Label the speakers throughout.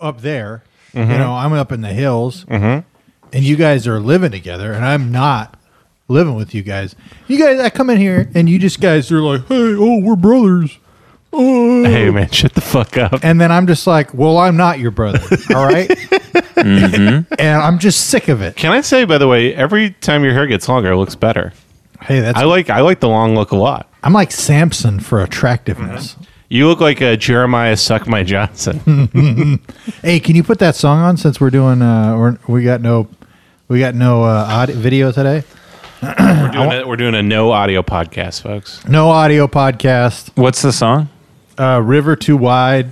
Speaker 1: up there. You know, I'm up in the hills, and you guys are living together, and I'm not living with you guys. You guys, I come in here, and you just guys are like, "Hey, oh, we're brothers." Oh.
Speaker 2: Hey man, shut the fuck up.
Speaker 1: And then I'm just like, "Well, I'm not your brother, all right?" Mm-hmm. and I'm just sick of it.
Speaker 2: Can I say by the way, every time your hair gets longer, it looks better.
Speaker 1: Hey, that's
Speaker 2: I like I like the long look a lot.
Speaker 1: I'm like Samson for attractiveness.
Speaker 2: You look like a Jeremiah Suck My Johnson.
Speaker 1: Hey, can you put that song on since we're doing? Uh, we're, we got no, we got no uh, audio, video today.
Speaker 2: we're, doing a, we're doing a no audio podcast, folks.
Speaker 1: No audio podcast.
Speaker 3: What's the song?
Speaker 1: Uh, River Too Wide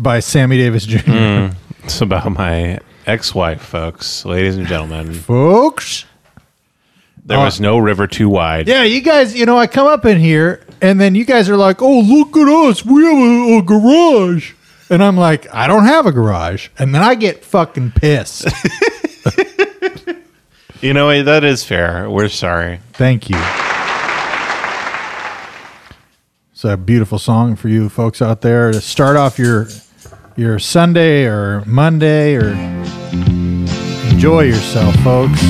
Speaker 1: by Sammy Davis Jr.
Speaker 2: It's about my ex-wife, folks, ladies and gentlemen.
Speaker 1: Folks,
Speaker 2: There was no river too wide.
Speaker 1: yeah, you guys, you know, I come up in here and then you guys are like, "Oh, look at us, we have a, a garage," and I'm like, "I don't have a garage," and then I get fucking pissed.
Speaker 2: You know eh, that is fair. We're sorry.
Speaker 1: Thank you. It's a beautiful song for you folks out there to start off your your Sunday or Monday or enjoy yourself, folks.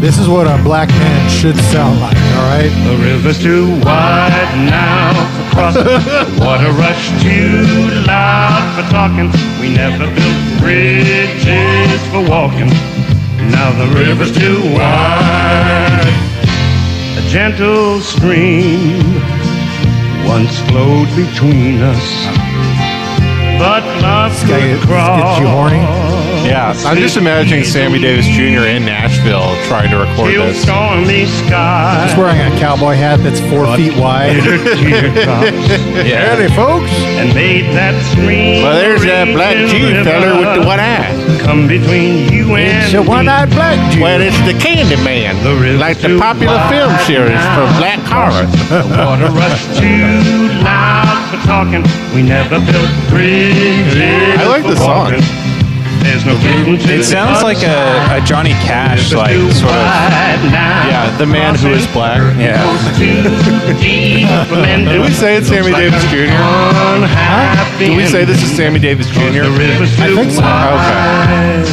Speaker 1: This is what a black man should sound like, all right?
Speaker 4: The river's too wide now for crossing. Water rush too loud for talking. We never built bridges for walking. Now the river's too wide. A gentle stream once flowed between us. But love
Speaker 1: guy
Speaker 4: could
Speaker 1: gets- gets you horny?
Speaker 4: cross
Speaker 2: Yeah, I'm just
Speaker 4: it
Speaker 2: imagining Sammy Davis Jr. in Nashville trying to record
Speaker 4: till
Speaker 2: this.
Speaker 4: stormy
Speaker 1: He's
Speaker 4: skies.
Speaker 1: wearing a cowboy hat that's four feet wide.
Speaker 4: Teardrops.
Speaker 2: Yeah.
Speaker 1: Hey, folks.
Speaker 4: and made that scream.
Speaker 2: Well, there's that black Jew feller with the one eye.
Speaker 4: Come between you and
Speaker 1: It's a
Speaker 4: me.
Speaker 1: one-eyed black dude.
Speaker 2: Well, it's the Candy Man, like the popular film series from Black Horror.
Speaker 4: Water rush too loud for talking. We never built bridges.
Speaker 2: I like
Speaker 4: for
Speaker 2: the song.
Speaker 4: walking. There's no getting to
Speaker 3: It
Speaker 4: the
Speaker 3: sounds
Speaker 4: other
Speaker 3: like
Speaker 4: side.
Speaker 3: a, a Johnny Cash,
Speaker 4: River's
Speaker 3: like
Speaker 4: too
Speaker 3: sort of.
Speaker 4: wide now.
Speaker 2: Yeah, the man who is black.
Speaker 3: Yeah.
Speaker 4: Goes too deep for men to-
Speaker 2: Did we say it's Sammy
Speaker 4: Looks like
Speaker 2: Davis
Speaker 4: an
Speaker 2: Jr.?
Speaker 4: unhappy
Speaker 2: Do we say this is
Speaker 4: ending.
Speaker 2: Sammy Davis Jr.?
Speaker 4: The river's
Speaker 1: I
Speaker 4: too
Speaker 1: think so.
Speaker 4: wide.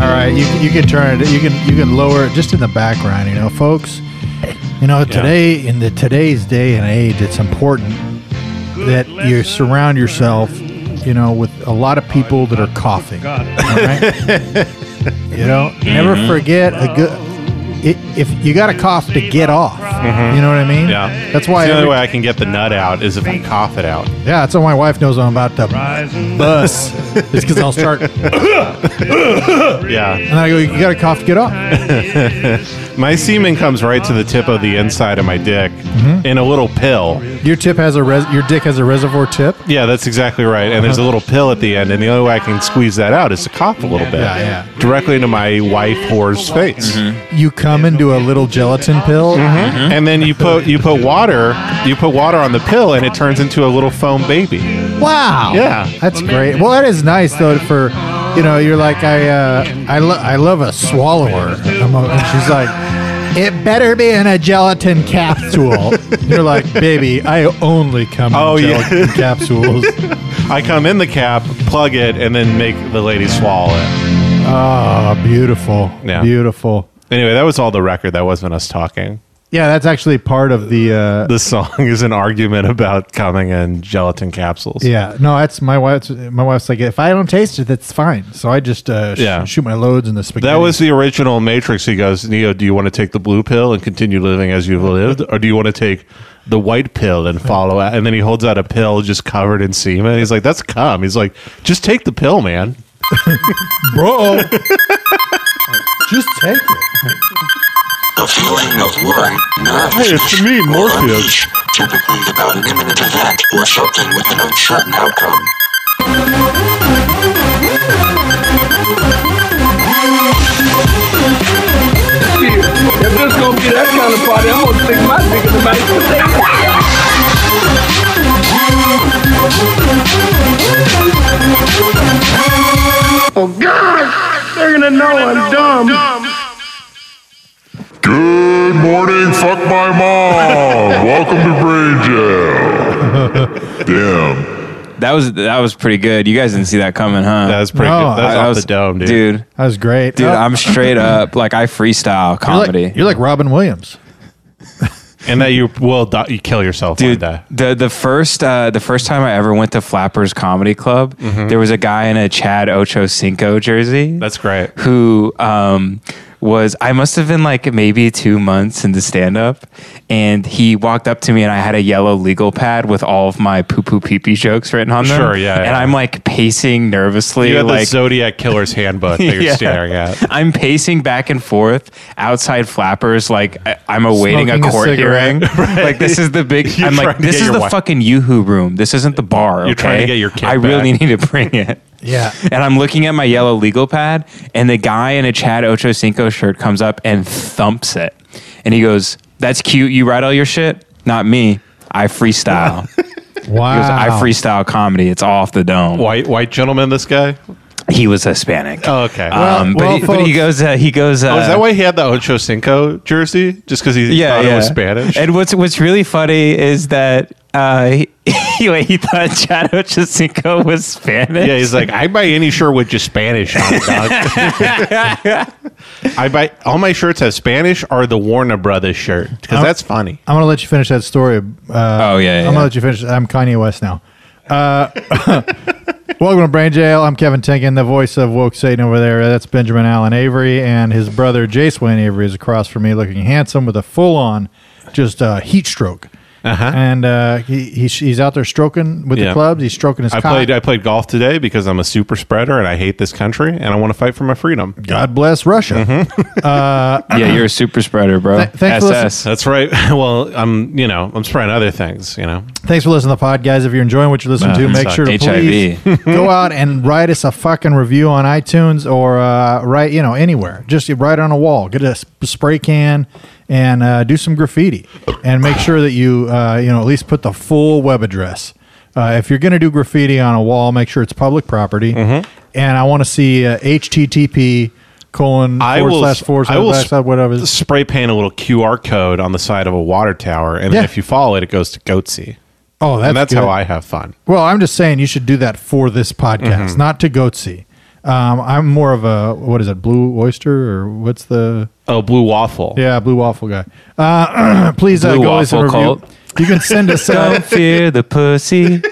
Speaker 1: All right, you can- you can turn it. You can you can lower it just in the background, you know, folks. You know, today in the today's day and age, it's important that you surround yourself, you know, with a lot of people that are coughing. All right? you know, never
Speaker 2: Mm-hmm.
Speaker 1: forget a good. i if you got to cough to get off, you know what I mean.
Speaker 2: Mm-hmm. Yeah.
Speaker 1: that's why.
Speaker 2: It's the
Speaker 1: every-
Speaker 2: only way I can get the nut out is if I cough it out.
Speaker 1: yeah, that's why my wife knows I'm about to
Speaker 4: Rising
Speaker 1: bust. it's because I'll start, and
Speaker 2: Yeah.
Speaker 1: I go, you got to cough to get off.
Speaker 2: My semen comes right to the tip of the inside of my dick in a little pill.
Speaker 1: Your tip has a res- your dick has a reservoir tip.
Speaker 2: Yeah, that's exactly right. And there's a little pill at the end, and the only way I can squeeze that out is to cough a little bit.
Speaker 1: Yeah, yeah.
Speaker 2: Directly into my wife whore's face.
Speaker 1: You come into a little gelatin pill.
Speaker 2: And then you put you put water you put water on the pill and it turns into a little foam baby.
Speaker 1: Wow.
Speaker 2: Yeah.
Speaker 1: That's great. Well, that is nice though. For you know, you're like I uh, I lo- I love a swallower. I'm a- and she's like, it better be in a gelatin capsule. you're like, baby, I only come
Speaker 2: Oh,
Speaker 1: in
Speaker 2: yeah.
Speaker 1: gelatin capsules.
Speaker 2: I come in the cap, plug it, and then make the lady swallow it.
Speaker 1: Ah, beautiful.
Speaker 2: Yeah.
Speaker 1: Beautiful.
Speaker 2: Anyway, that was all the record. That wasn't us talking.
Speaker 1: Yeah, that's actually part of the. Uh,
Speaker 2: The song is an argument about coming in gelatin capsules.
Speaker 1: yeah, no, that's my wife's. My wife's like, if I don't taste it, that's fine. So I just uh, sh-
Speaker 2: Yeah.
Speaker 1: shoot my loads in the spaghetti.
Speaker 2: That was the original Matrix. He goes, Neo, do you want to take the blue pill and continue living as you've lived? Or do you want to take the white pill and follow out? And then he holds out a pill just covered in semen. He's like, that's cum. He's like, just take the pill, man.
Speaker 1: bro. Just take it.
Speaker 5: The feeling of worry, nervousness,
Speaker 2: Hey, it's me,
Speaker 5: or unease,
Speaker 2: Morpheus.
Speaker 5: typically about an imminent event or something with an uncertain outcome.
Speaker 6: If this gonna be that kind of party, I'm gonna stick my dick in the back of the Oh God! They're gonna know I'm dumb.
Speaker 3: Good morning, fuck my mom. Welcome to Brain Jail. Damn.
Speaker 7: That was that was pretty good. You guys didn't see that coming, huh?
Speaker 2: That's pretty
Speaker 1: No,
Speaker 2: good. That's
Speaker 7: I- I
Speaker 2: off
Speaker 7: was-
Speaker 2: the dome, dude.
Speaker 7: Dude,
Speaker 1: That was great.
Speaker 7: dude,
Speaker 1: Oh,
Speaker 7: I'm straight up like I freestyle
Speaker 1: you're like-
Speaker 7: comedy.
Speaker 1: You're like, Robin Williams.
Speaker 2: And that you will die, you kill yourself
Speaker 7: Dude,
Speaker 2: one day.
Speaker 7: the the first uh, the first time I ever went to Flappers Comedy Club, there was a guy in a Chad Ochocinco jersey.
Speaker 2: Mm-hmm. That's great.
Speaker 7: who um, was I must have been like maybe two months into stand up, and he walked up to me and I had a yellow legal pad with all of my poo poo pee pee jokes written on them.
Speaker 2: Sure, yeah,
Speaker 7: And
Speaker 2: yeah.
Speaker 7: I'm like pacing nervously,
Speaker 2: You had the
Speaker 7: like
Speaker 2: Zodiac Killer's handbook that you're
Speaker 7: Yeah.
Speaker 2: staring at.
Speaker 7: I'm pacing back and forth outside flappers, like I- I'm awaiting
Speaker 1: Smoking
Speaker 7: a
Speaker 1: a
Speaker 7: court
Speaker 1: cigarette.
Speaker 7: hearing. Like this is the big.
Speaker 2: You're
Speaker 7: I'm
Speaker 2: trying
Speaker 7: like
Speaker 2: to
Speaker 7: this
Speaker 2: get
Speaker 7: is
Speaker 2: your
Speaker 7: the
Speaker 2: wi-
Speaker 7: fucking YooHoo room. This isn't the bar.
Speaker 2: You're trying to
Speaker 7: okay?
Speaker 2: get your kid
Speaker 7: I really
Speaker 2: back.
Speaker 7: need to bring it.
Speaker 1: Yeah.
Speaker 7: And I'm looking at my yellow legal pad, and the guy in a Chad Ochocinco shirt comes up and thumps it, and he goes, "That's cute. You write all your shit, not me. I freestyle."
Speaker 1: Wow.
Speaker 7: He goes, I freestyle comedy. It's off the dome.
Speaker 2: White white gentleman, this guy.
Speaker 7: He was Hispanic.
Speaker 2: Oh, okay.
Speaker 7: um, but,
Speaker 1: well,
Speaker 7: he, but he
Speaker 1: folks-
Speaker 7: goes. Uh, he goes. Uh,
Speaker 2: oh, is that why he had the Ocho Cinco jersey? Just because he thought it was Spanish?
Speaker 7: And what's what's really funny is that uh, he, he, he thought Chad Ochocinco was Spanish.
Speaker 2: yeah, he's like, I buy any shirt with just Spanish on it, dog. I buy all my shirts have Spanish or the Warner Brothers shirt because
Speaker 7: Oh.
Speaker 2: that's funny.
Speaker 1: I'm gonna let you finish that story. Uh, oh
Speaker 7: yeah,
Speaker 1: I'm gonna
Speaker 7: yeah, yeah.
Speaker 1: let you finish. I'm Kanye West now. Uh, welcome to Brain Jail. I'm Kevin Tinkin, the voice of woke Satan over there. That's Benjamin Allen Avery, and his brother Jace Wayne Avery is across from me, looking handsome with a full-on, just uh, heat stroke. Uh-huh. And uh, he, he's, he's out there stroking with
Speaker 2: Yeah.
Speaker 1: the clubs. He's stroking his.
Speaker 2: I
Speaker 1: cock.
Speaker 2: played I played golf today because I'm a super spreader and I hate this country and I want to fight for my freedom.
Speaker 1: God bless Russia.
Speaker 7: Mm-hmm. yeah, you're a super spreader, bro.
Speaker 1: Th- thanks for
Speaker 7: SS.
Speaker 2: That's right. Well, I'm you know I'm spreading other things. You know,
Speaker 1: Thanks for listening to the pod, guys. If you're enjoying what you're listening
Speaker 2: Nah,
Speaker 1: to,
Speaker 2: it
Speaker 1: make
Speaker 2: sucked.
Speaker 1: sure to
Speaker 7: HIV.
Speaker 1: please go out and write us a fucking review on iTunes or uh, write, you know, anywhere. Just write on a wall. Get a s- spray can and uh, do some graffiti. And make sure that you, uh, you know, at least put the full web address. Uh, if you're going to do graffiti on a wall, make sure it's public property.
Speaker 2: Mm-hmm.
Speaker 1: And I want to see uh, HTTP colon
Speaker 2: I
Speaker 1: forward
Speaker 2: will-
Speaker 1: slash forward
Speaker 2: I
Speaker 1: slash
Speaker 2: will
Speaker 1: backslash whatever. it is.
Speaker 2: spray paint a little QR code on the side of a water tower, and
Speaker 1: Yeah.
Speaker 2: then if you follow it, it goes to Goatsy.
Speaker 1: Oh, that's
Speaker 2: and that's how
Speaker 1: good.
Speaker 2: I have fun.
Speaker 1: Well, I'm just saying you should do that for this podcast,
Speaker 7: Mm-hmm.
Speaker 1: not to Goatsy. Um, I'm more of a what is it, blue oyster or what's the
Speaker 2: Oh, blue waffle.
Speaker 1: yeah blue waffle guy? Uh, please uh,
Speaker 7: Blue
Speaker 1: go leave us a
Speaker 7: waffle
Speaker 1: review.
Speaker 7: cult.
Speaker 1: You can send us
Speaker 7: Don't
Speaker 1: uh,
Speaker 7: fear the pussy.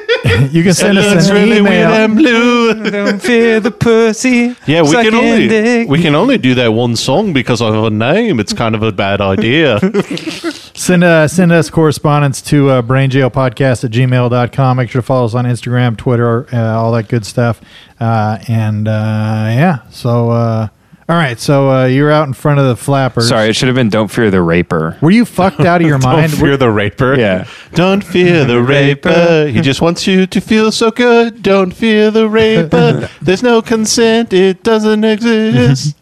Speaker 1: you can send us an email.
Speaker 2: blue.
Speaker 7: Don't fear the pussy.
Speaker 2: Yeah, we
Speaker 7: Sucking
Speaker 2: can only
Speaker 7: dick.
Speaker 2: we can only do that one song because of a name. It's kind of a bad idea.
Speaker 1: Send uh, send us correspondence to uh, brainjailpodcast at gmail.com. Make sure to follow us on Instagram, Twitter, uh, all that good stuff. Uh, and uh, yeah, so uh, all right, so uh, you're out in front of the flappers.
Speaker 7: Sorry, it should have been don't fear the raper.
Speaker 1: Were you fucked out of your
Speaker 2: Don't
Speaker 1: mind?
Speaker 2: fear the raper.
Speaker 7: Yeah.
Speaker 2: Don't fear the raper. He just wants you to feel so good. Don't fear the raper. There's no consent. It doesn't exist.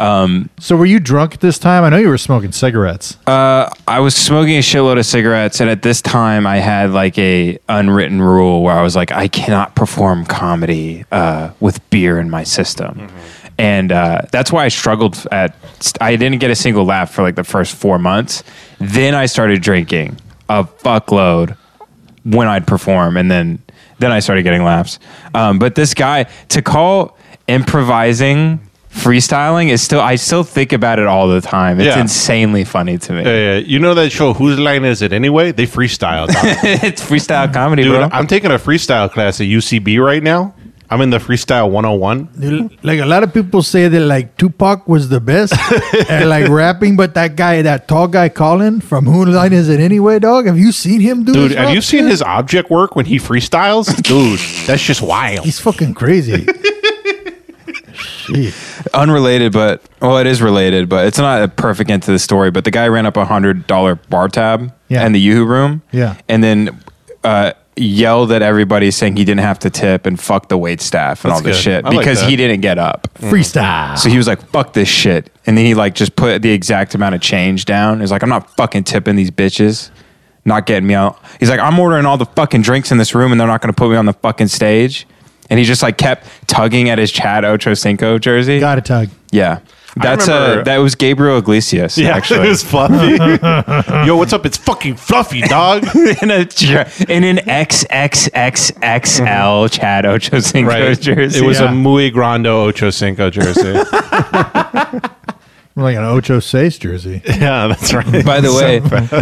Speaker 1: So were you drunk at this time? I know you were smoking cigarettes.
Speaker 7: Uh, I was smoking a shitload of cigarettes, and at this time, I had like a unwritten rule where I was like, I cannot perform comedy uh, with beer in my system, and uh, that's why I struggled. At I didn't get a single laugh for like the first four months. Then I started drinking a fuckload when I'd perform, and then then I started getting laughs. Um, but this guy to call improvising freestyling is still I still think about it all the time. It's
Speaker 2: Yeah.
Speaker 7: insanely funny to me.
Speaker 2: Uh, you know that show, Whose Line Is It Anyway? They freestyle. dog.
Speaker 7: it's freestyle comedy,
Speaker 2: Dude,
Speaker 7: bro.
Speaker 2: I'm taking a freestyle class at UCB right now. I'm in the freestyle 101.
Speaker 1: Like a lot of people say that like Tupac was the best at like rapping, but that guy, that tall guy Colin from Who Line Is It Anyway, dog? Have you seen him do
Speaker 2: Dude,
Speaker 1: his
Speaker 2: have
Speaker 1: rap
Speaker 2: you seen
Speaker 1: shit?
Speaker 2: his object work when he freestyles? Dude, that's just wild.
Speaker 1: He's fucking crazy.
Speaker 2: Mm.
Speaker 1: Shit.
Speaker 7: Unrelated, but well, it is related, but it's not a perfect end to the story. But the guy ran up a hundred dollar bar tab
Speaker 1: Yeah.
Speaker 7: in the YooHoo room,
Speaker 1: Yeah.
Speaker 7: and then uh, yelled at everybody saying he didn't have to tip and fuck the wait staff and
Speaker 2: That's
Speaker 7: all this
Speaker 2: good.
Speaker 7: shit
Speaker 2: I like
Speaker 7: because
Speaker 2: that.
Speaker 7: he didn't get up.
Speaker 1: Freestyle.
Speaker 7: So he was like, fuck this shit. And then he like just put the exact amount of change down. He's like, I'm not fucking tipping these bitches. Not getting me out. He's like, I'm ordering all the fucking drinks in this room and they're not gonna put me on the fucking stage. And he just like kept tugging at his Chad Ochocinco jersey.
Speaker 1: Got a tug.
Speaker 7: Yeah. That's
Speaker 2: remember-
Speaker 7: a that was Gabriel Iglesias
Speaker 2: Yeah,
Speaker 7: actually.
Speaker 2: it was fluffy. Yo, what's up? It's fucking fluffy, dog.
Speaker 7: in a jer- in an XXXXL Chad Ochocinco jersey.
Speaker 2: It was
Speaker 1: Yeah.
Speaker 2: a muy grande ocho cinco jersey.
Speaker 1: Like an Ocho Seis jersey.
Speaker 2: yeah, that's right.
Speaker 7: By the way,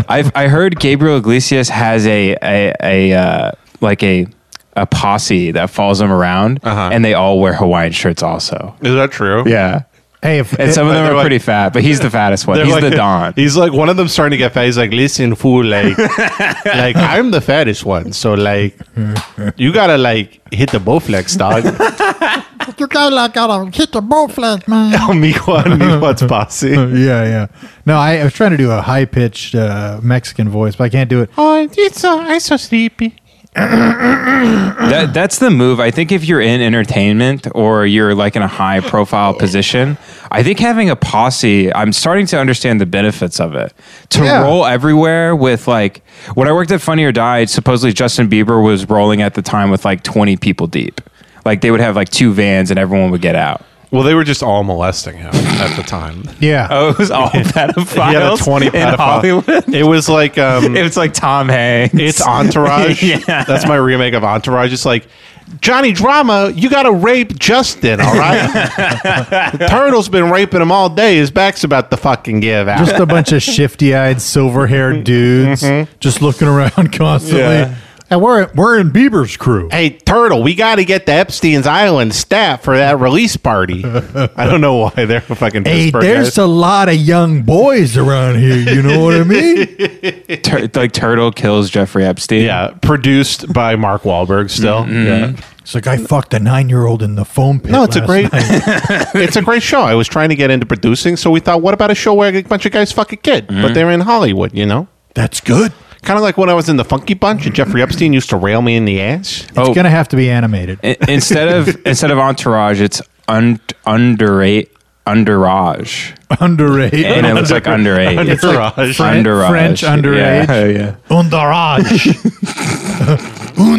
Speaker 7: I've I heard Gabriel Iglesias has a a, a uh, like a a posse that follows him around,
Speaker 2: Uh-huh.
Speaker 7: and they all wear Hawaiian shirts. Also,
Speaker 2: Is that true?
Speaker 7: yeah.
Speaker 1: Hey, if,
Speaker 7: And some of them
Speaker 2: they're
Speaker 7: are
Speaker 2: like-
Speaker 7: pretty fat, but he's the fattest one.
Speaker 2: They're
Speaker 7: He's
Speaker 2: like-
Speaker 7: the don.
Speaker 2: He's like one of them's starting to get fat. He's like, listen, fool, like, like I'm the fattest one, so like, you gotta like hit the bowflex, dog.
Speaker 1: you gotta, like, gotta hit the ball flat, man.
Speaker 2: Miqua, Miqua's posse.
Speaker 1: yeah, yeah. No, I, I was trying to do a high pitched uh, Mexican voice, but I can't do it.
Speaker 2: Oh, it's so I'm so sleepy.
Speaker 7: That, that's the move. I think if you're in entertainment or you're like in a high profile position, I think having a posse, I'm starting to understand the benefits of it. To
Speaker 1: Yeah.
Speaker 7: roll everywhere with like, when I worked at Funny or Die, supposedly Justin Bieber was rolling at the time with like 20 people deep. Like they would have like two vans and everyone would get out.
Speaker 2: Well, they were just all molesting him at the time.
Speaker 1: Yeah.
Speaker 7: Oh, it was all pedophiles.
Speaker 2: He had a twenty
Speaker 7: in
Speaker 2: pedophile.
Speaker 7: Hollywood.
Speaker 2: It was like um,
Speaker 7: It was like Tom Hanks.
Speaker 2: It's Entourage.
Speaker 7: Yeah.
Speaker 2: That's my remake of Entourage. It's like Johnny Drama, you gotta rape Justin, all right? the turtle's been raping him all day. His back's about to fucking give out.
Speaker 1: just a bunch of shifty-eyed, silver-haired dudes just looking around constantly.
Speaker 2: Mm-hmm. Yeah.
Speaker 1: And we're we're in Bieber's crew.
Speaker 2: hey, Turtle, we gotta get the Epstein's Island staff for that release party. I don't know why they're a fucking
Speaker 1: Hey,
Speaker 2: Pittsburgh
Speaker 1: there's
Speaker 2: guys.
Speaker 1: a lot of young boys around here. You know what I mean?
Speaker 7: Tur- like Turtle kills Jeffrey Epstein.
Speaker 2: yeah, produced by Mark Wahlberg. Still, yeah.
Speaker 1: It's like I fucked a nine-year-old in the foam pit.
Speaker 2: no, it's a
Speaker 1: last
Speaker 2: great,
Speaker 1: night.
Speaker 2: it's a great show. I was trying to get into producing, so we thought, what about a show where a bunch of guys fuck a kid, but they're in Hollywood, you know?
Speaker 1: That's good.
Speaker 2: Kind of like when I was in the Funky Bunch and Jeffrey Epstein used to rail me in the ass.
Speaker 1: It's
Speaker 7: Oh.
Speaker 1: gonna have to be animated.
Speaker 7: I- instead of instead of entourage, it's un- underrate underage,
Speaker 1: Underage.
Speaker 7: and it looks like underage. It's like
Speaker 2: Entourage.
Speaker 1: Fran-
Speaker 7: underage.
Speaker 1: French underage.
Speaker 7: Yeah, yeah.
Speaker 1: Underage.
Speaker 2: Uh,
Speaker 7: Uh,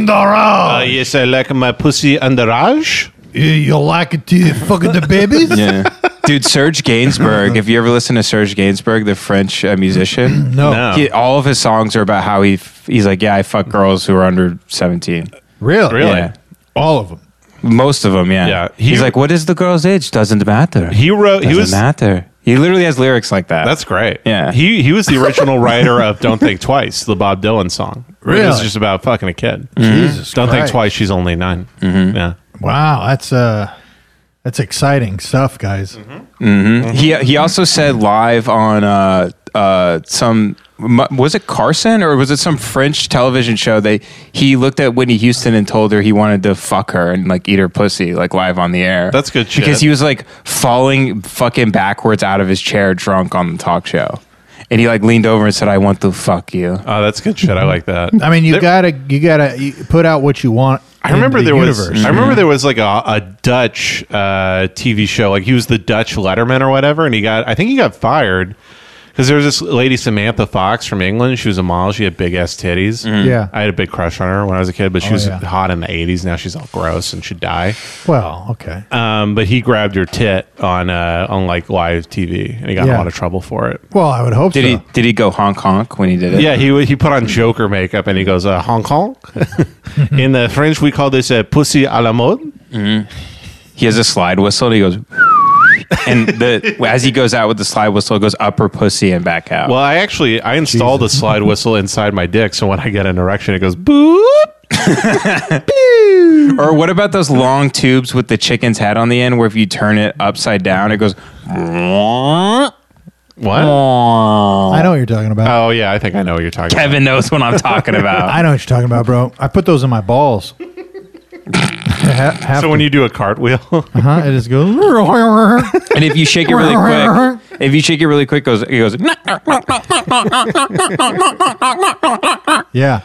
Speaker 1: Underage.
Speaker 2: yes, I Uh, like my pussy underage.
Speaker 1: You- you like it to fucking the babies?
Speaker 7: Yeah. Dude, Serge Gainsbourg. if you ever listen to Serge Gainsbourg, the French uh, musician,
Speaker 1: No.
Speaker 2: No.
Speaker 7: he, all of his songs are about how he f- he's like, yeah, I fuck girls who are under seventeen.
Speaker 1: Really?
Speaker 2: Really?
Speaker 7: Yeah.
Speaker 1: All of them.
Speaker 7: Most of them, yeah.
Speaker 2: Yeah, he-
Speaker 7: he's like, what is the girl's age? Doesn't matter.
Speaker 2: He wrote.
Speaker 7: doesn't
Speaker 2: He was.
Speaker 7: matter. He literally has lyrics like that.
Speaker 2: That's great.
Speaker 7: Yeah.
Speaker 2: He he was the original writer of "Don't Think Twice," the Bob Dylan song. It was
Speaker 1: Really?
Speaker 2: just about fucking a kid.
Speaker 1: Jesus.
Speaker 2: Don't think
Speaker 1: Christ.
Speaker 2: twice. She's only 9 Yeah.
Speaker 1: Wow, that's uh that's exciting stuff, guys.
Speaker 2: Mm-hmm.
Speaker 7: He he also said live on uh uh some mu- was it Carson or was it some French television show that he looked at Whitney Houston and told her he wanted to fuck her and like eat her pussy like live on the air.
Speaker 2: That's good shit.
Speaker 7: Because he was like falling fucking backwards out of his chair drunk on the talk show. And he like leaned over and said I want to fuck you.
Speaker 2: Oh, that's good shit. I like that.
Speaker 1: I mean, you
Speaker 2: There-
Speaker 1: gotta you gotta you put out what you want.
Speaker 2: I remember
Speaker 1: in the
Speaker 2: there
Speaker 1: universe.
Speaker 2: was. I remember there was like a, a Dutch uh, TV show. Like he was the Dutch Letterman or whatever, and he got. I think he got fired because there was this lady Samantha Fox from England. She was a model. She had big ass titties.
Speaker 1: Yeah.
Speaker 2: I had a big crush on her when I was a kid, but she
Speaker 1: Oh,
Speaker 2: was
Speaker 1: yeah.
Speaker 2: hot in the '80s. Now she's all gross and should die.
Speaker 1: Well, okay.
Speaker 2: Um, but he grabbed her tit on uh, on like live TV, and he got in
Speaker 1: Yeah.
Speaker 2: a lot of trouble for it.
Speaker 1: Well, I would hope
Speaker 7: Did
Speaker 1: so.
Speaker 7: he did he go honk honk when he did it?
Speaker 2: Yeah, he wa- he put on Joker makeup and he goes uh, Hong Kong. in the French, we call this a pussy à la mode.
Speaker 7: He has a slide whistle and he goes and the as he goes out with the slide whistle it goes upper pussy and back out.
Speaker 2: Well, I actually I installed a slide whistle inside my dick, so when I get an erection, it goes boop.
Speaker 7: Or what about those long tubes with the chicken's head on the end where if you turn it upside down, it goes.
Speaker 2: What?
Speaker 1: I know what you're talking about.
Speaker 2: Oh yeah, I think I know what you're talking. about.
Speaker 7: Kevin knows what I'm talking about.
Speaker 1: I know what you're talking about, bro. I put those in my balls. Ha- have
Speaker 2: So when you do a cartwheel,
Speaker 1: to, huh? It just goes. All
Speaker 7: and if you shake it really quick, if you shake it really quick, it goes it goes.
Speaker 1: Yeah. yeah.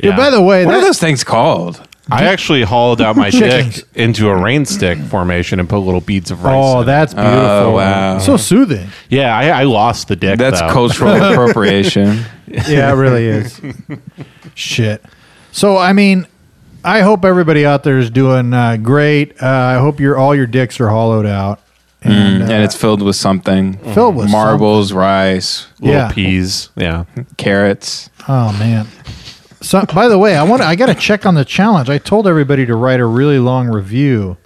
Speaker 2: Yeah.
Speaker 1: By the way,
Speaker 7: What are
Speaker 1: that,
Speaker 7: those things called?
Speaker 2: I actually hauled out my
Speaker 1: Chickens.
Speaker 2: dick into a rain stick formation and put little beads of rice.
Speaker 1: oh,
Speaker 2: in it.
Speaker 1: that's beautiful.
Speaker 2: Oh,
Speaker 7: wow.
Speaker 1: So soothing.
Speaker 2: yeah, I, I lost the dick.
Speaker 7: That's
Speaker 2: though.
Speaker 7: cultural appropriation.
Speaker 1: Yeah, it really is. Shit. So I mean, I hope everybody out there is doing uh, great. Uh, I hope your all your dicks are hollowed out. and,
Speaker 7: and
Speaker 1: uh,
Speaker 7: it's filled with something.
Speaker 1: Mm-hmm. Filled with
Speaker 7: marbles, rice,
Speaker 2: Little
Speaker 1: Yeah.
Speaker 2: peas. Yeah.
Speaker 7: carrots.
Speaker 1: Oh man. So by the way, I want I got to check on the challenge. I told everybody to write a really long review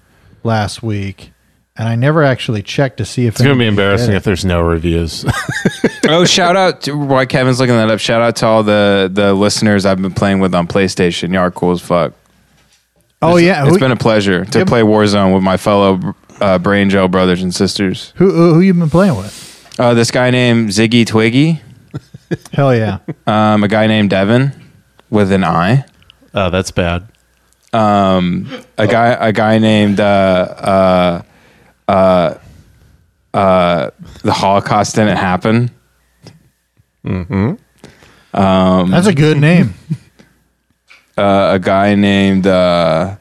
Speaker 1: last week, and I never actually checked to see if
Speaker 2: It's going to be embarrassing if there's no reviews.
Speaker 7: oh, shout out to why Kevin's looking that up. Shout out to all the the listeners I've been playing with on PlayStation. Y'all are cool as fuck.
Speaker 1: Oh yeah,
Speaker 7: It's
Speaker 1: who,
Speaker 7: been a pleasure to
Speaker 1: Yeah, but-
Speaker 7: play Warzone with my fellow uh, Brain Gel brothers and sisters.
Speaker 1: who who who you been playing with?
Speaker 7: Uh, this guy named Ziggy Twiggy,
Speaker 1: Hell yeah,
Speaker 7: um, a guy named Devin with an I,
Speaker 2: oh, that's bad.
Speaker 7: a guy a guy named uh, uh, uh, uh, the Holocaust didn't happen.
Speaker 1: that's a good name.
Speaker 7: Uh, a guy named uh,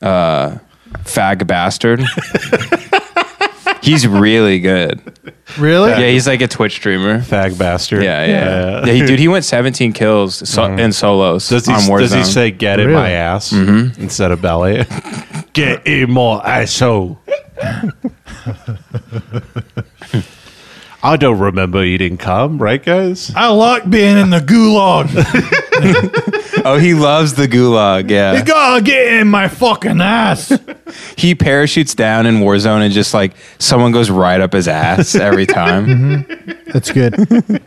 Speaker 7: uh, Fag Bastard. He's really good.
Speaker 1: Really?
Speaker 7: Yeah, he's like a Twitch streamer.
Speaker 2: Fag bastard.
Speaker 7: Yeah, yeah, Uh-huh. yeah. he, dude, he went 17 kills so, in solos
Speaker 2: Does he,
Speaker 7: on Warzone.
Speaker 2: does he say get in my
Speaker 1: Really?
Speaker 2: ass instead of belly? Mm-hmm. get in my asshole. I don't remember eating cum, right, guys?
Speaker 1: I like being in the gulag.
Speaker 7: Oh, he loves the gulag.
Speaker 1: you
Speaker 7: Yeah,
Speaker 1: gotta get in my fucking ass.
Speaker 7: he parachutes down in Warzone and just like someone goes right up his ass every
Speaker 2: Mm-hmm.
Speaker 7: time.
Speaker 1: That's good.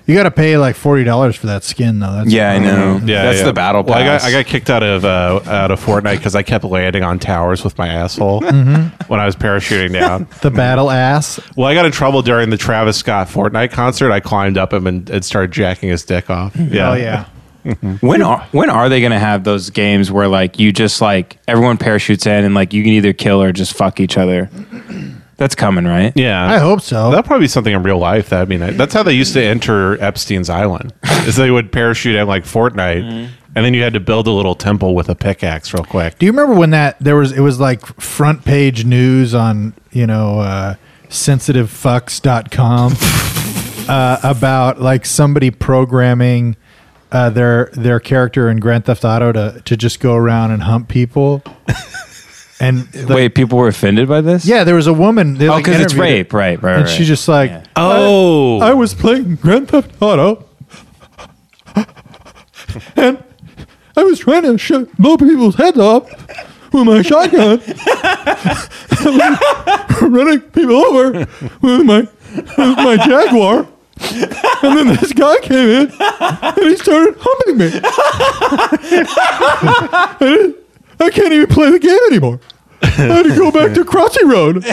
Speaker 1: You gotta pay like forty dollars for that skin though. That's
Speaker 7: yeah, I know.
Speaker 2: Yeah,
Speaker 7: that's
Speaker 2: Mm-hmm. yeah.
Speaker 7: the battle pass.
Speaker 2: Well, I got I got kicked out of uh, out of Fortnite because I kept landing on towers with my asshole
Speaker 1: Mm-hmm.
Speaker 2: when I was parachuting down.
Speaker 1: the battle ass.
Speaker 2: well, I got in trouble during the Travis Scott Fortnite concert. I climbed up him and, and started jacking his dick off. Yeah,
Speaker 1: Oh yeah.
Speaker 7: when are when are they gonna have those games where like you just like everyone parachutes in and like you can either kill or just fuck each other? That's coming, right?
Speaker 2: yeah.
Speaker 1: I hope so.
Speaker 2: That'd probably be something in real life. That I mean, that's how they used to enter Epstein's Island. is they would parachute in like Fortnite, and then you had to build a little temple with a pickaxe real quick.
Speaker 1: Do you remember when that there was it was like front page news on, you know, uh sensitivefucks.com uh about like somebody programming uh their their character in Grand Theft Auto to to just go around and hump people. and the-
Speaker 7: Wait, people were offended by this?
Speaker 1: yeah, there was a woman they,
Speaker 7: Oh,
Speaker 1: like,
Speaker 7: because it's
Speaker 1: interviewed her,
Speaker 7: rape, right? Right.
Speaker 1: And
Speaker 7: right.
Speaker 1: she just like
Speaker 2: Oh,
Speaker 1: I was playing Grand Theft Auto, and I was trying to shoot blow people's heads off with my shotgun, running people over with my with my Jaguar. And then this guy came in and he started humping me. I, didn't, I can't even play the game anymore. I had to go back to Crossy Road.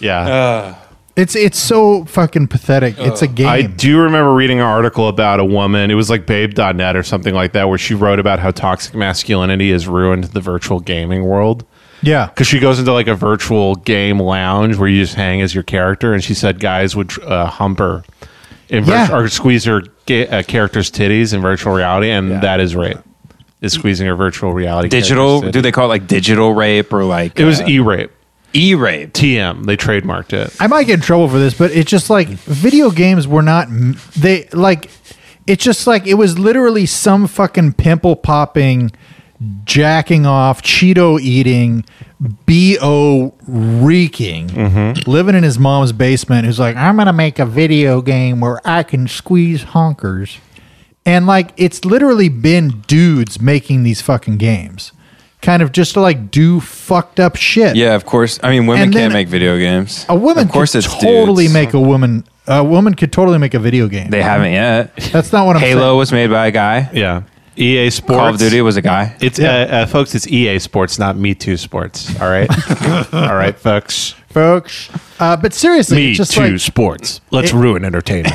Speaker 2: yeah.
Speaker 1: It's it's so fucking pathetic. It's a game.
Speaker 2: I do remember reading an article about a woman. It was like Babe.net or something like that, where she wrote about how toxic masculinity has ruined the virtual gaming world.
Speaker 1: yeah.
Speaker 2: because she goes into like a virtual game lounge where you just hang as your character, and she said guys would uh, hump her in vir-
Speaker 1: Yeah.
Speaker 2: or squeeze her ga- uh, character's titties in virtual reality, and that is rape. Is squeezing her virtual reality
Speaker 7: digital.
Speaker 2: character's
Speaker 7: Do they call it like digital rape or like
Speaker 2: titty. It was
Speaker 7: uh,
Speaker 2: e rape.
Speaker 7: e-rape?
Speaker 2: TM. They trademarked it.
Speaker 1: I might get in trouble for this, but it's just like video games were not m- they like it's just like it was literally some fucking pimple popping, jacking off, Cheeto eating, bo reeking, living in his mom's basement. Who's like, I'm gonna make a video game where I can squeeze honkers, and like it's literally been dudes making these fucking games, kind of just to like do fucked up shit
Speaker 7: Yeah, of course. I mean, women
Speaker 1: And then
Speaker 7: can't make video games.
Speaker 1: a woman
Speaker 7: of course,
Speaker 1: could
Speaker 7: it's
Speaker 1: totally
Speaker 7: dudes.
Speaker 1: make a woman a woman could totally make a video game.
Speaker 7: They haven't yet.
Speaker 1: That's not what I'm
Speaker 7: Halo was made by a guy.
Speaker 2: Yeah. EA E Sports.
Speaker 7: Call of Duty was a guy.
Speaker 2: It's uh, uh, folks. It's EA Sports, not Me Too Sports. All right, all right, folks.
Speaker 1: saying, folks. Uh, but seriously,
Speaker 2: Me
Speaker 1: it's just
Speaker 2: Too
Speaker 1: like
Speaker 2: Sports. Let's ruin entertainment.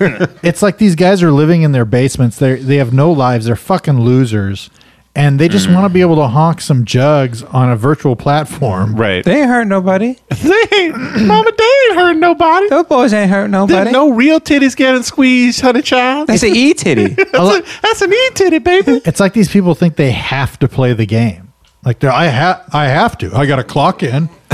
Speaker 1: it's like these guys are living in their basements. They they have no lives. They're fucking losers, and they
Speaker 7: Mm.
Speaker 1: just want to be able to honk some jugs on a virtual platform.
Speaker 2: right.
Speaker 7: They ain't hurt nobody.
Speaker 2: They ain't, Mama, they ain't hurt nobody.
Speaker 7: Those boys ain't hurt nobody.
Speaker 2: There's no real titties getting squeezed, honey child.
Speaker 7: That's an e titty.
Speaker 1: Hello-
Speaker 2: That's an e titty, baby.
Speaker 1: It's like these people think they have to play the game. Like they're, I ha- I have to. I got to clock in and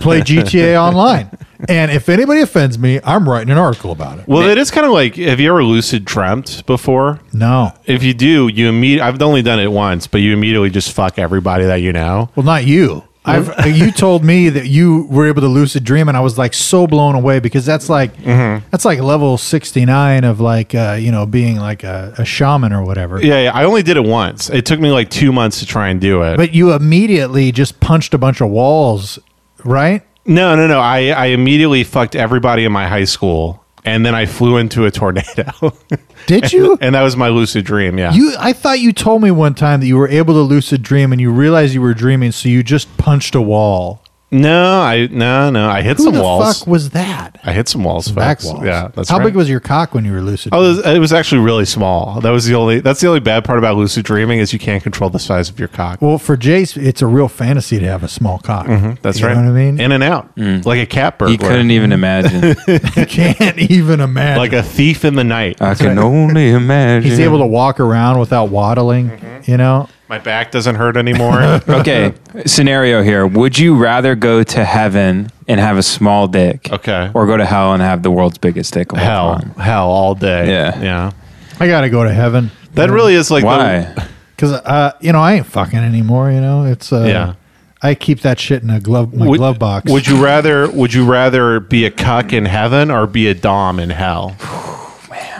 Speaker 1: play GTA Online. And if anybody offends me, I'm writing an article about it.
Speaker 2: Well, it is kind of like have you ever lucid dreamt before?
Speaker 1: No,
Speaker 2: If you do, you immediately I've only done it once, but you immediately just fuck everybody that you know.
Speaker 1: well, not you. I've, you told me that you were able to lucid dream, and I was like so blown away because that's like
Speaker 2: Mm-hmm.
Speaker 1: that's like level sixty nine of like uh, you know being like a, a shaman or whatever.
Speaker 2: Yeah, yeah, I only did it once. It took me like two months to try and do it.
Speaker 1: But you immediately just punched a bunch of walls, right?
Speaker 2: no, no, no. I, I immediately fucked everybody in my high school, and then I flew into a tornado,
Speaker 1: Did you?
Speaker 2: and that was my lucid dream. Yeah,
Speaker 1: You, I thought you told me one time that you were able to lucid dream and you realized you were dreaming, so you just punched a wall.
Speaker 2: no, I no, no. I hit
Speaker 1: Who
Speaker 2: some
Speaker 1: the
Speaker 2: walls.
Speaker 1: fuck was that?
Speaker 2: I hit some walls.
Speaker 1: Back
Speaker 2: folks.
Speaker 1: walls.
Speaker 2: Yeah, that's
Speaker 1: How
Speaker 2: right.
Speaker 1: big was your cock when you were lucid?
Speaker 2: Oh,
Speaker 1: dreaming?
Speaker 2: it was, it was actually really small. That was the only. That's the only bad part about lucid dreaming is you can't control the size of your cock.
Speaker 1: Well, for Jace, it's a real fantasy to have a small cock.
Speaker 2: Mm-hmm. That's
Speaker 1: you
Speaker 2: right.
Speaker 1: Know what I mean,
Speaker 2: In and out, like a cat burglar,
Speaker 7: You Mm. couldn't even imagine.
Speaker 1: you can't even imagine.
Speaker 2: like a thief in the night.
Speaker 7: I can only imagine.
Speaker 1: He's able to walk around without waddling. You know,
Speaker 2: My back doesn't hurt anymore.
Speaker 7: okay, scenario here. Would you rather go to heaven and have a small dick?
Speaker 2: Okay.
Speaker 7: Or go to hell and have the world's biggest dick of all
Speaker 2: hell,
Speaker 7: time?
Speaker 2: hell, all day.
Speaker 7: Yeah.
Speaker 2: yeah.
Speaker 1: I gotta go to heaven
Speaker 2: That really is like the-
Speaker 7: Why?
Speaker 1: because uh, you know I ain't fucking anymore. You know, it's uh,
Speaker 2: Yeah.
Speaker 1: I keep that shit in a glove my
Speaker 2: would,
Speaker 1: glove box.
Speaker 2: Would you rather? Would you rather be a cuck in heaven or be a dom in hell?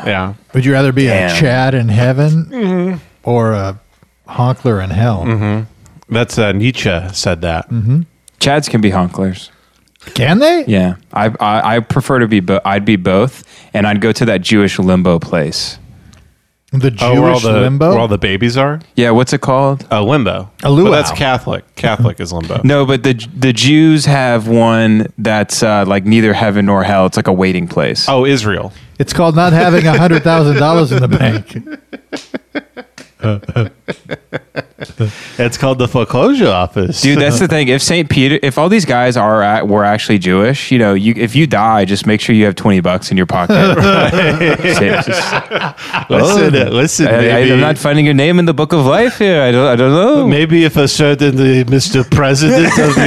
Speaker 2: Yeah,
Speaker 1: Would you rather be a
Speaker 7: Damn.
Speaker 1: Chad in heaven
Speaker 2: Mm-hmm.
Speaker 1: or a honkler in hell?
Speaker 2: that's uh, Nietzsche said that.
Speaker 1: Mm-hmm.
Speaker 7: Chads can be honklers.
Speaker 1: Can they?
Speaker 7: Yeah, I I, I prefer to be. Bo- I'd be both, and I'd go to that Jewish limbo place.
Speaker 1: The Jewish
Speaker 2: Oh, where all the
Speaker 1: limbo.
Speaker 2: where all the babies are.
Speaker 7: Yeah, what's it called?
Speaker 2: Uh, limbo.
Speaker 1: A luau.
Speaker 2: But that's Catholic. Catholic is limbo.
Speaker 7: No, but the the Jews have one that's uh, like neither heaven nor hell. It's like a waiting place.
Speaker 2: Oh, Israel.
Speaker 1: it's called not having a hundred thousand dollars in the bank.
Speaker 2: It's called the foreclosure office.
Speaker 7: Dude, that's the thing. If St. Peter, if all these guys are at, were actually Jewish, you know, you if you die, just make sure you have twenty bucks in your pocket. Shit, just-
Speaker 2: listen, uh, listen.
Speaker 7: I,
Speaker 2: maybe,
Speaker 7: am not finding your name in the book of life here. I don't. I don't know.
Speaker 2: maybe if a certain uh, Mr. President of the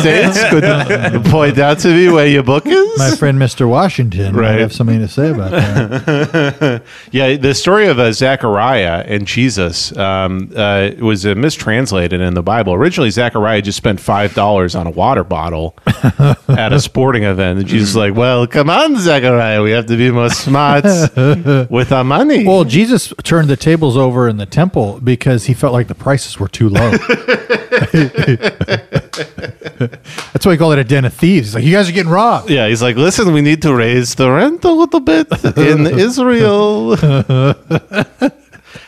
Speaker 2: States could point out to me where your book is.
Speaker 1: My friend Mr. Washington might
Speaker 2: Right.
Speaker 1: have something to say about that.
Speaker 2: Yeah, the story of uh, Zechariah and Jesus um, uh, was uh, mistranslated in the Bible. Originally, Zechariah just spent five dollars on a water bottle at a sporting event, and Jesus was like, "Well, come on, Zechariah, we have to be more smart with our money."
Speaker 1: well, Jesus turned the tables over in the temple because he felt like the prices were too low. That's why he called it a den of thieves. He's like, you guys are getting robbed.
Speaker 2: yeah, he's like, "Listen, we need to raise the rent a little bit in Israel."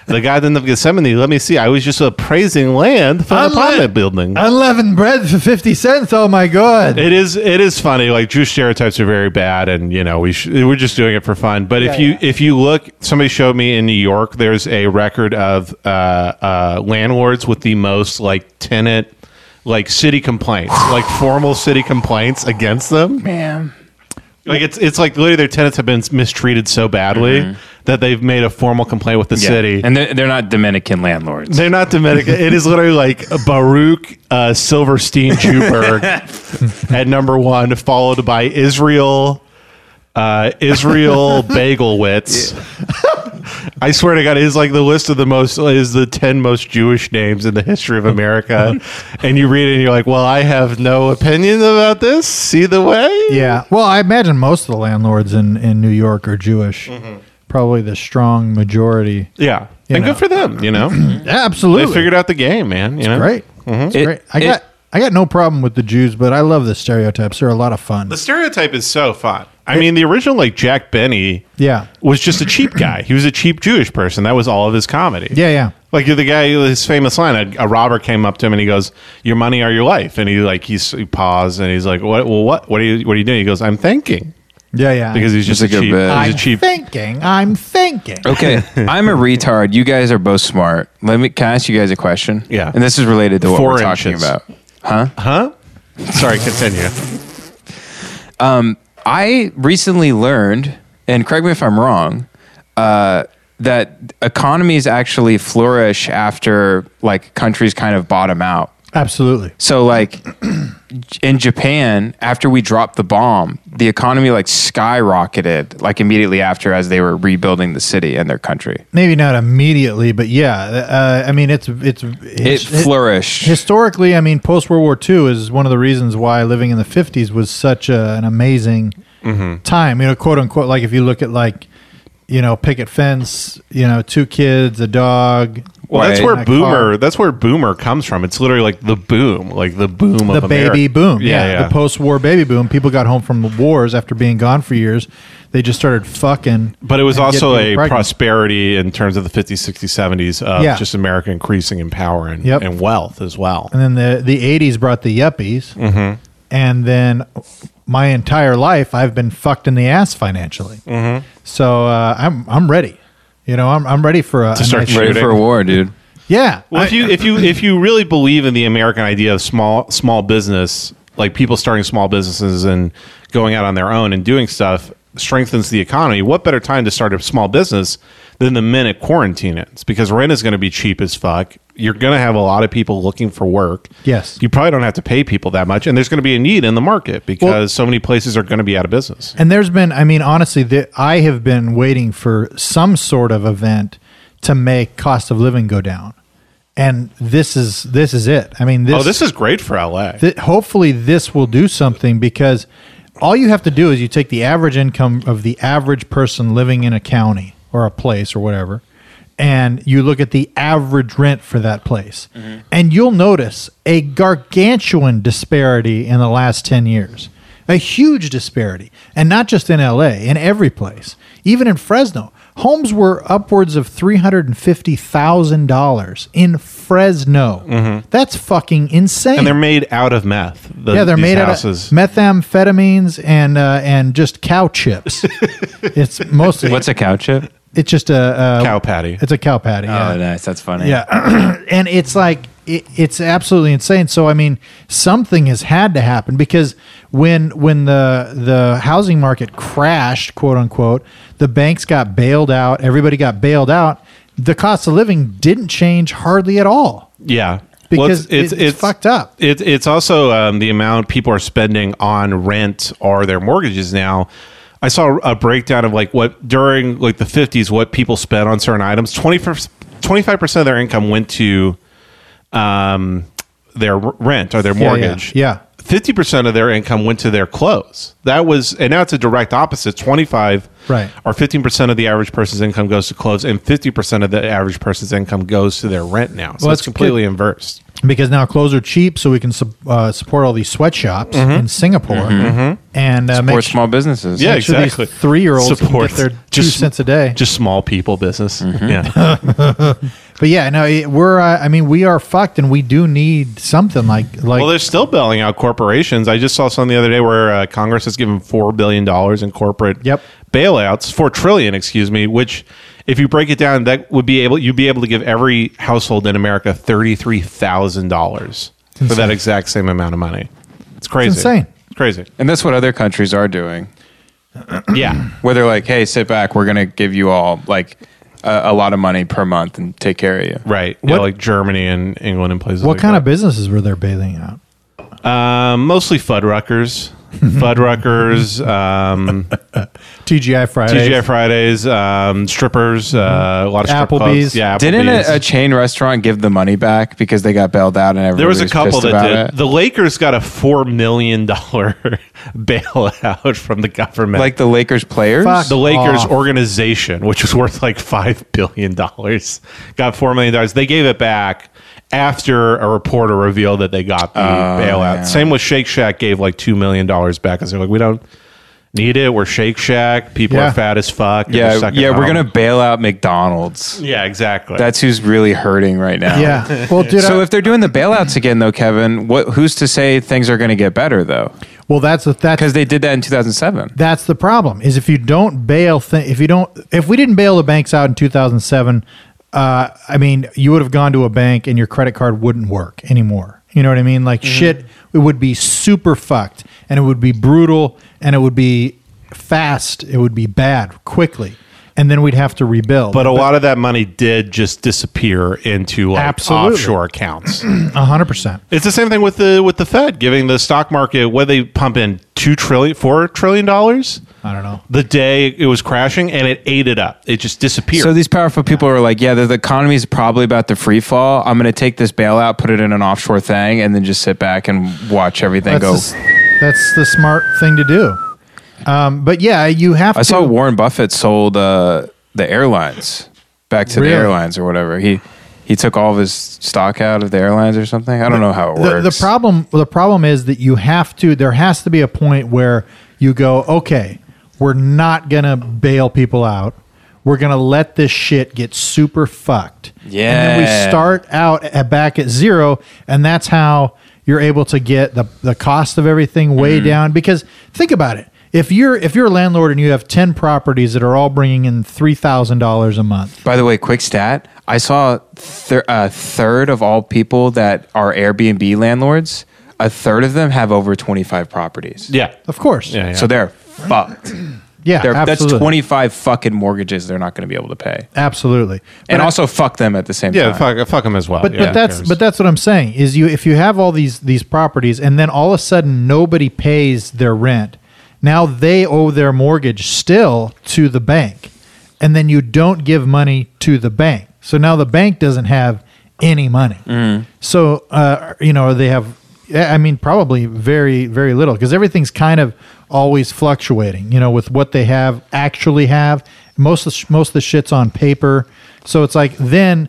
Speaker 2: the Garden of Gethsemane. Let me see. I was just appraising land for an
Speaker 1: Unle-
Speaker 2: apartment building.
Speaker 1: Unleavened bread for 50 cents. Oh my God.
Speaker 2: It is it is funny. Like Jewish stereotypes are very bad, and you know we sh- we're just doing it for fun. But if you if you look, somebody showed me in New York, there's a record of uh, uh, landlords with the most like tenant like city complaints, like formal city complaints against them.
Speaker 7: Man.
Speaker 2: Like it's it's like literally their tenants have been mistreated so badly
Speaker 1: Mm-hmm.
Speaker 2: that they've made a formal complaint with the
Speaker 7: Yeah.
Speaker 2: city.
Speaker 7: and they're, they're not Dominican landlords.
Speaker 2: They're not Dominican. It is literally like Baruch uh, Silverstein Juberg at number one, followed by Israel uh, Israel Bagelwitz. I swear to God, it is like the list of the most is the ten most Jewish names in the history of America. and you read it, and you're like, "Well, I have no opinion about this either way."
Speaker 1: Yeah. Well, I imagine most of the landlords in, in New York are Jewish. Probably the strong majority.
Speaker 2: yeah,
Speaker 1: You
Speaker 2: and
Speaker 1: know.
Speaker 2: good for them. You know, they
Speaker 1: Absolutely.
Speaker 2: figured out the game, man. You know,
Speaker 1: Great. It's
Speaker 7: It-
Speaker 1: great. I
Speaker 7: it-
Speaker 1: got I got no problem with the Jews, but I love the stereotypes. They're a lot of fun.
Speaker 2: The stereotype is so fun. I mean, the original like Jack Benny,
Speaker 1: Yeah.
Speaker 2: was just a cheap guy. He was a cheap Jewish person. That was all of his comedy.
Speaker 1: Yeah, yeah.
Speaker 2: Like the guy, his famous line, a, a robber came up to him and he goes, "Your money or your life?" And he like he's, he paused and he's like, "What? Well, what? What are you? What are you doing?" He goes, "I'm thinking,"
Speaker 1: Yeah, yeah.
Speaker 2: because he's just
Speaker 7: That's
Speaker 2: a,
Speaker 7: a good
Speaker 2: cheap.
Speaker 7: bit.
Speaker 2: He's
Speaker 1: I'm
Speaker 2: a cheap.
Speaker 1: thinking. I'm thinking.
Speaker 7: Okay, I'm a retard. You guys are both smart. Let me. Can I ask you guys a question?
Speaker 2: Yeah.
Speaker 7: And this is related to what
Speaker 2: Four
Speaker 7: we're talking
Speaker 2: inches.
Speaker 7: about.
Speaker 2: Huh? Sorry, continue.
Speaker 7: I recently learned, and correct me if I'm wrong, uh, that economies actually flourish after like countries kind of bottom out.
Speaker 1: Absolutely.
Speaker 7: So like in Japan, after we dropped the bomb, the economy like skyrocketed like immediately after as they were rebuilding the city and their country.
Speaker 1: Maybe not immediately, but yeah. Uh, I mean, it's it's
Speaker 7: It
Speaker 1: it's-
Speaker 7: flourished.
Speaker 1: historically, I mean, post World War II is one of the reasons why living in the '50s was such a, an amazing time. You know, quote unquote. Like if you look at like, you know, picket fence. You know, two kids, a dog.
Speaker 2: Well, that's
Speaker 7: Right.
Speaker 2: where
Speaker 1: My
Speaker 2: boomer.
Speaker 1: car.
Speaker 2: That's where boomer comes from. It's literally like the boom, like the boom
Speaker 1: the
Speaker 2: of America.
Speaker 1: baby boom, yeah,
Speaker 2: Yeah, yeah.
Speaker 1: the post-war baby boom. People got home from the wars after being gone for years. They just started fucking.
Speaker 2: but it was
Speaker 1: and
Speaker 2: also
Speaker 1: getting
Speaker 2: a
Speaker 1: pregnant.
Speaker 2: prosperity in terms of the 50s, 60s, 70s of
Speaker 1: Yeah.
Speaker 2: just America increasing in power and,
Speaker 1: Yep.
Speaker 2: and wealth as well.
Speaker 1: And then the the '80s brought the yuppies,
Speaker 2: Mm-hmm.
Speaker 1: and then my entire life I've been fucked in the ass financially.
Speaker 2: Mm-hmm.
Speaker 1: So uh, I'm I'm ready. You know, I'm I'm ready for a, a
Speaker 2: start
Speaker 1: nice-
Speaker 2: shooting.
Speaker 7: Ready for a war, dude.
Speaker 1: yeah.
Speaker 2: Well, if you if you if you really believe in the American idea of small small business, like people starting small businesses and going out on their own and doing stuff strengthens the economy. What better time to start a small business than the minute quarantine ends? Because rent is going to be cheap as fuck. You're going to have a lot of people looking for work.
Speaker 1: Yes.
Speaker 2: you probably don't have to pay people that much, and there's going to be a need in the market because so many places are going to be out of business.
Speaker 1: And there's been, I mean, honestly, the, I have been waiting for some sort of event to make cost of living go down, and this is this is it. I mean, this,
Speaker 2: oh, this is great for LA.
Speaker 1: thi- hopefully this will do something because all you have to do is you take the average income of the average person living in a county or a place or whatever and you look at the average rent for that place and you'll notice a gargantuan disparity in the last 10 years a huge disparity and not just in LA in every place even in Fresno homes were upwards of $350,000 in Fresno that's fucking insane
Speaker 2: and they're made out of meth. the-
Speaker 1: yeah, they're
Speaker 2: these
Speaker 1: made
Speaker 2: houses.
Speaker 1: out of methamphetamines and uh, and just cow chips. it's mostly
Speaker 7: What's a cow chip?
Speaker 1: it's just a, uh
Speaker 2: cow patty.
Speaker 1: It's a cow patty. yeah.
Speaker 7: Oh, nice. That's funny.
Speaker 1: Yeah, and it's like it, it's absolutely insane. So I mean, something has had to happen because when when the the housing market crashed, quote unquote, the banks got bailed out. Everybody got bailed out. The cost of living didn't change hardly at all.
Speaker 2: Yeah.
Speaker 1: Because it's- it's fucked up.
Speaker 2: It, it's also um, the amount people are spending on rent or their mortgages now. I saw a breakdown of like what during like the 50s, what people spent on certain items. 25 percent of their income went to um, their r- rent or their
Speaker 1: Yeah, yeah,
Speaker 2: mortgage.
Speaker 1: yeah.
Speaker 2: 50% of their income went to their clothes. That was, and now it's a direct opposite. 25
Speaker 1: Right.
Speaker 2: or 15% of the average person's income goes to clothes, and 50% of the average person's income goes to their rent now. So
Speaker 1: Well,
Speaker 2: it's
Speaker 1: that's
Speaker 2: completely inversed.
Speaker 1: because now clothes are cheap, so we can sup- uh, support all these sweatshops
Speaker 2: Mm-hmm.
Speaker 1: in Singapore and uh,
Speaker 7: Or
Speaker 1: make,
Speaker 7: small businesses.
Speaker 2: Yeah,
Speaker 1: make sure
Speaker 2: exactly.
Speaker 1: these three-year-olds can
Speaker 2: Support
Speaker 1: get their two
Speaker 2: just-
Speaker 1: cents a day.
Speaker 2: Just small people business. Yeah.
Speaker 1: but yeah, no, it, we're uh, I mean we are fucked, and we do need something like like
Speaker 2: well, they're still bailing out corporations. I just saw something the other day where uh, Congress has given four billion dollars in corporate
Speaker 1: Yep.
Speaker 2: bailouts, four trillion, excuse me. Which, if you break it down, that would be able you'd be able to give every household in America thirty three thousand dollars for that exact same amount of money. It's crazy.
Speaker 1: insane.
Speaker 2: It's crazy.
Speaker 7: And that's what other countries are doing.
Speaker 2: Yeah.
Speaker 7: Where they're like, hey, sit back. We're going to give you all like a, a lot of money per month and take care of you.
Speaker 2: Right. Yeah,
Speaker 1: What-
Speaker 2: like Germany and England and places.
Speaker 1: what
Speaker 2: like
Speaker 1: kind
Speaker 2: that.
Speaker 1: of businesses were they bailing out?
Speaker 2: Um, mostly Fuddruckers. Fuddruckers. Um,
Speaker 1: TGI Fridays.
Speaker 2: TGI Fridays, um, strippers, uh, a lot of strip
Speaker 1: Applebee's.
Speaker 2: clubs. Yeah, Applebee's.
Speaker 7: Didn't a, a chain restaurant give the money back because they got bailed out and everyone
Speaker 2: there was a
Speaker 7: was
Speaker 2: couple
Speaker 7: pissed
Speaker 2: that
Speaker 7: about
Speaker 2: did.
Speaker 7: it?
Speaker 2: The Lakers got a four million dollar bailout from the government.
Speaker 7: like the Lakers players?
Speaker 1: Fuck.
Speaker 2: the Lakers
Speaker 1: Aw.
Speaker 2: organization, which was worth like five billion dollars, got four million dollars. They gave it back after a reporter revealed that they got the
Speaker 7: Oh,
Speaker 2: bailout. Same with Shake Shack gave like two million dollars back because they're like, we don't need it. We're Shake Shack. People
Speaker 1: Yeah.
Speaker 2: are fat as fuck. and they're
Speaker 7: Yeah,
Speaker 2: stuck at
Speaker 7: yeah, we're
Speaker 2: home."
Speaker 7: gonna bail out McDonald's.
Speaker 2: Yeah, exactly.
Speaker 7: That's who's really hurting right now.
Speaker 1: Yeah. Well, dude.
Speaker 7: So
Speaker 1: I-
Speaker 7: if they're doing the bailouts again, though, Kevin, what? Who's to say things are going to get better though?
Speaker 1: well, that's the that's
Speaker 7: Because they did that in 2007.
Speaker 1: that's the problem is if you don't bail th- if you don't if we didn't bail the banks out in 2007 uh, i mean you would have gone to a bank and your credit card wouldn't work anymore you know what i mean like shit it would be super fucked and it would be brutal and it would be fast it would be bad quickly and then we'd have to rebuild.
Speaker 2: But a lot of that money did just disappear into like,
Speaker 1: Absolutely.
Speaker 2: offshore accounts.
Speaker 1: hundred percent.
Speaker 2: It's the same thing with the with the Fed giving the stock market what they pump in two trillion, four trillion dollars
Speaker 1: I don't know.
Speaker 2: the day it was crashing, and it ate it up. It just disappeared.
Speaker 7: So these powerful people are like, yeah, the, the economy is probably about to free fall. I'm going to take this bailout, put it in an offshore thing, and then just sit back and watch everything
Speaker 1: That's
Speaker 7: go.
Speaker 1: the, s- that's the smart thing to do. Um, but yeah, you have
Speaker 7: I
Speaker 1: to.
Speaker 7: saw Warren Buffett sold uh, the airlines back to
Speaker 1: Really?
Speaker 7: the airlines or whatever. He he took all of his stock out of the airlines or something. I don't know how it
Speaker 1: the,
Speaker 7: works.
Speaker 1: the problem the problem is that you have to there has to be a point where you go okay we're not gonna bail people out we're gonna let this shit get super fucked and then
Speaker 7: Yeah.
Speaker 1: we start out at, back at zero and that's how you're able to get the, the cost of everything
Speaker 7: Mm.
Speaker 1: way down because think about it if you're if you're a landlord and you have 10 properties that are all bringing in $3000 a month
Speaker 7: By the way, quick stat: I saw thir- a third of all people that are Airbnb landlords. A third of them have over 25 properties.
Speaker 2: yeah.
Speaker 1: of course
Speaker 2: Yeah, yeah.
Speaker 7: So they're fucked.
Speaker 1: yeah
Speaker 7: They're, that's
Speaker 1: absolutely.
Speaker 7: 25 fucking mortgages they're not going to be able to pay.
Speaker 1: absolutely
Speaker 7: And also fuck them at the same
Speaker 2: yeah,
Speaker 7: time.
Speaker 2: fuck, fuck them as well.
Speaker 1: But,
Speaker 2: Yeah,
Speaker 1: but
Speaker 2: who
Speaker 1: that's
Speaker 2: cares?
Speaker 1: but that's what I'm saying is you if you have all these these properties and then all of a sudden nobody pays their rent. Now they owe their mortgage still to the bank. And then you don't give money to the bank. So now the bank doesn't have any money. So uh, you know they have yeah, I mean probably very very little because everything's kind of always fluctuating, you know, with what they have actually have. Most of, the sh- most of the shit's on paper. So it's like then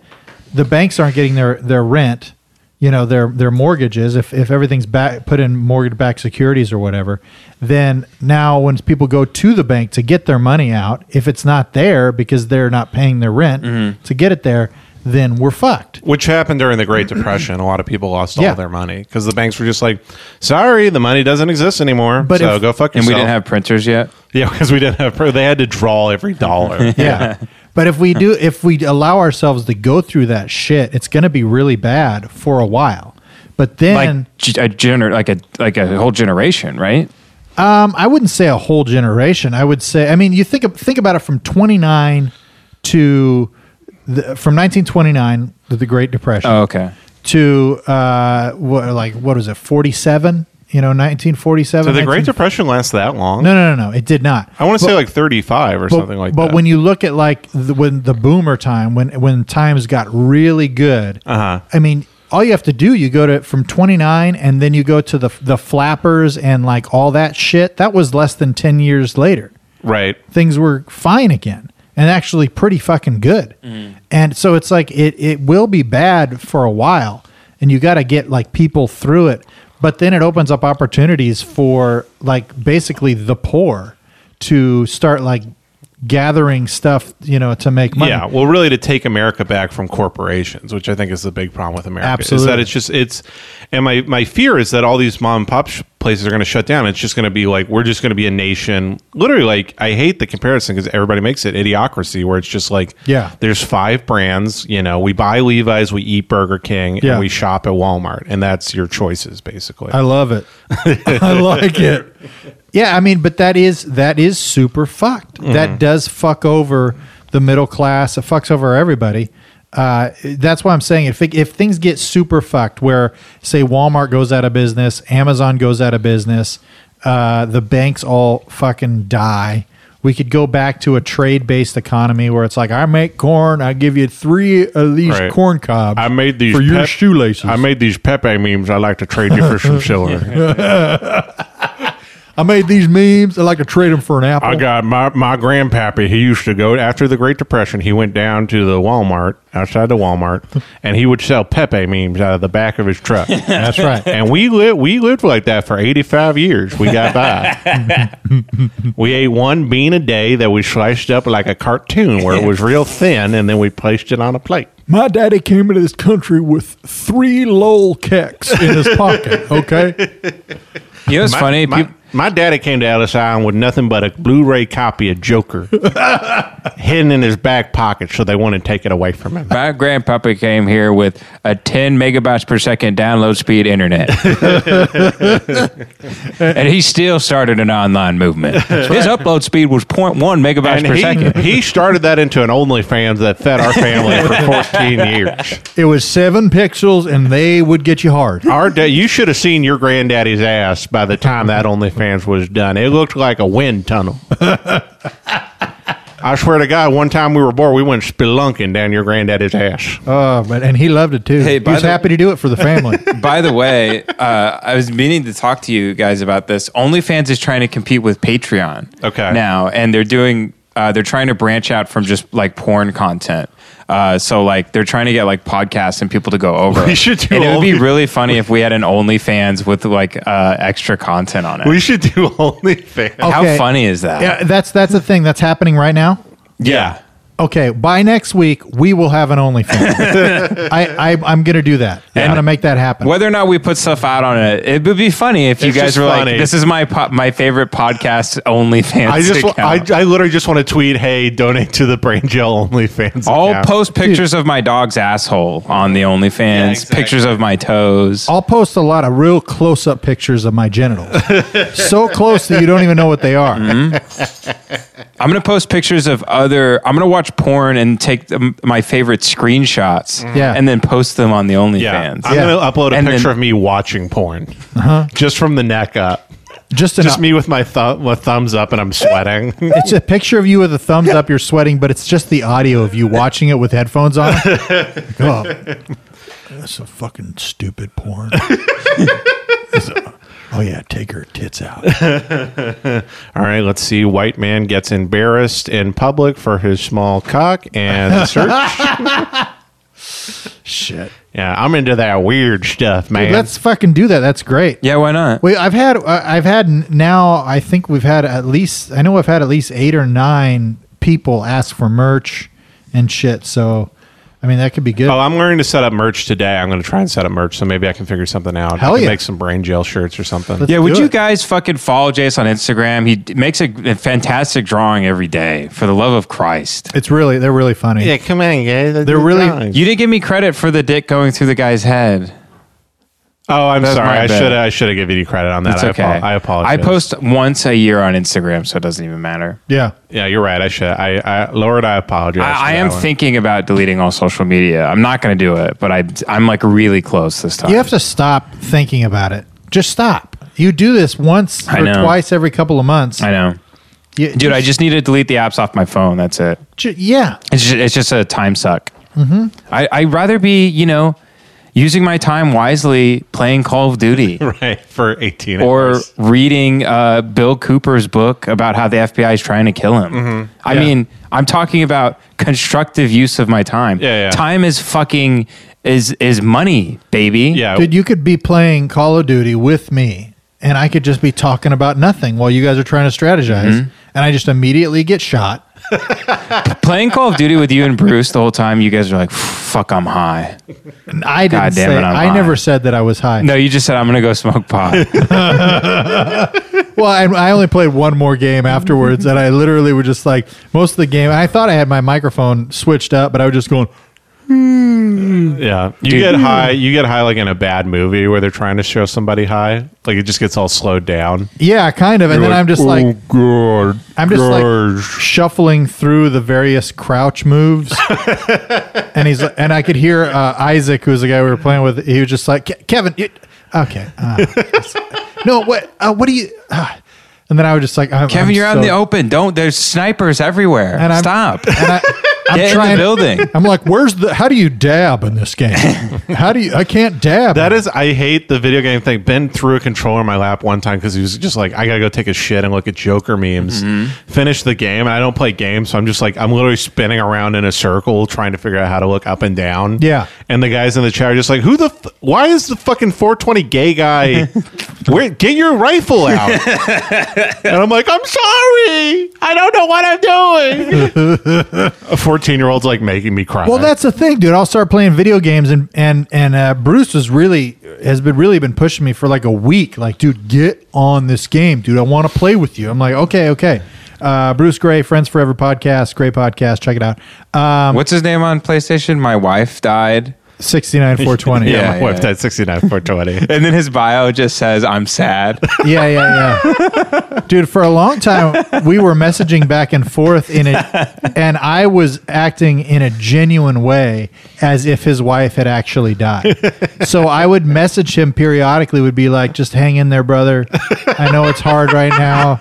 Speaker 1: the banks aren't getting their their rent, you know, their their mortgages. If if everything's back put in mortgage backed securities or whatever, then now when people go to the bank to get their money out, if it's not there because they're not paying their rent to get it there, then we're fucked.
Speaker 2: which happened during the Great Depression. A lot of people lost
Speaker 1: Yeah.
Speaker 2: all their money because the banks were just like, "Sorry, the money doesn't exist anymore."
Speaker 1: But
Speaker 2: so
Speaker 1: if-
Speaker 2: go fuck
Speaker 7: and
Speaker 2: yourself.
Speaker 7: we didn't have printers yet.
Speaker 2: yeah, because we didn't have. pro- They had to draw every dollar.
Speaker 1: Yeah. but if we do, if we allow ourselves to go through that shit, it's going to be really bad for a while. But then,
Speaker 7: Like g- a gener- like a like a whole generation, right?
Speaker 1: um, I wouldn't say a whole generation. I would say, I mean, you think of- think about it from 29 to the, from 1929 to the Great Depression
Speaker 7: Oh, okay.
Speaker 1: to uh, what, like what was it, 47? You know, 1947.
Speaker 2: So the Great
Speaker 1: 19
Speaker 2: Depression lasts that long?
Speaker 1: No, no, no, no. It did not.
Speaker 2: I want to say like thirty-five or
Speaker 1: but,
Speaker 2: something like
Speaker 1: but
Speaker 2: that.
Speaker 1: when you look at like the, when the boomer time, when when times got really good,
Speaker 2: Uh-huh.
Speaker 1: I mean, all you have to do, you go to from 29, and then you go to the the flappers and like all that shit. That was less than 10 years later.
Speaker 2: right.
Speaker 1: Things were fine again, and actually pretty fucking good. And so it's like it it will be bad for a while, and you got to get like people through it. But then it opens up opportunities for like basically the poor to start like gathering stuff, you know, to make money.
Speaker 2: Yeah, well, really, to take America back from corporations, which I think is the big problem with America, is that
Speaker 1: Absolutely.
Speaker 2: it's just it's, and my my fear is that all these mom and pop sh- places are going to shut down. It's just going to be like we're just going to be a nation. Literally, like I hate the comparison because everybody makes it idiocracy, where it's just like
Speaker 1: Yeah.
Speaker 2: there's five brands. You know, we buy Levi's, we eat Burger King,
Speaker 1: Yeah.
Speaker 2: and we shop at Walmart, and that's your choices basically.
Speaker 1: I love it. I like it. Yeah, I mean, but that is that is super fucked.
Speaker 2: Mm-hmm.
Speaker 1: That does fuck over the middle class. It fucks over everybody. Uh, that's why I'm saying if it, if things get super fucked, where say Walmart goes out of business, Amazon goes out of business, uh, the banks all fucking die. We could go back to a trade based economy where it's like I make corn, I give you three of these
Speaker 2: Right.
Speaker 1: corn cobs.
Speaker 2: I made these
Speaker 1: for your
Speaker 2: pep-
Speaker 1: shoelaces.
Speaker 2: I made these Pepe memes. I like to trade you for some silver.
Speaker 1: I made these memes. I like to trade them for an apple.
Speaker 2: I
Speaker 7: Oh.
Speaker 2: got my my grandpappy. He used to go after the Great Depression. He went down to the Walmart outside the Walmart, and he would sell Pepe memes out of the back of his truck.
Speaker 1: That's right.
Speaker 2: and we lived we lived like that for eighty five years. We got by. we ate one bean a day that we sliced up like a cartoon, where it was real thin, and then we placed it on a plate.
Speaker 1: My daddy came into this country with three lol kecks in his pocket. Okay,
Speaker 7: You know what's funny?
Speaker 2: My,
Speaker 7: Peop-
Speaker 2: My daddy came to Ellis Island with nothing but a Blu-ray copy of Joker hidden in his back pocket, so they wanted to take it away from him.
Speaker 7: My grandpapa came here with a 10 megabytes per second download speed internet. and he still started an online movement. His upload speed was 0.1 megabytes
Speaker 2: And
Speaker 7: per
Speaker 2: he,
Speaker 7: second.
Speaker 2: he started that into an OnlyFans that fed our family for 14 years.
Speaker 1: It was seven pixels, and they would get you hard.
Speaker 2: Our da- you should have seen your granddaddy's ass by the time that OnlyFans was done. It looked like a wind tunnel. I swear to God, one time we were bored, we went spelunking down your granddaddy's ass.
Speaker 1: Uh, but and he loved it too.
Speaker 7: Hey,
Speaker 1: he
Speaker 7: by
Speaker 1: was
Speaker 7: the-
Speaker 1: happy to do it for the family.
Speaker 7: By the way, uh, I was meaning to talk to you guys about this. OnlyFans is trying to compete with Patreon
Speaker 2: Okay.
Speaker 7: now, and they're doing, uh, they're trying to branch out from just like porn content. Uh, so like they're trying to get like podcasts and people to go over.
Speaker 2: We should do
Speaker 7: and it would be
Speaker 2: Only-
Speaker 7: really funny if we had an OnlyFans with like uh, extra content on it.
Speaker 2: We should do OnlyFans.
Speaker 1: Oh,
Speaker 7: How
Speaker 1: Okay.
Speaker 7: funny is that?
Speaker 1: yeah, that's that's the thing that's happening right now.
Speaker 2: yeah.
Speaker 1: Okay, by next week we will have an OnlyFans. I, I I'm gonna do that. I'm gonna make that happen.
Speaker 7: Whether or not we put stuff out on it, it would be funny if you
Speaker 2: It's
Speaker 7: guys
Speaker 2: just
Speaker 7: were
Speaker 2: funny.
Speaker 7: like, "This is my po- my favorite podcast only fans."
Speaker 2: I just, wa-
Speaker 7: account.
Speaker 2: I, I literally just want to tweet, hey, donate to the Brain Gel OnlyFans.
Speaker 7: I'll
Speaker 2: account.
Speaker 7: post pictures of my dog's asshole on the OnlyFans, pictures of my toes.
Speaker 1: I'll post a lot of real close-up pictures of my genitals, so close that you don't even know what they are.
Speaker 7: I'm gonna post pictures of other. I'm gonna watch porn and take the, my favorite screenshots,
Speaker 1: Mm. Yeah.
Speaker 7: and then post them on the
Speaker 2: Yeah.
Speaker 7: OnlyFans.
Speaker 2: I'm
Speaker 1: Yeah.
Speaker 2: going to upload a
Speaker 7: And
Speaker 2: picture
Speaker 7: then- Uh-huh.
Speaker 2: of me watching porn. Just from the neck up.
Speaker 1: Just, an,
Speaker 2: Just me with my, th- my thumbs up and I'm sweating.
Speaker 1: It's a picture of you with a thumbs up. You're sweating, but it's just the audio of you watching it with headphones on. Like, oh, that's a fucking stupid porn. It's a- oh yeah, take her tits out.
Speaker 2: All right, let's see. White man gets embarrassed in public for his small cock and the search.
Speaker 1: Shit.
Speaker 2: yeah, I'm into that weird stuff, man.
Speaker 1: Let's fucking do that. That's great.
Speaker 7: yeah, why not?
Speaker 1: Wait, I've had, uh, I've had n- now. I think we've had at least. I know I've had at least eight or nine people ask for merch and shit. So, I mean, that could be good.
Speaker 2: oh, I'm learning to set up merch today. I'm going to try and set up merch, so maybe I can figure something out.
Speaker 1: Hell
Speaker 2: I can
Speaker 1: yeah.
Speaker 2: Make some brain gel shirts or something.
Speaker 1: Let's
Speaker 7: Yeah, would
Speaker 1: do
Speaker 7: you
Speaker 1: it.
Speaker 7: guys fucking follow Jace on Instagram? He d- makes a, a fantastic drawing every day. For the love of Christ,
Speaker 1: It's really, they're really funny.
Speaker 2: come on, guys.
Speaker 1: They're really- drawings.
Speaker 7: you didn't give me credit for the dick going through the guy's head.
Speaker 2: Oh, I'm
Speaker 7: That's
Speaker 2: sorry.
Speaker 7: my
Speaker 2: I
Speaker 7: bad.
Speaker 2: should I should have given you credit on that.
Speaker 7: It's
Speaker 2: I
Speaker 7: okay.
Speaker 2: apo- I apologize.
Speaker 7: I post once a year on Instagram, so it doesn't even matter.
Speaker 1: Yeah.
Speaker 2: Yeah, you're right. I should. I, I Lord, I apologize. for
Speaker 7: I, I
Speaker 2: that
Speaker 7: am
Speaker 2: one.
Speaker 7: thinking about deleting all social media. I'm not going to do it, but I, I'm like really close this time.
Speaker 1: You have to stop thinking about it. Just stop. You do this once
Speaker 7: I
Speaker 1: or
Speaker 7: know.
Speaker 1: twice every couple of months.
Speaker 7: I know.
Speaker 1: You-
Speaker 7: Dude, I just need to delete the apps off my phone. That's it.
Speaker 1: ju- yeah.
Speaker 7: It's just, it's just a time suck. Mm-hmm. I, I'd rather be, you know, using my time wisely playing Call of Duty.
Speaker 2: right for 18
Speaker 7: or
Speaker 2: hours.
Speaker 7: reading uh, Bill Cooper's book about how the FBI is trying to kill him.
Speaker 2: Mm-hmm.
Speaker 7: I mean, I'm talking about constructive use of my time.
Speaker 2: Yeah, yeah.
Speaker 7: Time is fucking is is money, baby.
Speaker 2: yeah.
Speaker 1: Dude, you could be playing Call of Duty with me and I could just be talking about nothing while you guys are trying to strategize
Speaker 7: Mm-hmm.
Speaker 1: and I just immediately get shot.
Speaker 7: Playing Call of Duty with you and Bruce the whole time, you guys are like, "Fuck, I'm high."
Speaker 1: And I didn't
Speaker 7: God damn
Speaker 1: say
Speaker 7: it, I'm
Speaker 1: I
Speaker 7: high.
Speaker 1: never said that I was high.
Speaker 7: No, you just said I'm gonna go smoke pot.
Speaker 1: Well, I, I only played one more game afterwards and I literally was just like most of the game I thought I had my microphone switched up but I was just going
Speaker 2: Yeah, you
Speaker 7: Dude.
Speaker 2: get high. You get high like in a bad movie where they're trying to show somebody high. Like it just gets all slowed down.
Speaker 1: yeah, kind of and then I'm just like
Speaker 2: oh god,
Speaker 1: I'm just like-
Speaker 2: gosh."
Speaker 1: shuffling through the various crouch moves, and he's and I could hear uh, Isaac, who was the guy we were playing with. He was just like, "Ke- "Kevin, you, okay, uh, no, what, uh, what do you?" Uh, and then I was just like, I'm,
Speaker 7: Kevin,
Speaker 1: I'm
Speaker 7: you're out
Speaker 1: so-
Speaker 7: in the open. Don't. There's snipers everywhere.
Speaker 1: And I'm-
Speaker 7: Stop.
Speaker 1: And I, I'm
Speaker 7: Get in the
Speaker 1: trying,
Speaker 7: building.
Speaker 1: I'm like, "Where's the? How do you dab in this game? How do you? I can't dab.
Speaker 2: That is, I hate the video game thing. Ben threw a controller in my lap one time because he was just like, I gotta go take a shit and look at Joker memes. Finish the game, and I don't play games, so I'm just like, I'm literally spinning around in a circle trying to figure out how to look up and down.
Speaker 1: Yeah.
Speaker 2: And the guys in the chat are just like, Who the? F- why is the fucking 420 gay guy? where get your rifle out? and I'm like, I'm sorry, I don't know what I'm doing. 14 year old's like making me cry.
Speaker 1: Well, that's the thing, dude. I'll start playing video games, and and and uh, Bruce was really has been really been pushing me for like a week. Like, dude, get on this game, dude. I want to play with you. I'm like, okay, okay. Uh, Bruce Gray, Friends Forever podcast, great podcast. Check it out. Um,
Speaker 7: What's his name on PlayStation? My wife died.
Speaker 1: sixty nine four twenty.
Speaker 2: yeah,
Speaker 1: yeah,
Speaker 2: my
Speaker 7: yeah,
Speaker 2: wife
Speaker 7: yeah.
Speaker 2: died 69 for 20.
Speaker 7: And then his bio just says, I'm sad.
Speaker 1: yeah, yeah, yeah. dude, for a long time we were messaging back and forth in it, and I was acting in a genuine way as if his wife had actually died. So I would message him periodically, would be like, "Just hang in there, brother. I know it's hard right now,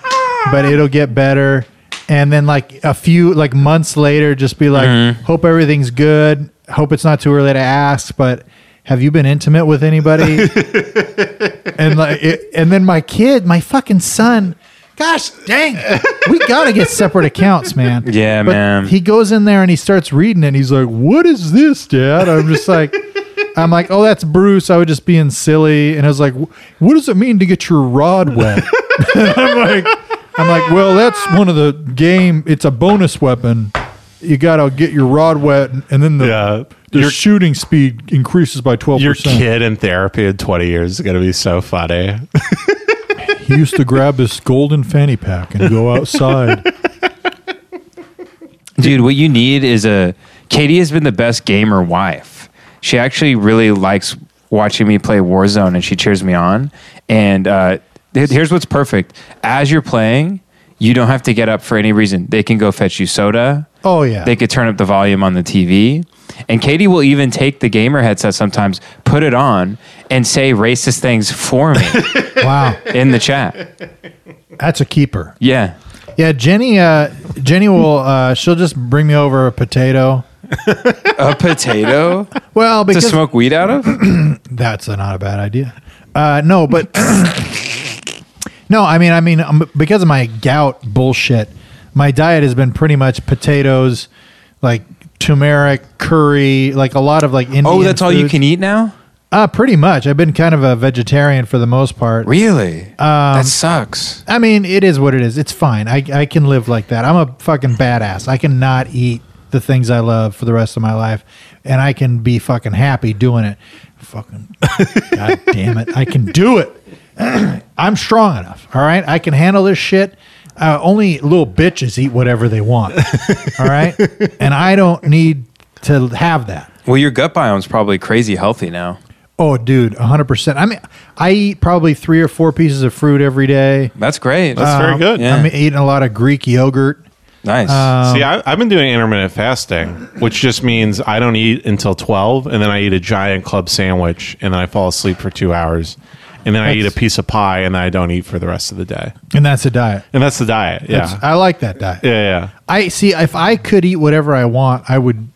Speaker 1: but it'll get better." And then like a few like months later, just be like, "Hope everything's good. Hope it's not too early to ask, but." Have you been intimate with anybody? and like it, and then my kid my fucking son gosh dang we gotta get separate accounts man
Speaker 7: Yeah, man.
Speaker 1: he goes in there and he starts reading it and he's like what is this dad i'm just like i'm like oh that's bruce i was just being silly and i was like "Wh- what does it mean to get your rod wet i'm like i'm like well that's one of the game it's a bonus weapon you gotta get your rod wet and, and then the,
Speaker 2: Yeah.
Speaker 1: the
Speaker 2: Your-
Speaker 1: shooting speed increases by 12%
Speaker 2: Your kid in therapy in 20 years is going to be so funny.
Speaker 1: He used to grab his golden fanny pack and go outside.
Speaker 7: Dude, what you need is a. Katie has been the best gamer wife. She actually really likes watching me play Warzone and she cheers me on. And uh, th- here's what's perfect as you're playing, you don't have to get up for any reason. They can go fetch you soda.
Speaker 1: Oh, yeah.
Speaker 7: They could turn up the volume on the TV. And Katie will even take the gamer headset sometimes, put it on, and say racist things for me
Speaker 1: wow,
Speaker 7: in the chat.
Speaker 1: that's a keeper.
Speaker 7: Yeah.
Speaker 1: Yeah, Jenny. Uh, Jenny will. Uh, she'll just bring me over a potato.
Speaker 7: A potato
Speaker 1: Well,
Speaker 7: to
Speaker 1: because
Speaker 7: smoke weed out of?
Speaker 1: that's not a bad idea. Uh, no, but no, I mean, I mean, um, because of my gout bullshit, my diet has been pretty much potatoes, like turmeric curry, like a lot of like Indian.
Speaker 7: Oh, that's all you
Speaker 1: food.
Speaker 7: can eat now?
Speaker 1: Uh, pretty much. I've been kind of a vegetarian for the most part.
Speaker 7: Really? that sucks.
Speaker 1: I mean, it is what it is. It's fine. I, I can live like that. I'm a fucking badass. I can not eat the things I love for the rest of my life, and I can be fucking happy doing it. Fucking god damn it, I can do it. I'm strong enough. All right, I can handle this shit. Uh, only little bitches eat whatever they want. All right, and I don't need to have that.
Speaker 7: Well, your gut biome's probably crazy healthy now.
Speaker 1: Oh, dude, 100%. I mean, I eat probably three or four pieces of fruit every day.
Speaker 7: That's great.
Speaker 2: That's very good.
Speaker 7: Um, yeah.
Speaker 1: I'm Um, eating a lot of Greek yogurt.
Speaker 7: nice.
Speaker 2: See,
Speaker 7: Um,
Speaker 2: I, I've been doing intermittent fasting, which just means I don't eat until 12, and then I eat a giant club sandwich, and then I fall asleep for two hours, and then I eat a
Speaker 1: That's-
Speaker 2: piece of pie, and then I don't eat for the rest of the day.
Speaker 1: And that's a diet.
Speaker 2: And that's the diet. Yeah.
Speaker 1: That's- I like that diet.
Speaker 2: yeah, yeah.
Speaker 1: I see if I could eat whatever I want, I would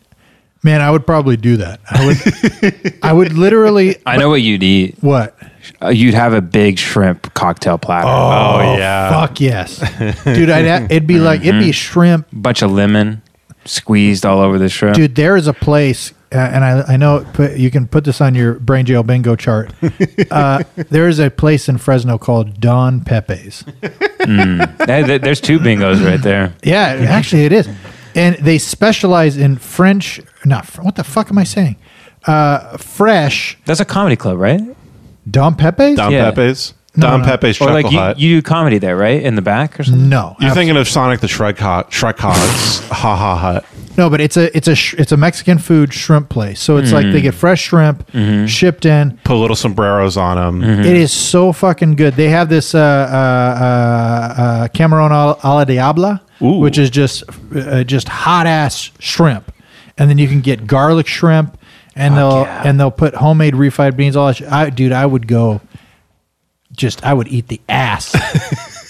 Speaker 1: man, I would probably do that. I would I would literally
Speaker 7: I know what you'd eat.
Speaker 1: what?
Speaker 7: Uh, you'd have a big shrimp cocktail platter.
Speaker 2: Oh, yeah. Mm-hmm.
Speaker 1: Fuck yes. Dude, I'd ha- it'd be like it'd be shrimp.
Speaker 7: Bunch of lemon squeezed all over the shrimp.
Speaker 1: Dude, there is a place uh, and I, I know it put, you can put this on your brain jail bingo chart. Uh, there is a place in Fresno called Don Pepe's.
Speaker 7: Hey, there- there's two bingos right there.
Speaker 1: Yeah, it- actually, it is. And they specialize in French. Not Fr- what the fuck am I saying? Uh, fresh
Speaker 7: That's a comedy club, right?
Speaker 1: Don Pepe's.
Speaker 2: Don
Speaker 7: Yeah.
Speaker 2: Pepe's. Don Pepe's
Speaker 7: Or
Speaker 2: Chuckle
Speaker 7: like you,
Speaker 2: Hut.
Speaker 7: you do comedy there, right? In the back or something?
Speaker 1: no,
Speaker 2: You're
Speaker 1: abs-
Speaker 2: thinking of Sonic the Shrek Hot, Shrek Hot's Ha Ha Hut.
Speaker 1: no, but it's a it's a sh- it's a Mexican food shrimp place. So it's like they get fresh shrimp shipped in.
Speaker 2: Put little sombreros on
Speaker 7: Mm-hmm.
Speaker 2: them.
Speaker 1: It is so fucking good. They have this uh, uh, uh, uh, Camarón a a la Diabla,
Speaker 2: Ooh.
Speaker 1: which is just uh, just hot ass shrimp, and then you can get garlic shrimp, and they'll
Speaker 7: yeah.
Speaker 1: and they'll put homemade refried beans. All that shit. I, dude, I would go. Just I would eat the ass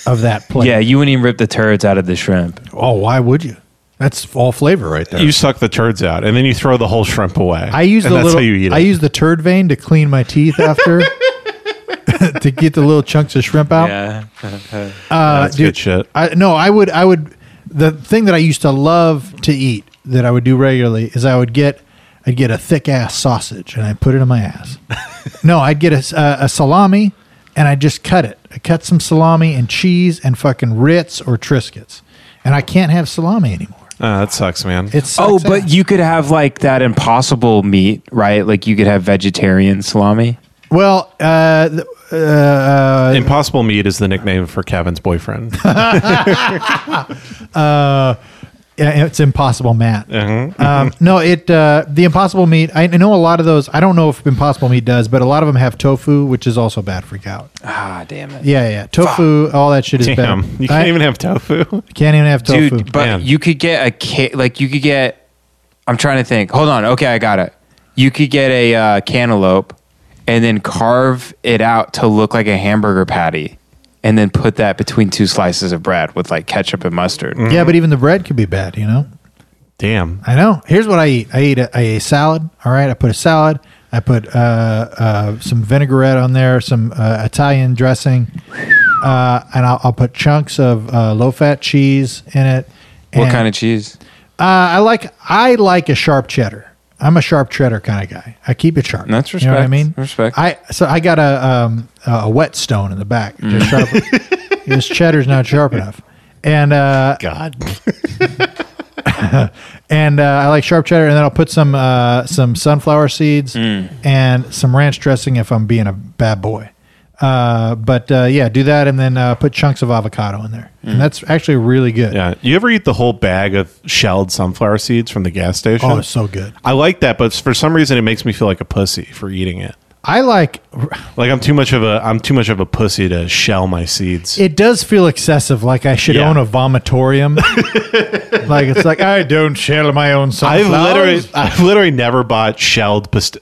Speaker 1: of that plate.
Speaker 7: Yeah, you wouldn't even rip the turds out of the shrimp.
Speaker 1: Oh, why would you? That's all flavor right there.
Speaker 2: You suck the turds out, and then you throw the whole shrimp away.
Speaker 1: I use
Speaker 2: and
Speaker 1: the
Speaker 2: that's
Speaker 1: little.
Speaker 2: how you eat it.
Speaker 1: I use the turd vein to clean my teeth after. to get the little chunks of shrimp out.
Speaker 7: Yeah.
Speaker 1: Uh,
Speaker 2: That's good shit.
Speaker 1: I, no, I would, I would. The thing that I used to love to eat that I would do regularly is I would get, I'd get a thick ass sausage and I would put it in my ass. no, I'd get a, s- a- a salami and I just cut it. I cut some salami and cheese and fucking Ritz or Triscuits, and I can't have salami anymore.
Speaker 2: Ah, that sucks, man.
Speaker 1: It sucks
Speaker 7: Oh, but
Speaker 1: ass.
Speaker 7: you could have like that impossible meat, right? Like you could have vegetarian salami.
Speaker 1: well, uh, th- uh, uh,
Speaker 2: Impossible Meat is the nickname for Kevin's boyfriend.
Speaker 1: yeah, it's impossible, Matt.
Speaker 2: Mm-hmm.
Speaker 1: Um, no, it uh, the impossible meat. I I know a lot of those. I don't know if impossible meat does, but a lot of them have tofu, which is also bad for you out.
Speaker 7: Ah, damn it.
Speaker 1: Yeah, yeah, tofu, all that shit is bad.
Speaker 2: Damn, you can't
Speaker 1: I
Speaker 2: even have tofu.
Speaker 1: can't even have tofu.
Speaker 7: Dude, but
Speaker 2: Man.
Speaker 7: you could get a ca- like you could get I'm trying to think. Hold on. Okay, I got it. You could get a uh, cantaloupe and then carve it out to look like a hamburger patty and then put that between two slices of bread with like ketchup and mustard.
Speaker 2: Mm.
Speaker 1: yeah, but even the bread could be bad. You know.
Speaker 2: Damn.
Speaker 1: I know. Here's what I eat. I eat a, I eat a salad. All right. I put a salad. I put uh, uh, some vinaigrette on there, some uh, Italian dressing, uh, and I'll, I'll put chunks of uh, low-fat cheese in it.
Speaker 7: What
Speaker 1: And,
Speaker 7: kind of cheese?
Speaker 1: Uh, I like I like a sharp cheddar. I'm a sharp cheddar kind of guy. I keep it sharp.
Speaker 7: That's
Speaker 1: You know what I
Speaker 7: respect.
Speaker 1: mean?
Speaker 7: Respect.
Speaker 1: I so I got a um, a whetstone in the back.
Speaker 7: Mm.
Speaker 1: Just sharp. this cheddar's not sharp enough. And uh,
Speaker 2: God.
Speaker 1: and uh, I like sharp cheddar, and then I'll put some uh, some sunflower seeds
Speaker 7: Mm.
Speaker 1: and some ranch dressing if I'm being a bad boy. Uh, but uh, yeah, do that, and then uh, put chunks of avocado in there,
Speaker 7: Mm.
Speaker 1: and that's actually really good.
Speaker 2: Yeah. You ever eat the whole bag of shelled sunflower seeds from the gas station?
Speaker 1: Oh, it's so good.
Speaker 2: I like that, but for some reason it makes me feel like a pussy for eating it.
Speaker 1: I like.
Speaker 2: Like I'm too much of a I'm too much of a pussy to shell my seeds.
Speaker 1: It does feel excessive. Like I should
Speaker 2: Yeah.
Speaker 1: own a vomitorium. like it's like I don't shell my own
Speaker 2: I've
Speaker 1: sunflowers.
Speaker 2: literally I've literally never bought shelled pist-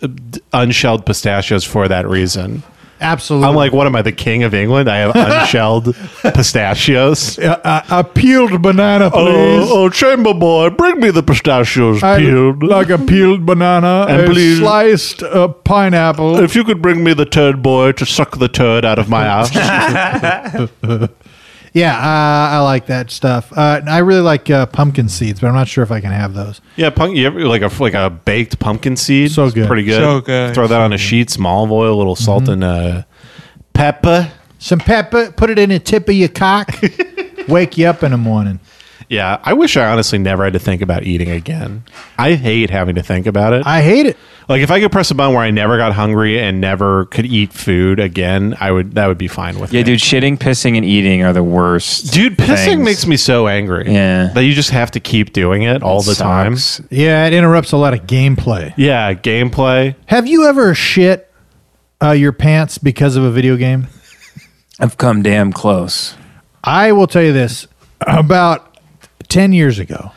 Speaker 2: unshelled pistachios for that reason.
Speaker 1: absolutely.
Speaker 2: I'm like, what am I, the king of England? I have unshelled pistachios.
Speaker 1: a, a, a peeled banana, please.
Speaker 2: Oh, oh, chamber boy, bring me the pistachios
Speaker 1: I'd
Speaker 2: peeled.
Speaker 1: like a peeled banana,
Speaker 2: And
Speaker 1: a
Speaker 2: please-
Speaker 1: sliced uh, pineapple.
Speaker 2: if you could bring me the turd boy to suck the turd out of my ass.
Speaker 1: Yeah, uh, I like that stuff. Uh, I really like uh, pumpkin seeds, but I'm not sure if I can have those.
Speaker 2: yeah, punk, you ever, like a like a baked pumpkin seed.
Speaker 1: So
Speaker 2: It's
Speaker 1: good. Mm-hmm.
Speaker 2: pretty good.
Speaker 7: So good.
Speaker 2: Throw that on a sheet, some olive oil, a little salt, and uh, pepper.
Speaker 1: Some pepper, put it in the tip of your cock, wake you up in the morning.
Speaker 2: Yeah, I wish I honestly never had to think about eating again. I hate having to think about it.
Speaker 1: I hate it.
Speaker 2: like if I could press a button where I never got hungry and never could eat food again, I would. That would be fine with
Speaker 7: Yeah,
Speaker 2: me.
Speaker 7: dude, shitting, pissing and eating are the worst.
Speaker 2: Dude, pissing
Speaker 7: things.
Speaker 2: makes me so angry.
Speaker 7: Yeah.
Speaker 2: That you just have to keep doing it all the time.
Speaker 7: Sucks.
Speaker 1: Yeah, it interrupts a lot of gameplay.
Speaker 2: Yeah, gameplay.
Speaker 1: Have you ever shit uh, your pants because of a video game?
Speaker 7: I've come damn close.
Speaker 1: I will tell you this: about ten years ago,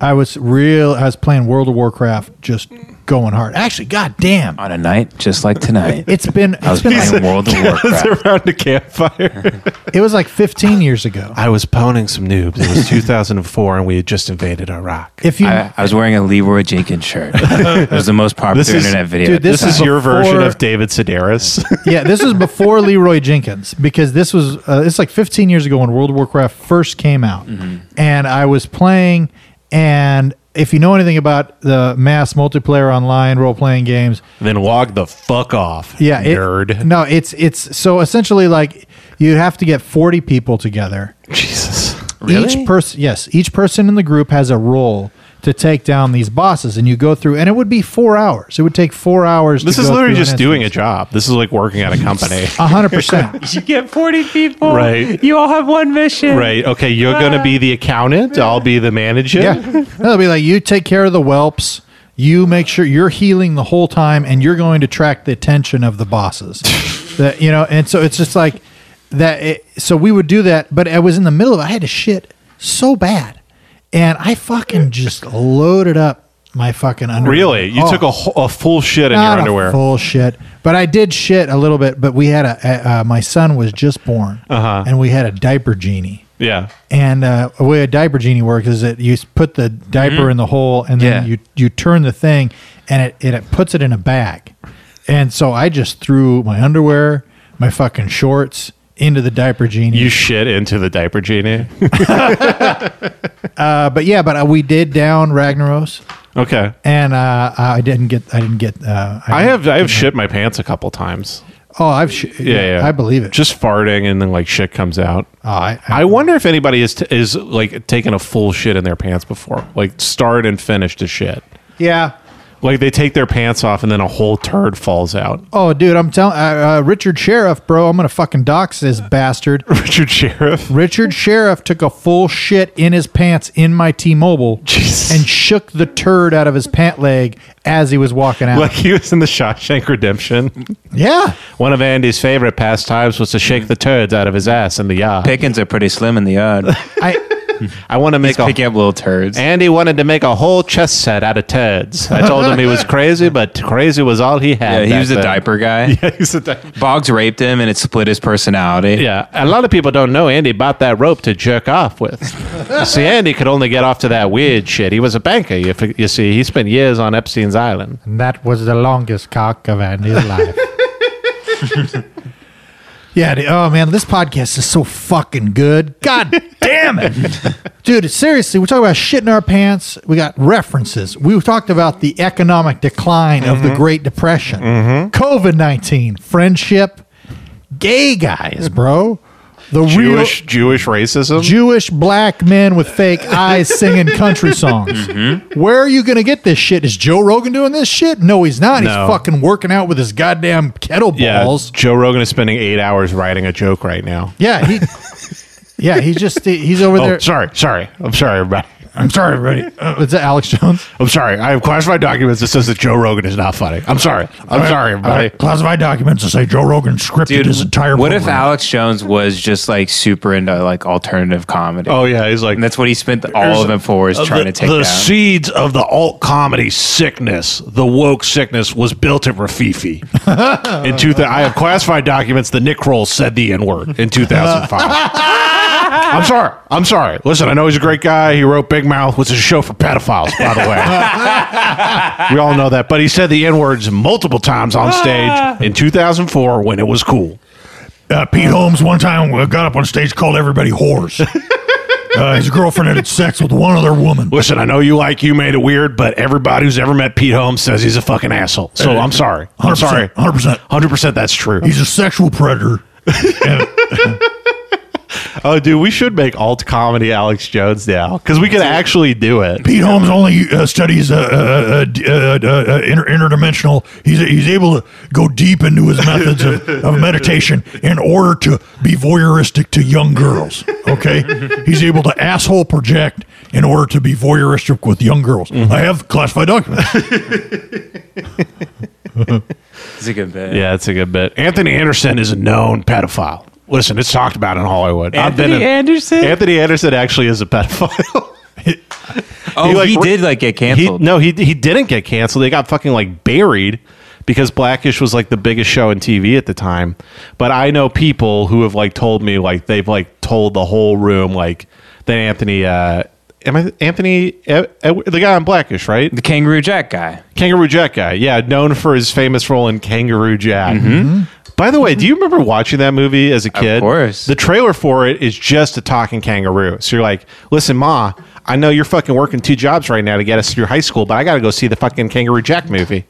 Speaker 1: I was real. I was playing World of Warcraft, just going hard. Actually, goddamn,
Speaker 7: On a night just like tonight.
Speaker 1: it's been.
Speaker 7: I was
Speaker 1: It's been like,
Speaker 7: playing World of Warcraft.
Speaker 2: around the campfire.
Speaker 1: it was like 15 years ago.
Speaker 2: I was poning some noobs. It was 2004 and we had just invaded Iraq.
Speaker 1: If you
Speaker 7: I, I was wearing a Leroy Jenkins shirt. it was the most popular
Speaker 2: This is-
Speaker 7: internet video.
Speaker 1: dude,
Speaker 7: at the
Speaker 1: this
Speaker 7: time.
Speaker 2: This is your
Speaker 1: Before-
Speaker 2: version of David Sedaris.
Speaker 1: yeah, this was before Leroy Jenkins because this was uh, it's like 15 years ago when World of Warcraft first came out,
Speaker 7: Mm-hmm.
Speaker 1: and I was playing. And if you know anything about the mass multiplayer online role playing games,
Speaker 2: then log the fuck off,
Speaker 1: yeah, it-
Speaker 2: nerd.
Speaker 1: No, it's it's so essentially like you have to get 40 people together.
Speaker 2: Jesus.
Speaker 1: Each person, yes, each person in the group has a role. To take down these bosses, and you go through, and it would be four hours. It would take four hours.
Speaker 2: This
Speaker 1: to
Speaker 2: is
Speaker 1: go
Speaker 2: literally
Speaker 1: through an
Speaker 2: just doing a
Speaker 1: instance.
Speaker 2: job. This is like working at a company.
Speaker 1: A hundred percent.
Speaker 7: You get 40 people.
Speaker 2: Right.
Speaker 7: You all have one mission.
Speaker 2: right. Okay, you're going to be the accountant. I'll be the manager.
Speaker 1: Yeah. No, They'll be like, you take care of the whelps. You make sure you're healing the whole time, and you're going to track the attention of the bosses. that you know, and so it's just like that. It, so we would do that, but I was in the middle of. I had to shit so bad, and I fucking just loaded up my fucking underwear.
Speaker 2: Really? You
Speaker 1: Oh,
Speaker 2: took a, whole- a full shit in
Speaker 1: not
Speaker 2: your
Speaker 1: a
Speaker 2: underwear.
Speaker 1: full shit, but I did shit a little bit. But we had a, a uh, my son was just born, uh-huh. and we had a diaper genie.
Speaker 2: yeah.
Speaker 1: And uh, the way a diaper genie works is that you s- put the diaper
Speaker 2: Mm-hmm.
Speaker 1: in the hole, and then
Speaker 7: Yeah.
Speaker 1: you you turn the thing, and it, it it puts it in a bag. And so I just threw my underwear, my fucking shorts into the diaper genie.
Speaker 2: You shit into the diaper genie.
Speaker 1: Uh, but yeah, but uh, we did down Ragnaros,
Speaker 2: Okay.
Speaker 1: and uh, I didn't get I didn't get uh,
Speaker 2: I
Speaker 1: didn't-
Speaker 2: have I have shit my pants a couple times.
Speaker 1: Oh, I've sh-
Speaker 2: yeah, yeah.
Speaker 1: I believe it.
Speaker 2: Just farting and then like shit comes out.
Speaker 1: oh, I, I,
Speaker 2: I wonder if anybody is t- is like taking a full shit in their pants before, like start and finish to shit.
Speaker 1: yeah.
Speaker 2: Like they take their pants off and then a whole turd falls out.
Speaker 1: Oh, dude, I'm telling uh, uh, Richard Sheriff, bro. I'm gonna fucking dox this bastard.
Speaker 2: Richard Sheriff.
Speaker 1: Richard Sheriff took a full shit in his pants in my T-Mobile
Speaker 2: Jesus.
Speaker 1: and shook the turd out of his pant leg as he was walking out.
Speaker 2: Like he was in the Shawshank Redemption.
Speaker 1: yeah,
Speaker 2: One of Andy's favorite pastimes was to shake the turds out of his ass in the yard.
Speaker 7: Pickings are pretty slim in the yard.
Speaker 1: I
Speaker 2: I want to make
Speaker 7: He's
Speaker 2: a
Speaker 7: picking up little turds.
Speaker 2: Andy wanted to make a whole chess set out of turds. I told him he was crazy, but crazy was all he
Speaker 7: Yeah,
Speaker 2: had.
Speaker 7: he
Speaker 2: back
Speaker 7: was a
Speaker 2: then.
Speaker 7: diaper guy.
Speaker 2: uh, Yeah, he was a diaper.
Speaker 7: Boggs raped him and it split his personality.
Speaker 2: Yeah, a lot of people don't know Andy bought that rope to jerk off with. You see, Andy could only get off to that weird shit. He was a banker. You, fi- you see, he spent years on Epstein's island.
Speaker 1: And that was the longest cock of Andy's life. yeah. dude. Oh man, this podcast is so fucking good. God damn it, dude. Seriously, we talk about shit in our pants. We got references. We talked about the economic decline of the Great Depression, COVID nineteen, friendship, gay guys, bro. The real
Speaker 2: Jewish racism.
Speaker 1: Jewish black men with fake eyes singing country songs.
Speaker 2: Mm-hmm.
Speaker 1: Where are you going to get this shit? Is Joe Rogan doing this shit? No, he's not.
Speaker 2: No.
Speaker 1: He's fucking working out with his goddamn
Speaker 2: yeah,
Speaker 1: kettleballs.
Speaker 2: Joe Rogan is spending eight hours writing a joke right now.
Speaker 1: Yeah, he. yeah, he's just he's over
Speaker 2: Oh,
Speaker 1: there.
Speaker 2: sorry, sorry. I'm sorry, everybody.
Speaker 1: I'm sorry, everybody. Uh, is that Alex Jones?
Speaker 2: I'm sorry. I have classified documents that says that Joe Rogan is not funny. I'm sorry. I'm sorry, everybody.
Speaker 1: Classified documents that say Joe Rogan scripted his entire.
Speaker 7: what if
Speaker 1: program.
Speaker 7: Alex Jones was just like super into like alternative comedy?
Speaker 2: Oh yeah, he's like
Speaker 7: And that's what he spent all of it for is
Speaker 2: Uh,
Speaker 7: trying to
Speaker 2: the,
Speaker 7: take
Speaker 2: the
Speaker 7: down.
Speaker 2: seeds of the alt comedy sickness, the woke sickness, was built at Rafifi. in two, thou- I have classified documents that Nick Kroll said the N word in 2005. I'm sorry. I'm sorry. Listen, I know he's a great guy. He wrote Big Mouth, which is a show for pedophiles, by the way. we all know that. But he said the N words multiple times on stage in 2004 when it was cool.
Speaker 8: Uh, Pete Holmes one time uh, got up on stage, called everybody whores. uh, his girlfriend had had sex with one other woman.
Speaker 2: Listen, I know you like you made it weird, but everybody who's ever met Pete Holmes says he's a fucking asshole. So I'm sorry. I'm sorry.
Speaker 8: 100%.
Speaker 2: Hundred percent, that's true.
Speaker 8: He's a sexual predator.
Speaker 2: Oh, dude, we should make alt comedy Alex Jones now because we could actually do it.
Speaker 8: Pete Holmes only uh, studies uh, uh, uh, d- uh, uh, uh, inter- interdimensional. He's, he's able to go deep into his methods of, of meditation in order to be voyeuristic to young girls. Okay, he's able to asshole project in order to be voyeuristic with young girls.
Speaker 1: Mm-hmm.
Speaker 8: I have classified documents.
Speaker 7: It's a good bit.
Speaker 2: Yeah, that's a good bit. Anthony Anderson is a known pedophile. Listen, it's talked about in Hollywood. I've been
Speaker 7: Anthony
Speaker 2: in-
Speaker 7: Anderson?
Speaker 2: Anthony Anderson actually is a pedophile.
Speaker 7: Oh, he,
Speaker 2: like, re-
Speaker 7: did like get
Speaker 2: he,
Speaker 7: canceled.
Speaker 2: no, he he didn't get canceled. They got fucking like buried because Blackish was like the biggest show in TV at the time. But I know people who have like told me like they've like told the whole room like that Anthony. uh Am I Anthony? eh, eh, the guy on Blackish, right?
Speaker 7: the Kangaroo Jack guy.
Speaker 2: Kangaroo Jack guy. Yeah, known for his famous role in Kangaroo Jack.
Speaker 7: Mm-hmm.
Speaker 2: By the way, do you remember watching that movie as a kid?
Speaker 7: course.
Speaker 2: The trailer for it is just a talking kangaroo. So you're like, listen, Ma, I know you're fucking working two jobs right now to get us through high school, but I got to go see the fucking Kangaroo Jack movie.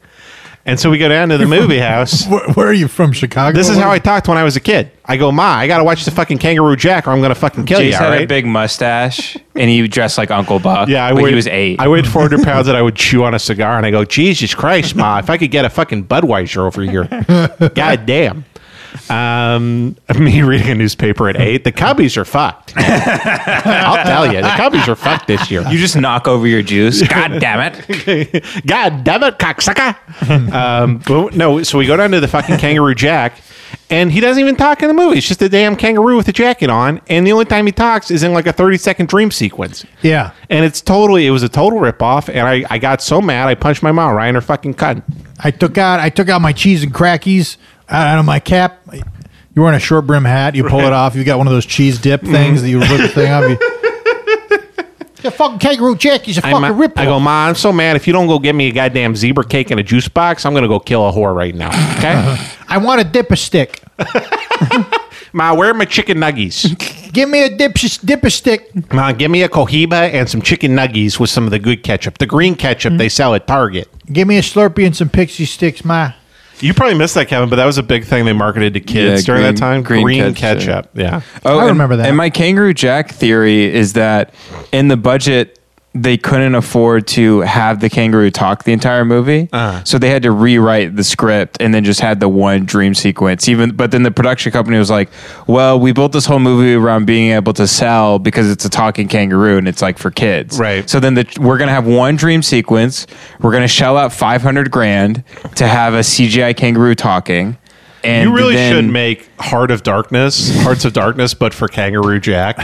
Speaker 2: And so we go down to the movie house.
Speaker 1: Where, where are you from, Chicago?
Speaker 2: This is
Speaker 1: What
Speaker 2: how I talked when I was a kid. I go, Ma, I got to watch the fucking Kangaroo Jack or I'm going to fucking kill
Speaker 7: Jace
Speaker 2: you.
Speaker 7: had
Speaker 2: all
Speaker 7: a
Speaker 2: right?
Speaker 7: big mustache and he dressed like Uncle Buck.
Speaker 2: Yeah, I
Speaker 7: but
Speaker 2: weighed,
Speaker 7: he was eight.
Speaker 2: I weighed 400 pounds and I would chew on a cigar and I go, Jesus Christ, Ma, if I could get a fucking Budweiser over here. God damn. Um, me reading a newspaper at eight. The Cubbies are fucked. I'll tell you, the Cubbies are fucked this year.
Speaker 7: you just knock over your juice. God damn it.
Speaker 2: God damn it, cocksucker. um, but no, so we go down to the fucking Kangaroo Jack, and he doesn't even talk in the movie. It's just a damn kangaroo with a jacket on, and the only time he talks is in like a 30 second dream sequence.
Speaker 1: Yeah.
Speaker 2: And it's totally, it was a total ripoff, and I, I got so mad, I punched my mom right in her fucking cunt.
Speaker 1: I took out I took out my cheese and crackies out of my cap. You're wearing a short brim hat. You pull it off. You got one of those cheese dip
Speaker 2: Mm-hmm.
Speaker 1: things that you rip the thing off. You, the fucking kangaroo jack. He's a
Speaker 2: I'm-
Speaker 1: fucking rip.
Speaker 2: I go, Ma, I'm so mad. If you don't go get me a goddamn zebra cake and a juice box, I'm going to go kill a whore right now. Okay?
Speaker 1: I want a dipper stick.
Speaker 2: Ma, where are my chicken nuggies?
Speaker 1: Give me a dip, dipper stick.
Speaker 2: Ma, give me a cohiba and some chicken nuggies with some of the good ketchup. The green ketchup they sell at Target.
Speaker 1: Give me a Slurpee and some pixie sticks, ma.
Speaker 2: You probably missed that, Kevin, but that was a big thing they marketed to kids
Speaker 7: Yeah,
Speaker 2: during
Speaker 7: green-
Speaker 2: that time.
Speaker 7: green
Speaker 2: Green,
Speaker 7: ketchup.
Speaker 2: ketchup. Yeah.
Speaker 7: Oh,
Speaker 1: I
Speaker 7: and-
Speaker 1: remember that.
Speaker 7: And my Kangaroo Jack theory is that in the budget, they couldn't afford to have the kangaroo talk the entire movie,
Speaker 2: Uh-huh.
Speaker 7: so they had to rewrite the script and then just had the one dream sequence. Even but then the production company was like, "Well, we built this whole movie around being able to sell because it's a talking kangaroo and it's like for kids,
Speaker 2: Right.
Speaker 7: So then the, we're gonna have one dream sequence. We're gonna shell out five hundred grand to have a CGI kangaroo talking." And
Speaker 2: You really
Speaker 7: then-
Speaker 2: should make Heart of Darkness, Hearts of Darkness, but for Kangaroo Jack,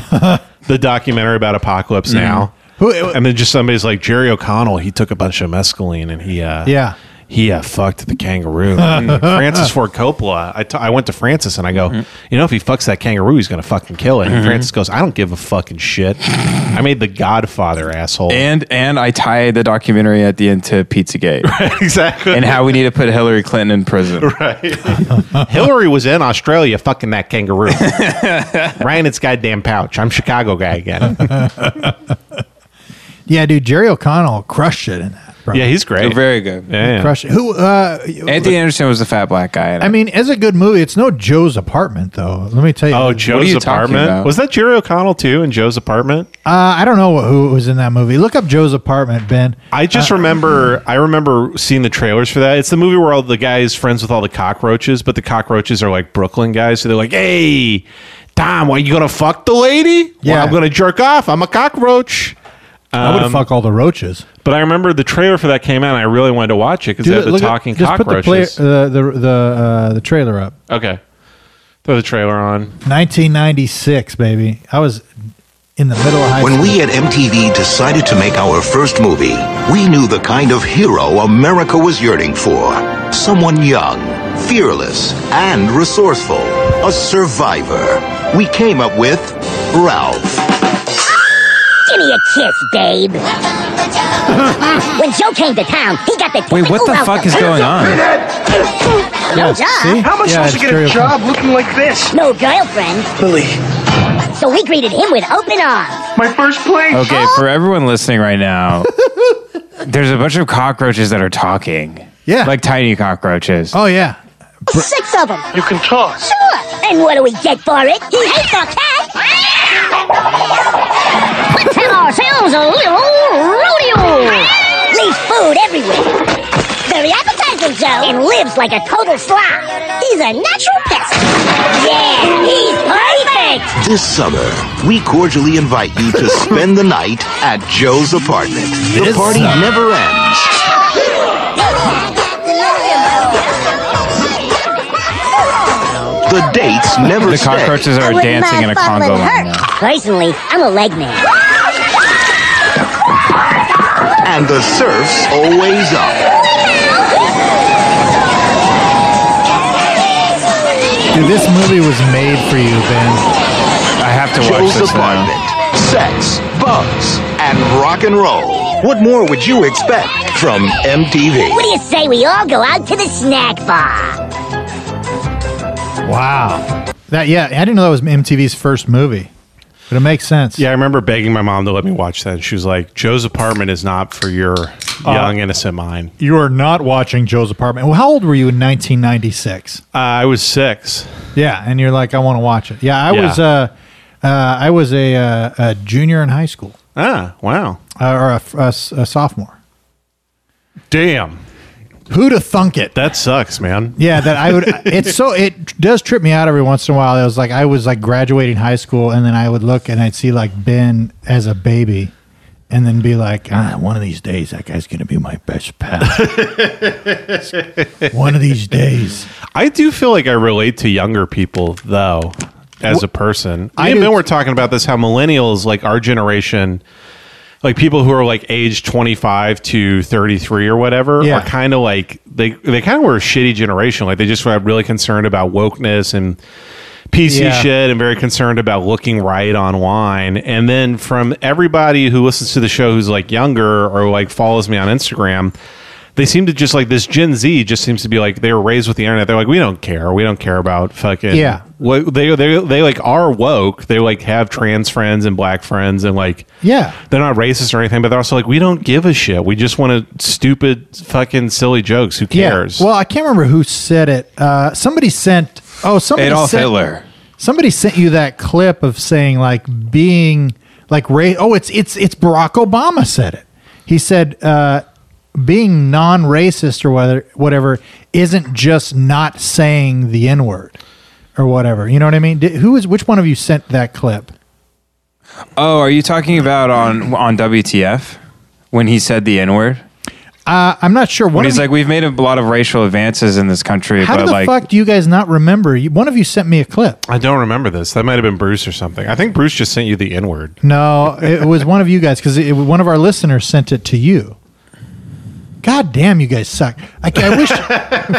Speaker 2: the documentary about Apocalypse
Speaker 7: Mm-hmm.
Speaker 2: Now.
Speaker 1: Who- uh,
Speaker 2: and then just somebody's like Jerry O'Connell. He took a bunch of mescaline and he, uh,
Speaker 1: Yeah.
Speaker 2: he uh, fucked the kangaroo. Francis Ford Coppola. I, t- I went to Francis and I
Speaker 7: Mm-hmm.
Speaker 2: go, you know, if he fucks that kangaroo, he's gonna fucking kill it. And Francis goes, I don't give a fucking shit. I made the Godfather asshole.
Speaker 7: And and I tie the documentary at the end to Pizzagate
Speaker 2: exactly.
Speaker 7: and how we need to put Hillary Clinton in prison.
Speaker 2: Hillary was in Australia fucking that kangaroo. Ryan, its goddamn pouch. I'm Chicago guy again.
Speaker 1: Yeah, dude, Jerry O'Connell crushed it in that. Bro.
Speaker 2: yeah, he's great.
Speaker 7: Very good.
Speaker 2: yeah, yeah.
Speaker 1: crushed it. Who? Uh,
Speaker 7: Anthony Anderson was the fat black guy. in it.
Speaker 1: I mean, it's a good movie. It's no Joe's apartment though. Let me tell you.
Speaker 2: Oh,
Speaker 7: you
Speaker 2: Joe's
Speaker 7: talking about?
Speaker 2: apartment. Was that Jerry O'Connell too in Joe's apartment?
Speaker 1: Uh, I don't know who was in that movie. Look up Joe's apartment, Ben.
Speaker 2: I just
Speaker 1: Uh-huh.
Speaker 2: remember I remember seeing the trailers for that. It's the movie where all the guys friends with all the cockroaches, but the cockroaches are like Brooklyn guys, so they're like, "Hey, Tom, why you gonna fuck the lady?
Speaker 1: Yeah.
Speaker 2: Well, I'm gonna jerk off. I'm a cockroach."
Speaker 1: I
Speaker 2: Um,
Speaker 1: would fuck all the roaches.
Speaker 2: But I remember the trailer for that came out. and I really wanted to watch it because they
Speaker 1: Dude,
Speaker 2: had the
Speaker 1: look at-
Speaker 2: talking
Speaker 1: just
Speaker 2: cockroaches.
Speaker 1: Put the, player, uh, the the uh, the trailer up.
Speaker 2: okay, throw the trailer on.
Speaker 1: 1996, baby. I was in the middle of high
Speaker 9: When
Speaker 1: school.
Speaker 9: we at MTV decided to make our first movie, we knew the kind of hero America was yearning for. Someone young, fearless, and resourceful. A survivor. We came up with Ralph.
Speaker 10: Give me a kiss, babe. when Joe came to town, he got the.
Speaker 7: Wait, what the fuck is going on?
Speaker 10: No
Speaker 1: See?
Speaker 10: job,
Speaker 6: How am I
Speaker 1: Yeah,
Speaker 6: supposed to
Speaker 1: it's
Speaker 6: get
Speaker 1: Jerry
Speaker 6: a
Speaker 1: O'Connell.
Speaker 6: job looking like this?
Speaker 10: no girlfriend.
Speaker 6: Lily,
Speaker 10: So we greeted him with open arms.
Speaker 6: my first plane.
Speaker 7: Okay, for everyone listening right now, there's a bunch of cockroaches that are talking.
Speaker 1: Yeah.
Speaker 7: Like tiny cockroaches.
Speaker 1: Oh yeah.
Speaker 10: Six of them.
Speaker 6: You can talk.
Speaker 10: Sure. And what do we get for it? He hates our cat. Let's have ourselves a little rodeo. Leaves food everywhere. Very appetizing, Joe. And lives like a total slob. He's a natural pest. Yeah, he's perfect.
Speaker 9: This summer, we cordially invite you to spend the night at Joe's apartment. The party never ends. The dates never
Speaker 7: The
Speaker 9: stay.
Speaker 7: cockroaches are dancing in a Congo line. now.
Speaker 10: Personally, I'm a leg man.
Speaker 9: And the surf's always up.
Speaker 1: Dude, this movie was made for you, Ben.
Speaker 7: I have to watch
Speaker 9: Joe's
Speaker 7: this now.
Speaker 9: apartment. Sex, bugs, and rock and roll. What more would you expect from
Speaker 10: What
Speaker 9: MTV?
Speaker 10: do you say we all go out to the snack bar?
Speaker 1: Wow. That yeah, I didn't know that was MTV's first movie, but it makes sense.
Speaker 2: Yeah, I remember begging my mom to let me watch that, and she was like, "Joe's apartment is not for your young innocent mind."
Speaker 1: Uh, You are not watching Joe's apartment. Well, how old were you in 1996?
Speaker 2: Uh, I was six.
Speaker 1: Yeah, and you're like, I want to watch it. Yeah, I
Speaker 2: Yeah.
Speaker 1: was uh, uh, I was a, uh, a junior in high school
Speaker 2: Ah, wow,
Speaker 1: uh, or a, a s- a sophomore.
Speaker 2: damn,
Speaker 1: Who'd have thunk it?
Speaker 2: that sucks, man.
Speaker 1: Yeah, that I would. It's so it does trip me out every once in a while. It was like I was like graduating high school, and then I would look and I'd see like Ben as a baby, and then be like, ah, one of these days that guy's gonna be my best pal. one of these days.
Speaker 2: I do feel like I relate to younger people though, as a person. I and
Speaker 1: do
Speaker 2: Ben
Speaker 1: t-
Speaker 2: were talking about this how millennials, like our generation, like people who are like age twenty five to thirty three or whatever,
Speaker 1: Yeah.
Speaker 2: are kind of like they they kind of were a shitty generation. Like they just were really concerned about wokeness and PC
Speaker 1: Yeah.
Speaker 2: shit and very concerned about looking right online. And then from everybody who listens to the show who's like younger or like follows me on Instagram, they seem to just like this Gen Z just seems to be like they were raised with the internet. They're like, we don't care. We don't care about fucking
Speaker 1: Yeah.
Speaker 2: What they they they like are woke. They like have trans friends and black friends and like
Speaker 1: Yeah.
Speaker 2: they're not racist or anything, but they're also like we don't give a shit. We just want to stupid fucking silly jokes. Who cares?
Speaker 1: Yeah. Well, I can't remember who said it. Uh, somebody sent. Oh, somebody
Speaker 7: Adolf
Speaker 1: sent,
Speaker 7: Hitler.
Speaker 1: Somebody sent you that clip of saying like being like race. Oh, it's it's it's Barack Obama said it. He said uh, being non-racist or whether whatever isn't just not saying the n word or whatever. You know what I mean? Did, who is which one of you sent that clip?
Speaker 7: Oh, are you talking about on on WTF when he said the N word?
Speaker 1: Uh, I'm not sure.
Speaker 7: When
Speaker 1: One of
Speaker 7: he's
Speaker 1: you-
Speaker 7: like, we've made a lot of racial advances in this country,
Speaker 1: how
Speaker 7: but
Speaker 1: the
Speaker 7: like,
Speaker 1: fuck do you guys not remember? You- One of you sent me a clip.
Speaker 2: I don't remember this. That might have been Bruce or something. I think Bruce just sent you the N word.
Speaker 1: No, it was one of you guys because one of our listeners sent it to you. God damn, you guys suck. I, I wish I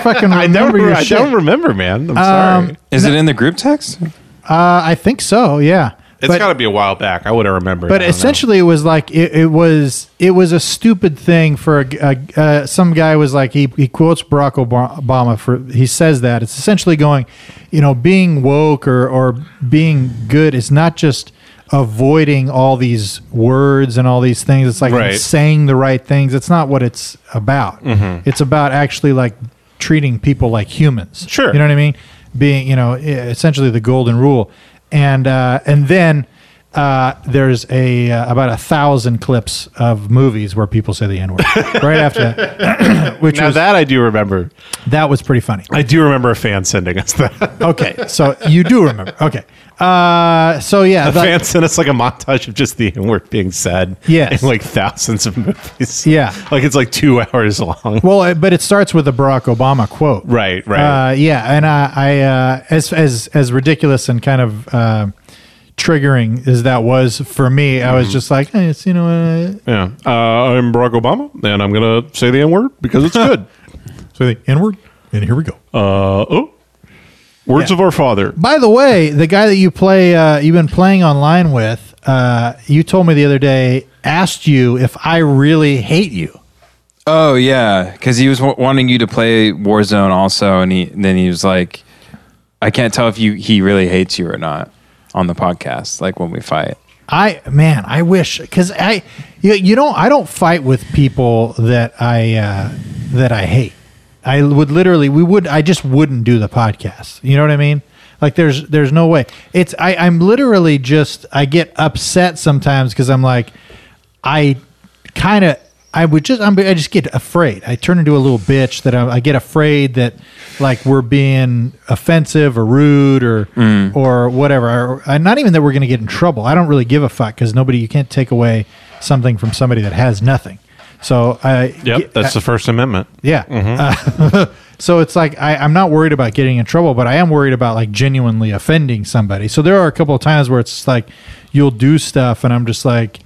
Speaker 1: fucking remember
Speaker 2: I don't.
Speaker 1: your
Speaker 2: I
Speaker 1: shit.
Speaker 2: don't remember, man. I'm
Speaker 1: Um,
Speaker 2: sorry.
Speaker 7: is it in the group text?
Speaker 1: Uh, I think so. Yeah,
Speaker 2: It's
Speaker 1: but
Speaker 2: got to be a while back. I would have remembered.
Speaker 1: but
Speaker 2: I don't know.
Speaker 1: essentially, it was like it, it was it was a stupid thing for a, g- a g- uh, some guy was like he, he quotes Barack Oba- Obama for he says that it's essentially going, you know, being woke or or being good is not just avoiding all these words and all these things. It's like
Speaker 2: Right.
Speaker 1: saying the right things. It's not what it's about.
Speaker 2: Mm-hmm.
Speaker 1: It's about actually like treating people like humans.
Speaker 2: Sure.
Speaker 1: You know what I mean? Being, you know, e- essentially the golden rule. And uh, and then uh, there's a uh, about a thousand clips of movies where people say the N word right after that, which
Speaker 2: now
Speaker 1: was, that
Speaker 2: that I do remember.
Speaker 1: was pretty funny.
Speaker 2: I do remember a fan sending us that.
Speaker 1: Okay, so you do remember? Okay, uh, so yeah,
Speaker 2: A
Speaker 1: that-
Speaker 2: fan sent us like a montage of just the N word being said.
Speaker 1: Yes.
Speaker 2: In like thousands of movies.
Speaker 1: Yeah.
Speaker 2: Like it's like two hours long.
Speaker 1: Well, it- but it starts with a Barack Obama quote.
Speaker 2: Right, right.
Speaker 1: Uh, yeah, and I, I uh, as as as ridiculous and kind of uh, triggering as that was for me, I
Speaker 2: Mm-hmm.
Speaker 1: was just like, hey, it's you know, uh,
Speaker 2: yeah. Uh, I'm Barack Obama and I'm going to say the N word because it's good.
Speaker 1: so the N word, and here we go.
Speaker 2: uh, oh. Words
Speaker 1: Yeah.
Speaker 2: of our father.
Speaker 1: By the way, the guy that you play, uh, you've been playing online with, uh, you told me the other day asked you if I really hate you.
Speaker 7: Oh yeah, because he was w- wanting you to play Warzone also, and he and then he was like, I can't tell if you he really hates you or not on the podcast, like when we fight.
Speaker 1: I man, I wish because I, you, you don't, I don't fight with people that I uh, that I hate. I would literally, we would, I just wouldn't do the podcast. You know what I mean? Like there's there's no way. It's I I'm literally just I get upset sometimes because I'm like I kind of I would just I'm, I just get afraid. I turn into a little bitch that I, I get afraid that like we're being offensive or rude or or whatever. Or, uh, not even that we're going to get in trouble. I don't really give a fuck because nobody you can't take away something from somebody that has nothing. So I
Speaker 2: Yep. That's the First Amendment.
Speaker 1: yeah.
Speaker 2: Mm-hmm.
Speaker 1: Uh, so it's like I, I'm not worried about getting in trouble, but I am worried about like genuinely offending somebody. So there are a couple of times where it's just like you'll do stuff, and I'm just like,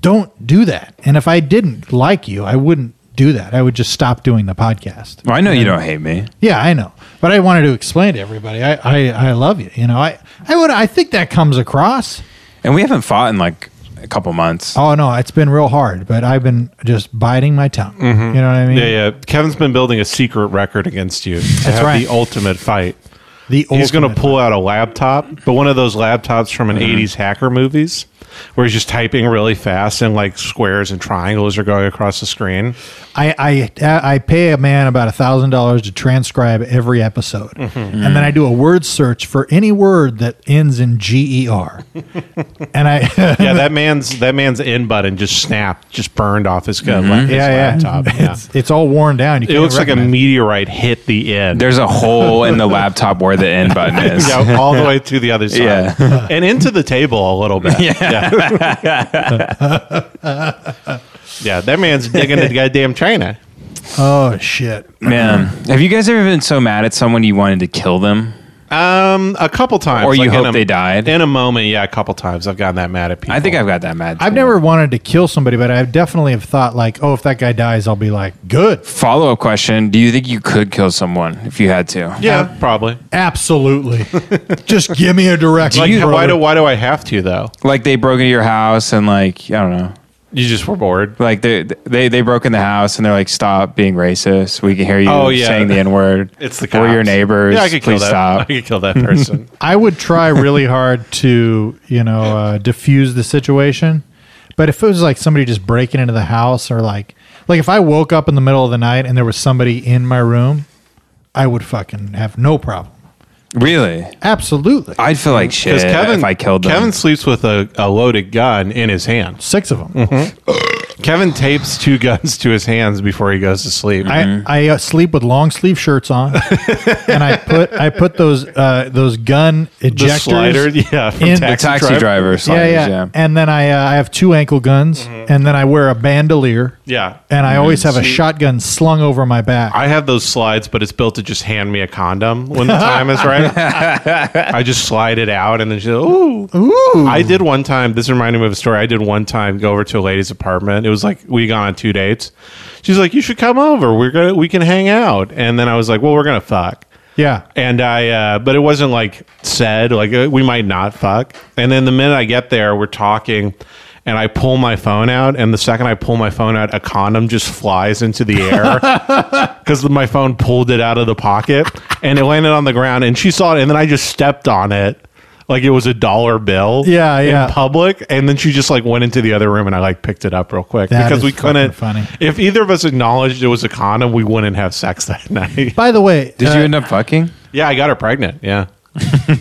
Speaker 1: don't do that. And if I didn't like you, I wouldn't do that. I would just stop doing the podcast.
Speaker 7: Well, I know you don't hate me.
Speaker 1: Yeah, I know, but I wanted to explain to everybody. I I, I love you. You know, I I would I think that comes across.
Speaker 7: And we haven't fought in like a couple months.
Speaker 1: Oh no, it's been real hard, but I've been just biting my tongue. You know what I mean?
Speaker 2: Mm-hmm. Yeah, yeah. Kevin's been building a secret record against you to have
Speaker 1: right.
Speaker 2: the ultimate fight.
Speaker 1: The
Speaker 2: He's going to
Speaker 1: ultimate- Mm-hmm.
Speaker 2: pull out a laptop, but one of those laptops from an 80s hacker movies where he's just typing really fast and like squares and triangles are going across the screen.
Speaker 1: I, I I pay a man about a thousand dollars to transcribe every episode,
Speaker 2: Mm-hmm.
Speaker 1: and then I do a word search for any word that ends in G E R, and I
Speaker 2: Yeah, that man's that man's in button just snapped, just burned off his, gun, his
Speaker 1: Mm-hmm. yeah yeah,
Speaker 2: laptop. Yeah.
Speaker 1: It's, it's all worn down. You
Speaker 2: It
Speaker 1: can't
Speaker 2: looks like a
Speaker 1: recognize
Speaker 2: meteorite hit the end.
Speaker 7: There's a hole in the laptop where the end button is.
Speaker 2: yeah, all the way to the other side
Speaker 7: Yeah.
Speaker 2: and into the table a little bit. Yeah. Yeah. that man's digging into goddamn China.
Speaker 1: Oh shit!
Speaker 7: Man, have you guys ever been so mad at someone you wanted to kill them?
Speaker 2: Um, a couple times,
Speaker 7: Or you
Speaker 2: in
Speaker 7: hope
Speaker 2: a-
Speaker 7: they died.
Speaker 2: in a moment. Yeah, a couple times I've gotten that mad at people.
Speaker 7: I think I've got that mad.
Speaker 1: I've
Speaker 7: too.
Speaker 1: never wanted to kill somebody, but I definitely have thought like, oh, if that guy dies, I'll be like, good,
Speaker 7: Follow up question: Do you think you could kill someone if you had to?
Speaker 2: yeah, probably.
Speaker 1: absolutely. Just give me a direction.
Speaker 2: Like,
Speaker 1: brother.
Speaker 2: why do why do I have to though?
Speaker 7: Like they broke into your house and like I don't know. You just were bored. Like they they they broke in the house and they're like, "Stop being racist. We can hear you
Speaker 2: Oh, yeah.
Speaker 7: saying the n word.
Speaker 2: It's the
Speaker 7: We're your
Speaker 2: cops.
Speaker 7: neighbors.
Speaker 2: Yeah, I could kill
Speaker 7: Please
Speaker 2: that-
Speaker 7: stop.
Speaker 2: I could kill that person.
Speaker 1: I would try really hard to, you know, uh, diffuse the situation. But if it was like somebody just breaking into the house or like, like if I woke up in the middle of the night and there was somebody in my room, I would fucking have no problem.
Speaker 7: really?
Speaker 1: Absolutely.
Speaker 7: I'd feel like shit
Speaker 2: Kevin,
Speaker 7: if I killed them.
Speaker 2: Kevin sleeps with a, a loaded gun in his hand.
Speaker 1: Six of them.
Speaker 2: Mm-hmm. Kevin tapes two guns to his hands before he goes to sleep.
Speaker 1: I, I uh, sleep with long sleeve shirts on, and I put I put those uh, those gun ejectors,
Speaker 2: slider, yeah, from Taxi Taxi Driver. Driver sliders,
Speaker 1: yeah, yeah,
Speaker 2: yeah.
Speaker 1: And then I uh, I have two ankle guns, and then I wear a bandolier,
Speaker 2: yeah,
Speaker 1: and I always have a
Speaker 2: Mm-hmm. See,
Speaker 1: shotgun slung over my back.
Speaker 2: I have those slides, but it's built to just hand me a condom when the time is right. I just slide it out, and then she's like, "Ooh,
Speaker 1: ooh."
Speaker 2: I did one time. This reminded me of a story. I did one time go over to a lady's apartment. It was like we gone on two dates. She's like, "You should come over. We're gonna we can hang out." And then I was like, "Well, we're gonna fuck."
Speaker 1: Yeah.
Speaker 2: And I, uh, but it wasn't like said, like uh, we might not fuck. And then the minute I get there, we're talking and I pull my phone out. And the second I pull my phone out, a condom just flies into the air because my phone pulled it out of the pocket and it landed on the ground. And she saw it. And then I just stepped on it like it was a dollar bill
Speaker 1: Yeah, yeah.
Speaker 2: in public. And then she just like went into the other room and I like picked it up real quick
Speaker 1: That
Speaker 2: because
Speaker 1: is
Speaker 2: we couldn't.
Speaker 1: fucking funny.
Speaker 2: If either of us acknowledged it was a condom, we wouldn't have sex that night.
Speaker 1: By the way,
Speaker 2: Did you end
Speaker 7: up fucking?
Speaker 2: Yeah, I got her pregnant. Yeah.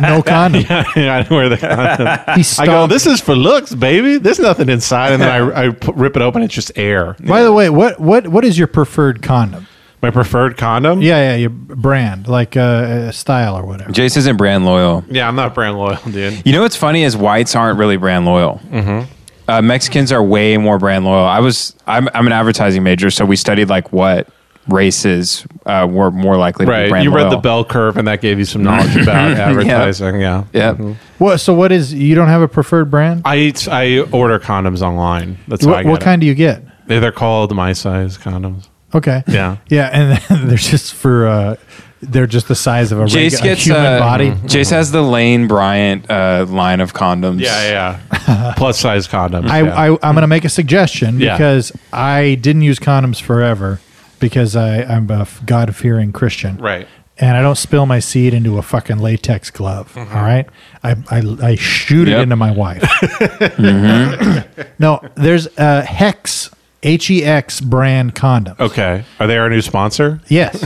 Speaker 1: no condom.
Speaker 2: yeah, yeah, I didn't wear the condom.
Speaker 1: uh, He
Speaker 2: I go,
Speaker 1: stopped.
Speaker 2: this is for looks, baby. There's nothing inside. And then I, I p- rip it open. It's just air.
Speaker 1: By the way, what what what is your preferred condom?
Speaker 2: My preferred condom?
Speaker 1: Yeah, yeah, your brand, like uh, uh, style or whatever.
Speaker 7: Jace isn't brand loyal.
Speaker 2: Yeah, I'm not brand loyal, dude.
Speaker 7: You know what's funny is whites aren't really brand loyal. Mm-hmm. Uh, Mexicans are way more brand loyal. I was I'm I'm an advertising major, so we studied like what races uh, were more likely to be
Speaker 2: Right.
Speaker 7: brand
Speaker 2: You read
Speaker 7: loyal.
Speaker 2: the bell curve, and that gave you some knowledge about
Speaker 7: Yeah.
Speaker 2: advertising. Yeah.
Speaker 7: Yeah.
Speaker 1: What? So what is? You don't have a preferred brand?
Speaker 2: I, I order condoms online. That's how I
Speaker 1: what
Speaker 2: get
Speaker 1: what kind do you get?
Speaker 2: It. They- They're called my size condoms.
Speaker 1: Okay.
Speaker 2: Yeah.
Speaker 1: Yeah, and then they're just for uh, they're just the size of a, regu-
Speaker 7: Jace
Speaker 1: a
Speaker 7: gets
Speaker 1: human
Speaker 7: uh,
Speaker 1: body.
Speaker 2: Mm-hmm.
Speaker 7: Jace has the Lane Bryant uh, line of condoms.
Speaker 2: Yeah, yeah. Plus size condoms.
Speaker 1: I, I I'm gonna make a suggestion
Speaker 2: Yeah.
Speaker 1: because I didn't use condoms forever because I I'm a God fearing Christian.
Speaker 2: Right.
Speaker 1: And I don't spill my seed into a fucking latex glove. all right, I, I I shoot
Speaker 2: Mm-hmm. Yep.
Speaker 1: it into my wife. Mm-hmm. no, there's a Hex H E X brand condom.
Speaker 2: Okay. Are they our new sponsor?
Speaker 1: Yes,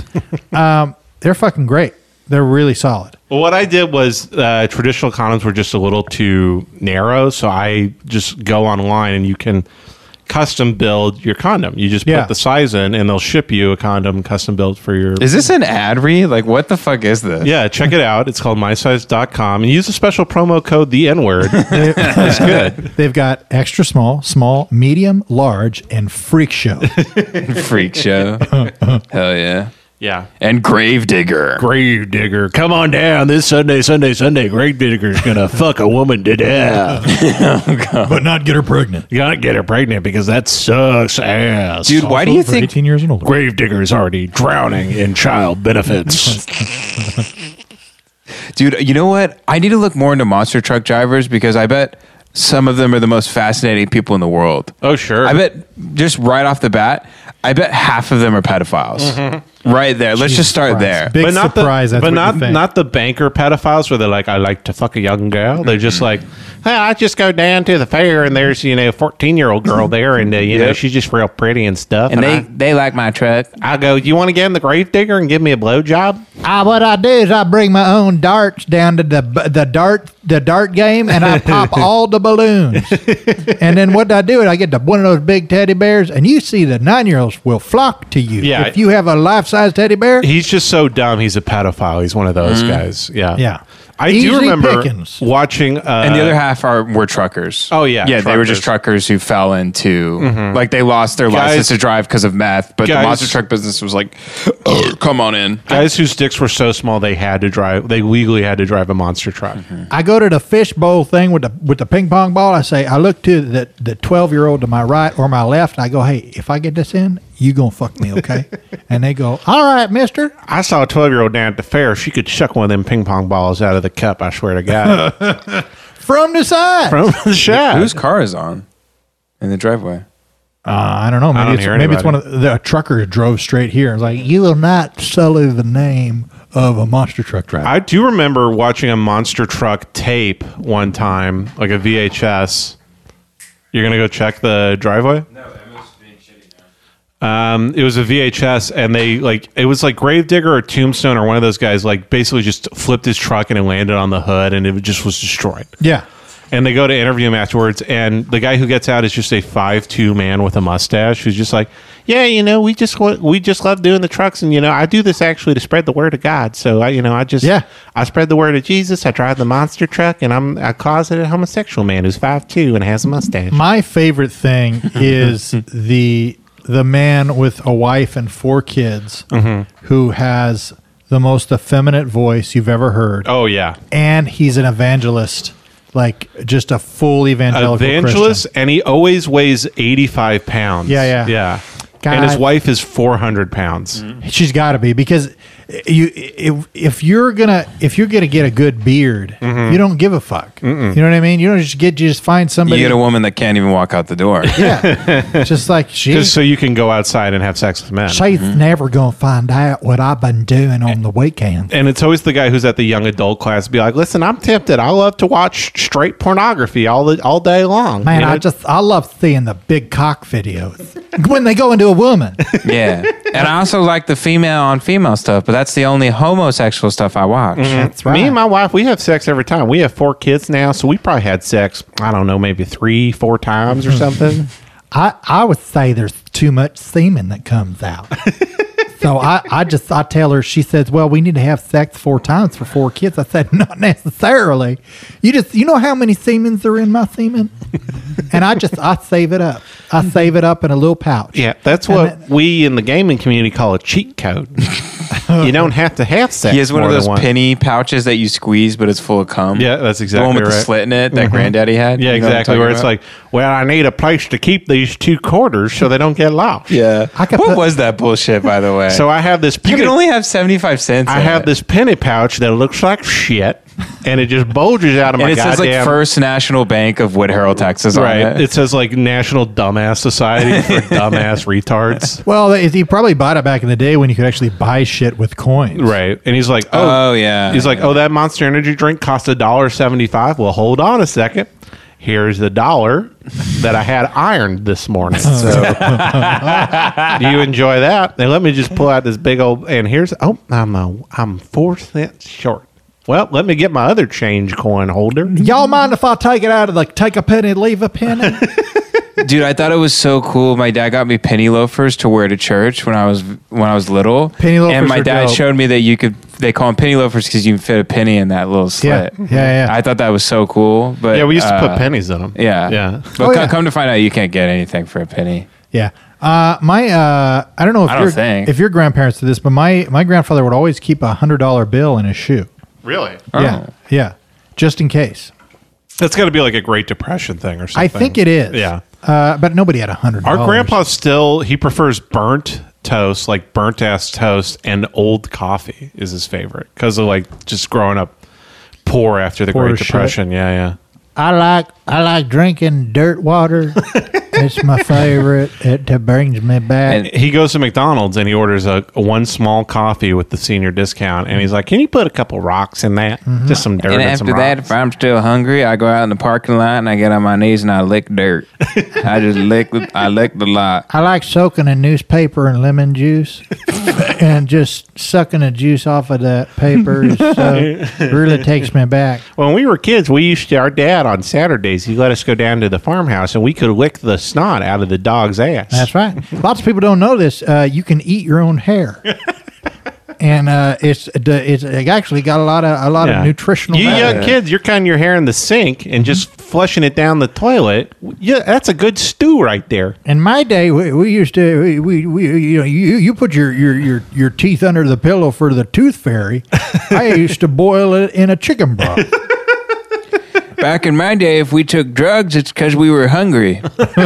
Speaker 1: um, they're fucking great. They're really solid.
Speaker 2: Well, what I did was uh, traditional condoms were just a little too narrow, so I just go online and you can custom build your condom. You just
Speaker 1: Yeah.
Speaker 2: put the size in, and they'll ship you a condom custom built for your.
Speaker 7: Is this an ad read? Like, what the fuck is this?
Speaker 2: Yeah, check it out. It's called mysize.com and use a special promo code the N word. it's good.
Speaker 1: They've got extra small, small, medium, large, and freak show.
Speaker 7: Freak show. Hell yeah.
Speaker 2: Yeah.
Speaker 7: And Gravedigger.
Speaker 2: Gravedigger. Come on down this Sunday, Sunday, Sunday. Gravedigger's going to fuck a woman to death. Uh-huh.
Speaker 8: but not get her pregnant.
Speaker 2: You gotta get her pregnant because that sucks ass.
Speaker 8: Dude, why do you Also for think-
Speaker 1: 18 years and older?
Speaker 2: Gravedigger is already drowning in child benefits.
Speaker 7: Dude, you know what? I need to look more into monster truck drivers because I bet some of them are the most fascinating people in the world.
Speaker 2: Oh, sure.
Speaker 7: I bet just right off the bat, I bet half of them are pedophiles.
Speaker 2: Mm-hmm.
Speaker 7: Right there. Let's just start there.
Speaker 2: but not The, but not not the banker pedophiles where they're like, I like to fuck a young girl. They're just like, hey, I just go down to the fair and there's you know a fourteen year old girl there and uh, you know
Speaker 7: Yep.
Speaker 2: she's just real pretty and stuff.
Speaker 7: And they, they like my truck.
Speaker 2: I, I go, you want to get in the gravedigger and give me a blowjob?
Speaker 1: Ah, what I do is I bring my own darts down to the the dart the dart game, and I pop all the balloons. and then what I do is I get the, one of those big teddy bears, and you see the nine year olds will flock to you.
Speaker 2: Yeah.
Speaker 1: if you have a life size teddy bear,
Speaker 2: He's just so dumb. He's a pedophile. He's one of
Speaker 7: Mm.
Speaker 2: those
Speaker 1: Mhm.
Speaker 2: guys. Yeah.
Speaker 1: Yeah.
Speaker 2: I do
Speaker 1: Easy
Speaker 2: remember
Speaker 1: pickings.
Speaker 2: watching. Uh,
Speaker 7: and the other half are were truckers.
Speaker 2: Oh, yeah,
Speaker 7: yeah. They were just truckers who fell into
Speaker 2: Mhm.
Speaker 7: like they lost their
Speaker 2: Guys-
Speaker 7: license to drive because of meth. But
Speaker 2: Guys-
Speaker 7: the monster truck business was like, "Oh, come on in.
Speaker 2: guys whose dicks were so small they had to drive. They legally had to drive a monster truck.
Speaker 7: Mm-hmm.
Speaker 1: I go to the fishbowl thing with the with the ping pong ball. I say I look to the the twelve year old to my right or my left. And I go, hey, if I get this in, you gonna fuck me, okay? and they go, all right, Mister.
Speaker 2: I saw a 12 year old down at the fair. She could chuck one of them ping pong balls out of the cup, I swear to God.
Speaker 1: From the side.
Speaker 2: From the shaft.
Speaker 7: Whose car is on? in the driveway?
Speaker 1: Uh, I don't know.
Speaker 7: I
Speaker 1: Maybe
Speaker 7: don't
Speaker 1: it's
Speaker 7: hear
Speaker 1: maybe it's one
Speaker 7: anybody.
Speaker 1: of the, the trucker drove straight here. and was like, you will not sully the name of a monster truck driver.
Speaker 2: I do remember watching a monster truck tape one time, like a VHS. You're gonna go check the driveway? No, um, it was a VHS, and they like it was like Gravedigger or Tombstone or one of those guys. Like basically just flipped his truck and it landed on the hood, and it just was destroyed.
Speaker 1: Yeah.
Speaker 2: And they go to interview him afterwards, and the guy who gets out is just a five-two man with a mustache who's just like, "Yeah, you know, we just wa- we just love doing the trucks, and you know, I do this actually to spread the word of God. So I, you know, I just yeah, I spread the word of Jesus. I drive the monster truck, and I'm I closeted homosexual man who's five-two and has a mustache.
Speaker 1: My favorite thing is the the man with a wife and four kids
Speaker 2: Mhm.
Speaker 7: Mm-hmm.
Speaker 1: who has the most effeminate voice you've ever heard.
Speaker 2: Oh yeah,
Speaker 1: And he's an evangelist, like just a full evangelical
Speaker 2: evangelist, and he always weighs eighty-five pounds.
Speaker 1: Yeah, yeah.
Speaker 2: yeah.
Speaker 1: God. Mm-hmm.
Speaker 2: And his wife is four hundred pounds.
Speaker 1: Christian. She's got to be because you if, if you're gonna if you're gonna get a good beard, you don't give a fuck. You know what I mean? You don't just get you just find somebody.
Speaker 7: you get a woman that can't even walk out the door.
Speaker 1: Yeah, just like she.
Speaker 2: Just so you can go outside and have sex with men.
Speaker 1: She's never gonna find out what I've been doing on the weekend.
Speaker 2: And it's always the guy who's at the young adult class be like, "Listen, I'm tempted. I love to watch straight pornography all the, all day long."
Speaker 1: Man,
Speaker 2: You know?
Speaker 1: I just I love seeing the big cock videos when they go into a woman.
Speaker 7: yeah. And I also like the female on female stuff, but that's the only homosexual stuff I watch.
Speaker 1: That's
Speaker 2: Me and my wife, we have sex every time. We have four kids now, so we probably had sex. I don't know, maybe three, four times or something.
Speaker 1: I I would say there's too much semen that comes out. so I I just I tell her she says, "Well, we need to have sex four times for four kids." I said, "Not necessarily. You just you know how many semens are in my semen?" and I just I save it up. I save it up in a little pouch.
Speaker 2: yeah, that's what we in the gaming community call a cheat code. you don't have to have sex.
Speaker 7: He has one of
Speaker 2: more than
Speaker 7: those penny pouches that you squeeze, but it's full of cum.
Speaker 2: Yeah, that's exactly
Speaker 7: the one with
Speaker 2: right.
Speaker 7: the slit in it that
Speaker 2: Mhm.
Speaker 7: granddaddy had.
Speaker 2: Yeah,
Speaker 7: You know what I'm
Speaker 2: exactly. Where
Speaker 7: talking
Speaker 2: it's
Speaker 7: about?
Speaker 2: like, well, I need a place to keep these two quarters so they don't get lost.
Speaker 7: yeah. what was that bullshit, by the way?
Speaker 2: So I have this.
Speaker 7: you
Speaker 2: penny-
Speaker 7: can only have seventy five cents.
Speaker 2: I
Speaker 7: in
Speaker 2: have
Speaker 7: it.
Speaker 2: this penny pouch that looks like shit, and it just bulges out of my
Speaker 7: and it
Speaker 2: goddamn.
Speaker 7: says like First National Bank of Wood Harrell, Texas. on
Speaker 2: right.
Speaker 7: it.
Speaker 2: It says like National Dumbass Society for Dumbass Retards.
Speaker 1: Well, they- he probably bought it back in the day when you could actually buy shit with coins.
Speaker 2: Right, and he's like, oh, yeah. He's like, oh, that Monster Energy drink cost a dollar seventy-five. Well, hold on a second. Here's the dollar that I had ironed this morning.
Speaker 7: Oh,
Speaker 2: So, do you enjoy that? And let me just pull out this big old. And here's oh, I'm a, I'm four cents short. Well, let me get my other change coin holder.
Speaker 1: Y'all mind if I take it out of the take a penny, leave a penny?
Speaker 7: Dude, I thought it was so cool. My dad got me penny loafers to wear to church when I was when I was little.
Speaker 1: Penny loafers
Speaker 7: and my
Speaker 1: are
Speaker 7: dad
Speaker 1: dope.
Speaker 7: showed me that you could. They call them penny loafers because you can fit a penny in that little
Speaker 1: Yeah,
Speaker 7: slit.
Speaker 1: yeah,
Speaker 7: I thought that was so cool. But uh,
Speaker 2: Yeah, we used to put pennies in 'em.
Speaker 7: Yeah,
Speaker 2: Yeah.
Speaker 7: But
Speaker 1: Oh,
Speaker 7: co-
Speaker 1: yeah.
Speaker 7: come to find out, you can't get anything for a penny.
Speaker 1: Yeah. Uh, my uh, I don't know if
Speaker 7: I don't
Speaker 1: your
Speaker 7: think.
Speaker 1: if your grandparents did this, but my my grandfather would always keep a hundred dollar bill in his shoe.
Speaker 2: Really?
Speaker 7: Oh.
Speaker 1: Yeah, yeah, just in case.
Speaker 2: That's got to be like a Great Depression thing or something.
Speaker 1: I think it is.
Speaker 2: Yeah.
Speaker 1: Uh, but nobody had a hundred.
Speaker 2: Our
Speaker 1: dollars.
Speaker 2: grandpa still he prefers burnt toast, like burnt ass toast, and old coffee is his favorite because of like just growing up poor after the
Speaker 1: Poor
Speaker 2: Great
Speaker 1: as shit.
Speaker 2: Depression. Yeah, yeah.
Speaker 1: I like I like drinking dirt water. it's my favorite. It, it brings me back.
Speaker 2: And he goes to McDonald's and he orders a, a one small coffee with the senior discount, and he's like, "Can you put a couple rocks in that? Just some dirt
Speaker 7: And
Speaker 2: and,
Speaker 7: after
Speaker 2: some
Speaker 7: that,
Speaker 2: rocks."
Speaker 7: if I'm still hungry, I go out in the parking lot and I get on my knees and I lick dirt. I just lick. the- I lick the lot.
Speaker 1: I like soaking a newspaper in lemon juice and just sucking the juice off of that paper. is So really takes me back.
Speaker 2: When we were kids, we used to. Our dad on Saturdays, he let us go down to the farmhouse, and we could lick the snot out of the dog's ass.
Speaker 1: That's right. Lots of people don't know this. Uh, you can eat your own hair, and uh, it's it's it actually got a lot of a lot
Speaker 2: Yeah.
Speaker 1: of nutritional.
Speaker 2: You
Speaker 1: value.
Speaker 2: young kids, you're cutting your hair in the sink and just flushing it down the toilet. Yeah, that's a good stew right there.
Speaker 1: In my day, we, we used to we, we, we you know you, you put your, your your your teeth under the pillow for the tooth fairy. I used to boil it in a chicken broth.
Speaker 7: Back in my day, if we took drugs, it's because we were hungry.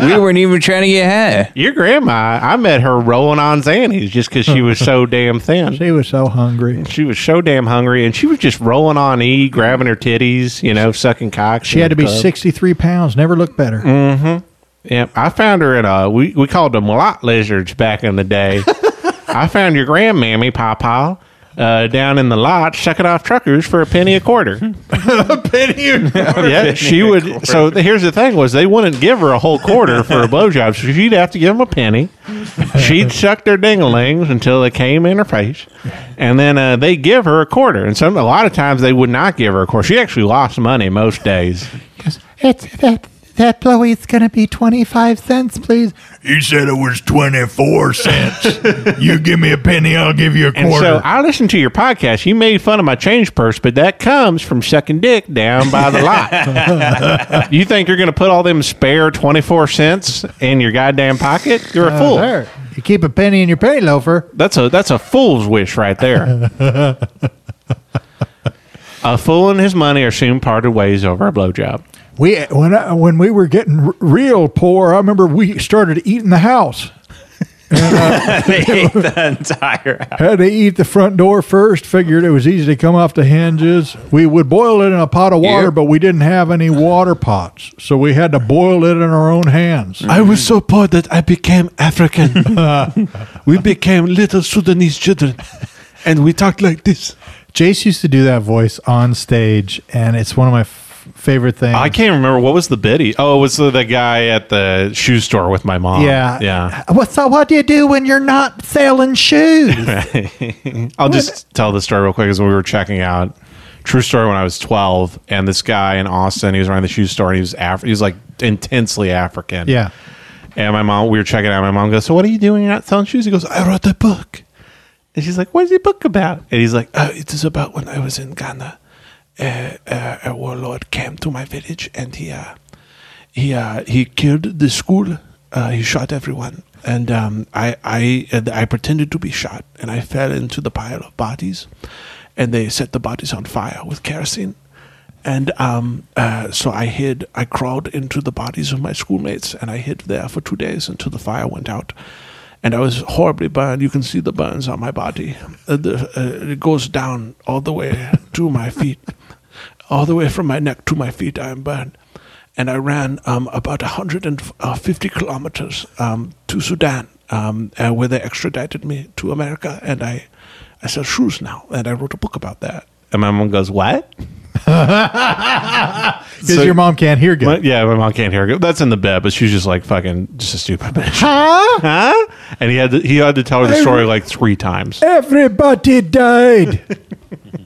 Speaker 7: we weren't even trying to get high.
Speaker 2: Your grandma, I met her rolling on Xannies just because she was so damn thin.
Speaker 1: she was so hungry.
Speaker 2: She was so damn hungry, and she was just rolling on E, grabbing her titties, you know, sucking cocks.
Speaker 1: She had to be sixty three pounds. Never looked better.
Speaker 2: Mm-hmm. Yep, I found her at a we we called them lot lizards back in the day. I found your grandmammy, Papa, uh, down in the lot, sucking off truckers for a penny a quarter.
Speaker 1: a penny or
Speaker 2: yeah, she would. So th- here's the thing: was they wouldn't give her a whole quarter for a blowjob, so she'd have to give them a penny. She'd suck their dinglings until they came in her face, and then uh, they give her a quarter. And some a lot of times they would not give her a quarter. She actually lost money most days.
Speaker 1: It's that that blowy's gonna be twenty five cents, please.
Speaker 8: You said it was 24 cents. you give me a penny, I'll give you a
Speaker 2: And
Speaker 8: quarter.
Speaker 2: so I listened to your podcast. You made fun of my change purse, but that comes from sucking dick down by the lot. you think you're going to put all them spare 24 cents in your goddamn pocket? You're a
Speaker 1: Oh,
Speaker 2: fool.
Speaker 1: there. You keep a penny in your penny loafer.
Speaker 2: That's a that's a fool's wish right there. a fool and his money are soon parted ways over a blowjob.
Speaker 1: We when I, when we were getting r- real poor, I remember we started eating the house.
Speaker 7: they ate the entire house.
Speaker 1: Had to eat the front door first. Figured it was easy to come off the hinges. We would boil it in a pot of water,
Speaker 7: Yep.
Speaker 1: but we didn't have any water pots, so we had to boil it in our own hands.
Speaker 2: I was so poor that I became African. we became little Sudanese children, and we talked like this.
Speaker 1: Jace used to do that voice on stage, and it's one of my f- favorite things.
Speaker 2: I can't remember what was the biddy. Oh, it was the, the guy at the shoe store with my mom.
Speaker 1: Yeah.
Speaker 2: yeah.
Speaker 1: What so what do you do when you're not selling shoes?
Speaker 2: I'll just tell the story real quick. Is when we were checking out, true story. When I was twelve, and this guy in Austin, he was running the shoe store, and he was Af- he was like intensely African.
Speaker 1: yeah.
Speaker 2: And my mom, we were checking out. My mom goes, "So what are you doing? You're not selling shoes?" He goes, "I wrote a book." And she's like, "What's your book about?" And he's like, "Oh, it is about when I was in Ghana. Uh, uh, a warlord came to my village, and he uh, he uh, he killed the school. Uh, he shot everyone, and um, I I and I pretended to be shot, and I fell into the pile of bodies, and they set the bodies on fire with kerosene." And um, uh, so I hid, I crawled into the bodies of my schoolmates and I hid there for two days until the fire went out. And I was horribly burned. You can see the burns on my body. Uh, the, uh, it goes down all the way to my feet, all the way from my neck to my feet. I am burned. And I ran um, about 150 uh, kilometers um, to Sudan, um, uh, where they extradited me to America. And I, I sell shoes now. And I wrote a book about that. And my mom goes, What?
Speaker 1: Because
Speaker 2: So-
Speaker 1: your mom can't hear good.
Speaker 2: My- yeah, my mom can't hear. Her. That's in the bed, but she's just like fucking just a stupid bitch.
Speaker 1: Huh?
Speaker 2: Huh? And he had to, he had to tell her the story like three times.
Speaker 1: Everybody died.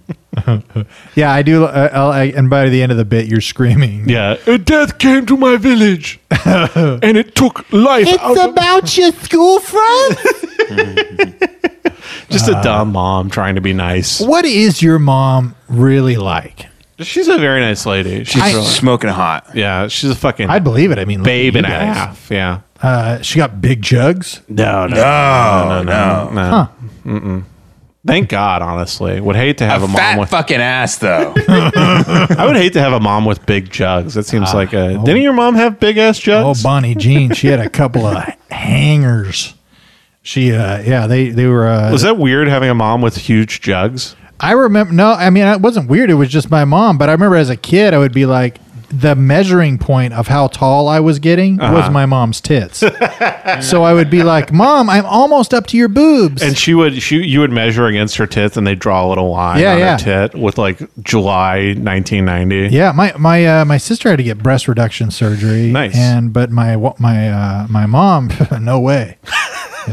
Speaker 1: yeah, I do. Uh, I'll, I, and by the end of the bit, you're screaming.
Speaker 2: Yeah, a death came to my village, and it took life. out of-
Speaker 1: about your school friends.
Speaker 2: just a dumb mom trying to be nice.
Speaker 1: what is your mom really like?
Speaker 2: She's a very nice lady. She's
Speaker 1: I-
Speaker 2: really,
Speaker 7: Smoking hot.
Speaker 2: yeah, she's a fucking
Speaker 1: I believe it. I mean, look
Speaker 2: babe
Speaker 1: at
Speaker 2: and
Speaker 1: you
Speaker 2: a
Speaker 1: guys.
Speaker 2: half. Yeah.
Speaker 1: Uh, she got big jugs.
Speaker 2: No, no, no, no, no.
Speaker 1: Huh.
Speaker 2: Thank God, honestly. Would hate to have a,
Speaker 7: A
Speaker 2: mom
Speaker 7: fat
Speaker 2: with
Speaker 7: fucking ass though.
Speaker 2: I would hate to have a mom with big jugs. That seems like a Didn't your mom have big ass
Speaker 1: Oh,
Speaker 2: jugs?
Speaker 1: Bonnie Jean. She had a couple of hangers. She, uh, yeah, they they were. Uh,
Speaker 2: Was that weird having a mom with huge jugs?
Speaker 1: I remember. No, I mean, it wasn't weird. It was just my mom. But I remember as a kid, I would be like, the measuring point of how tall I was getting was my mom's tits. so I would be like, Mom, I'm almost up to your boobs.
Speaker 2: And she would she you would measure against her tits and they draw a little line
Speaker 1: Yeah,
Speaker 2: on
Speaker 1: yeah.
Speaker 2: her tit with like July 1990.
Speaker 1: yeah, my my uh, my sister had to get breast reduction surgery.
Speaker 2: Nice.
Speaker 1: And but my wa- my uh, my mom, no way,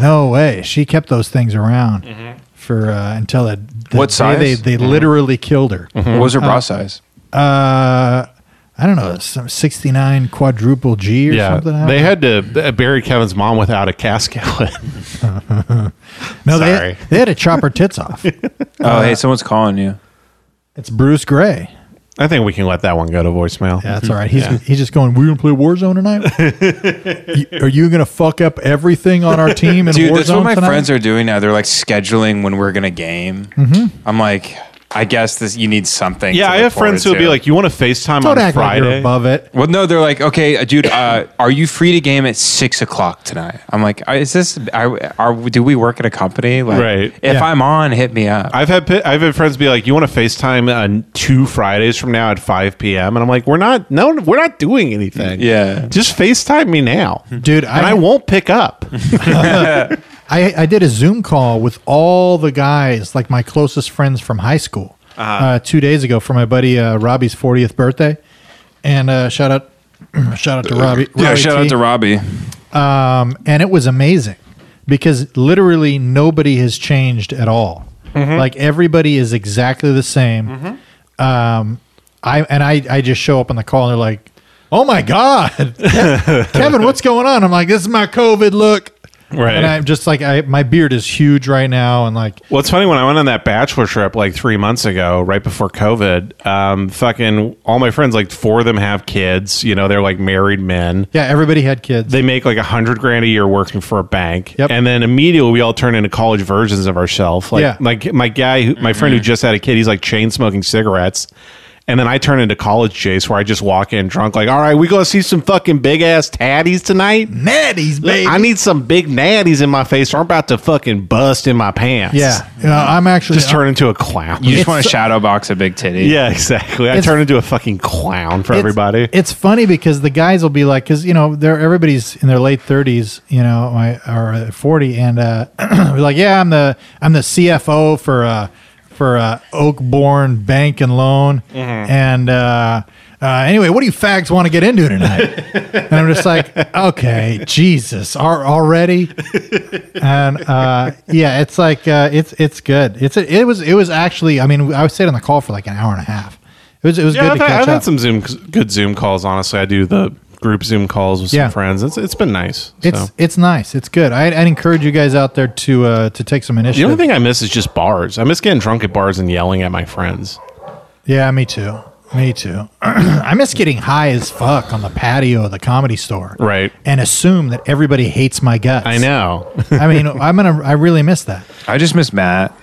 Speaker 1: no way. She kept those things around for uh, until the, the
Speaker 7: What
Speaker 1: day
Speaker 7: size?
Speaker 1: They they literally killed her.
Speaker 7: What was her bra size?
Speaker 1: Uh, I don't know, some sixty nine quadruple G or
Speaker 2: Yeah,
Speaker 1: something. I don't
Speaker 2: they
Speaker 1: know.
Speaker 2: had to b- bury Kevin's mom without a casket.
Speaker 1: No, they
Speaker 2: Sorry.
Speaker 1: had, they had to chop her tits off. uh,
Speaker 7: Oh, hey, someone's calling you.
Speaker 1: It's Bruce Gray.
Speaker 2: I think we can let that one go to voicemail.
Speaker 1: Yeah, that's all right. He's he's just going. We're gonna play Warzone tonight. Y- are you gonna fuck up everything on our team in
Speaker 7: Dude,
Speaker 1: Warzone
Speaker 7: that's what my
Speaker 1: tonight? Mm-hmm.
Speaker 7: friends are doing now. They're like scheduling when we're gonna game. I'm like, I guess this you need something.
Speaker 2: Mm-hmm. Yeah,
Speaker 7: to
Speaker 2: I
Speaker 7: look
Speaker 2: have friends
Speaker 7: forward
Speaker 2: who'll be
Speaker 7: to.
Speaker 2: like, "You want to FaceTime
Speaker 7: Don't
Speaker 2: on
Speaker 7: act like
Speaker 2: Friday?"
Speaker 7: you're
Speaker 1: above it.
Speaker 7: Well, no, they're like, okay, uh, dude, uh, are you free to game at six o'clock tonight? I'm like, "Uh, is this? Are, are do we work at a company? Like,
Speaker 2: right.
Speaker 7: If I'm on, hit me up.
Speaker 2: I've had pi- I've had friends be like, "You want to FaceTime on two Fridays from now at 5 p.m." And I'm like, "We're not. No, we're not doing anything.
Speaker 7: Yeah.
Speaker 2: just FaceTime me now,
Speaker 1: dude.
Speaker 2: and I won't pick up.
Speaker 1: I, I did a Zoom call with all the guys, like my closest friends from high school, uh
Speaker 7: Uh-huh.
Speaker 1: two days ago for my buddy uh, Robbie's 40th birthday. And uh, shout out, shout out to Robbie.
Speaker 7: Uh, yeah,
Speaker 1: Robbie
Speaker 7: shout
Speaker 1: T.
Speaker 7: out to Robbie.
Speaker 1: Um, and it was amazing because literally nobody has changed at all.
Speaker 2: Mm-hmm.
Speaker 7: Mhm.
Speaker 1: Like everybody is exactly the same. Um, I and I, I just show up on the call and they're like, "Oh my god, Kevin, what's going on?" I'm like, "This is my COVID look."
Speaker 2: Right.
Speaker 1: And I'm just like, I my beard is huge right now, and like,
Speaker 2: Well, it's funny when I went on that bachelor trip like three months ago, right before COVID. Um, fucking all my friends, like four of them have kids. You know, they're like married men.
Speaker 1: yeah, everybody had kids.
Speaker 2: They make like a hundred grand a year working for a bank,
Speaker 1: Yep.
Speaker 2: and then immediately we all turn into college versions of ourselves. Like,
Speaker 1: Yeah.
Speaker 2: like my guy, who, my friend who just had a kid, he's like chain smoking cigarettes, and then I turn into college Jace, where I just walk in drunk, like, all right, we gonna see some fucking big ass tatties tonight,
Speaker 1: natties, baby.
Speaker 2: I need some big natties in my face, or I'm about to fucking bust in my pants.
Speaker 1: yeah, you know, I'm actually
Speaker 2: just turn into a clown.
Speaker 7: You just
Speaker 1: It's-
Speaker 7: want to shadow box a big titty.
Speaker 2: Yeah, exactly. I
Speaker 1: It's-
Speaker 2: turn into a fucking clown for
Speaker 1: It's-
Speaker 2: everybody.
Speaker 1: It's funny because the guys will be like, because you know, they're everybody's in their late thirties, you know, my- or uh, forty, and uh, be like, yeah, I'm the I'm the CFO for uh, for uh, Oakborn Bank and Loan,
Speaker 2: Mm-hmm.
Speaker 1: and uh, uh, anyway, what do you fags want to get into tonight? and I'm just like, okay, Jesus, are already, and uh, yeah, it's like uh, it's it's good. It's it was it was actually, I mean, I stayed on the call for like an hour and a half. It was it was
Speaker 2: yeah,
Speaker 1: good
Speaker 2: I've,
Speaker 1: to
Speaker 2: had,
Speaker 1: catch
Speaker 2: I've
Speaker 1: up.
Speaker 2: had some Zoom good Zoom calls. Honestly, I do the group Zoom calls with
Speaker 1: Yeah.
Speaker 2: some friends. It's it's been nice.
Speaker 1: It's
Speaker 2: so.
Speaker 1: it's nice. It's good. I, I'd encourage you guys out there to uh, to take some
Speaker 2: The
Speaker 1: initiative.
Speaker 2: only thing I miss is just bars. I miss getting drunk at bars and yelling at my friends.
Speaker 1: yeah, me too. Me too. I miss getting high as fuck on the patio of the comedy store
Speaker 2: Right.
Speaker 1: and assume that everybody hates my guts.
Speaker 2: I know.
Speaker 1: I mean, I'm gonna. I really miss that.
Speaker 7: I just miss Matt.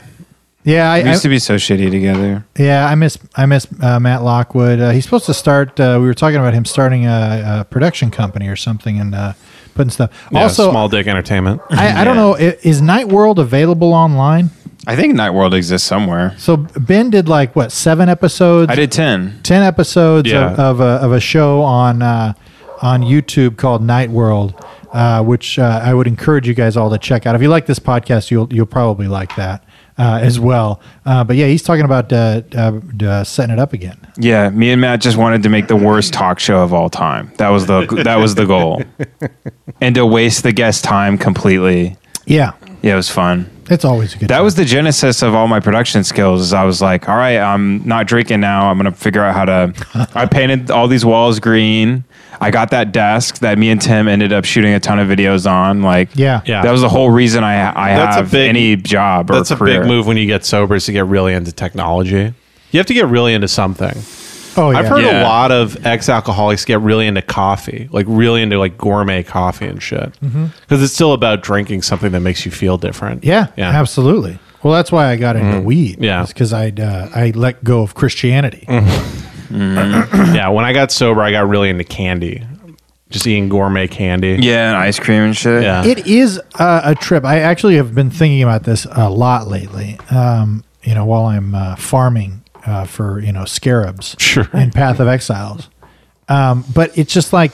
Speaker 1: Yeah, I,
Speaker 7: we used
Speaker 1: I
Speaker 7: to be so shitty together.
Speaker 1: yeah, I miss I miss uh, Matt Lockwood. Uh, he's supposed to start. Uh, we were talking about him starting a, a production company or something and uh, putting stuff.
Speaker 2: Yeah,
Speaker 1: also,
Speaker 2: small dick entertainment.
Speaker 1: I, I don't know. i- Is Night World available online?
Speaker 7: I think Night World exists somewhere.
Speaker 1: So Ben did like what seven episodes?
Speaker 7: I did ten.
Speaker 1: 10 episodes
Speaker 7: Yeah.
Speaker 1: of, of, a, of a show on uh, on YouTube called Night World, uh, which uh, I would encourage you guys all to check out. If you like this podcast, you'll you'll probably like that uh, as well. Uh, but yeah, he's talking about uh, uh, uh, setting it up again.
Speaker 7: Yeah, me and Matt just wanted to make the worst talk show of all time. That was the that was the goal, and to waste the guest time completely.
Speaker 1: Yeah,
Speaker 7: Yeah, it was fun.
Speaker 1: it's always a good.
Speaker 7: That was the genesis of all my production skills. Is I was like, all right, I'm not drinking now. I'm gonna figure out how to. I painted all these walls green. I got that desk that me and Tim ended up shooting a ton of videos on. Like,
Speaker 1: Yeah.
Speaker 2: Yeah.
Speaker 7: that was the whole reason I I
Speaker 2: That's a
Speaker 7: have
Speaker 2: big-
Speaker 7: any job or
Speaker 2: That's a
Speaker 7: career.
Speaker 2: big move when you get sober is to get really into technology. You have to get really into something.
Speaker 1: Oh yeah,
Speaker 2: I've heard
Speaker 7: Yeah.
Speaker 2: a lot of ex-alcoholics get really into coffee, like really into like gourmet coffee and shit, because it's still about drinking something that makes you feel different.
Speaker 1: Mm-hmm. yeah,
Speaker 2: yeah, Mm-hmm.
Speaker 1: absolutely. Well, that's why I got into weed.
Speaker 2: Yeah.
Speaker 1: because I uh, I let go of Christianity.
Speaker 2: yeah. When I got sober, I got really into candy, just eating gourmet candy.
Speaker 7: Yeah, and ice cream and shit.
Speaker 2: Yeah.
Speaker 1: It is uh, a trip. I actually have been thinking about this a lot lately. Um, you know, while I'm uh, farming uh, for you know scarabs
Speaker 2: Sure.
Speaker 1: and Path of Exiles, um, but it's just like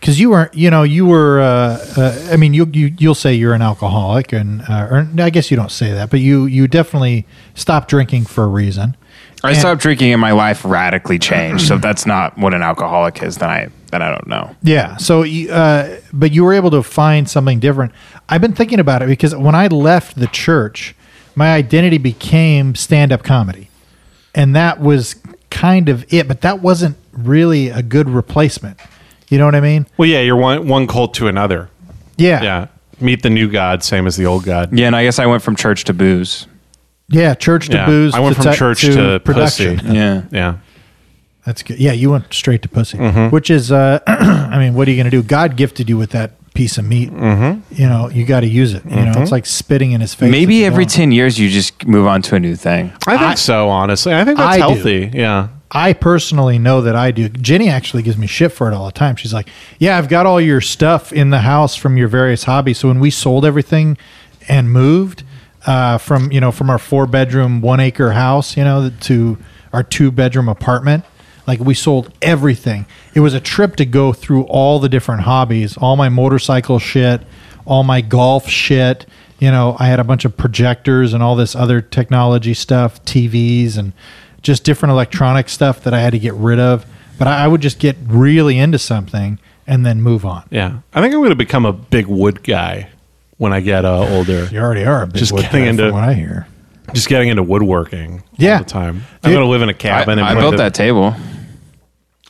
Speaker 1: because you were, you know, you were. Uh, uh, I mean, you you you'll say you're an alcoholic, and uh, or I guess you don't say that, but you you definitely stopped drinking for a reason.
Speaker 7: I stopped drinking and my life radically changed. So if that's not what an alcoholic is, then I then I don't know.
Speaker 1: Yeah. So, you- uh, but you were able to find something different. I've been thinking about it because when I left the church, my identity became stand up comedy. And that was kind of it, but that wasn't really a good replacement. You know what I mean?
Speaker 2: Well, yeah, you're one one cult to another.
Speaker 1: Yeah.
Speaker 2: Yeah, meet the new god, same as the old god.
Speaker 7: Yeah, and I guess I went from church to booze.
Speaker 1: Yeah, Church to
Speaker 2: Yeah.
Speaker 1: booze.
Speaker 2: I went from
Speaker 1: te-
Speaker 2: church to
Speaker 1: production.
Speaker 2: pussy.
Speaker 7: Yeah.
Speaker 2: Yeah, Mm-hmm.
Speaker 1: That's good. Yeah. You went straight to pussy, which is, uh, I mean, what are you going to do? God gifted you with that piece of meat,
Speaker 7: Mhm.
Speaker 2: Mm-hmm.
Speaker 1: you know, you got to use it. You know,
Speaker 7: Mhm.
Speaker 1: it's like spitting in his face. if
Speaker 7: Maybe
Speaker 1: you
Speaker 7: every
Speaker 1: don't.
Speaker 7: 10 years you just move on to a new thing.
Speaker 2: I think so, honestly. I think that's
Speaker 1: I do.
Speaker 2: healthy. Yeah.
Speaker 1: I personally know that I do. Jenny actually gives me shit for it all the time. She's like, "Yeah, I've got all your stuff in the house from your various hobbies. So when we sold everything and moved uh, from you know from our four bedroom one acre house, you know, to our two bedroom apartment, like we sold everything. It was a trip to go through all the different hobbies, all my motorcycle shit, all my golf shit." You know, I had a bunch of projectors and all this other technology stuff, TVs and just different electronic stuff that I had to get rid of. But I, I would just get really into something and then move on.
Speaker 2: Yeah. I think I'm going to become a big wood guy when I get uh, older.
Speaker 1: You already are a big
Speaker 2: Just
Speaker 1: wood
Speaker 2: getting
Speaker 1: guy
Speaker 2: into
Speaker 1: from what I hear.
Speaker 2: Just getting into woodworking
Speaker 1: Yeah.
Speaker 2: all the time. I'm
Speaker 1: Dude,
Speaker 2: going to live in a cabin.
Speaker 7: I
Speaker 2: play
Speaker 7: built
Speaker 2: the-
Speaker 7: that table.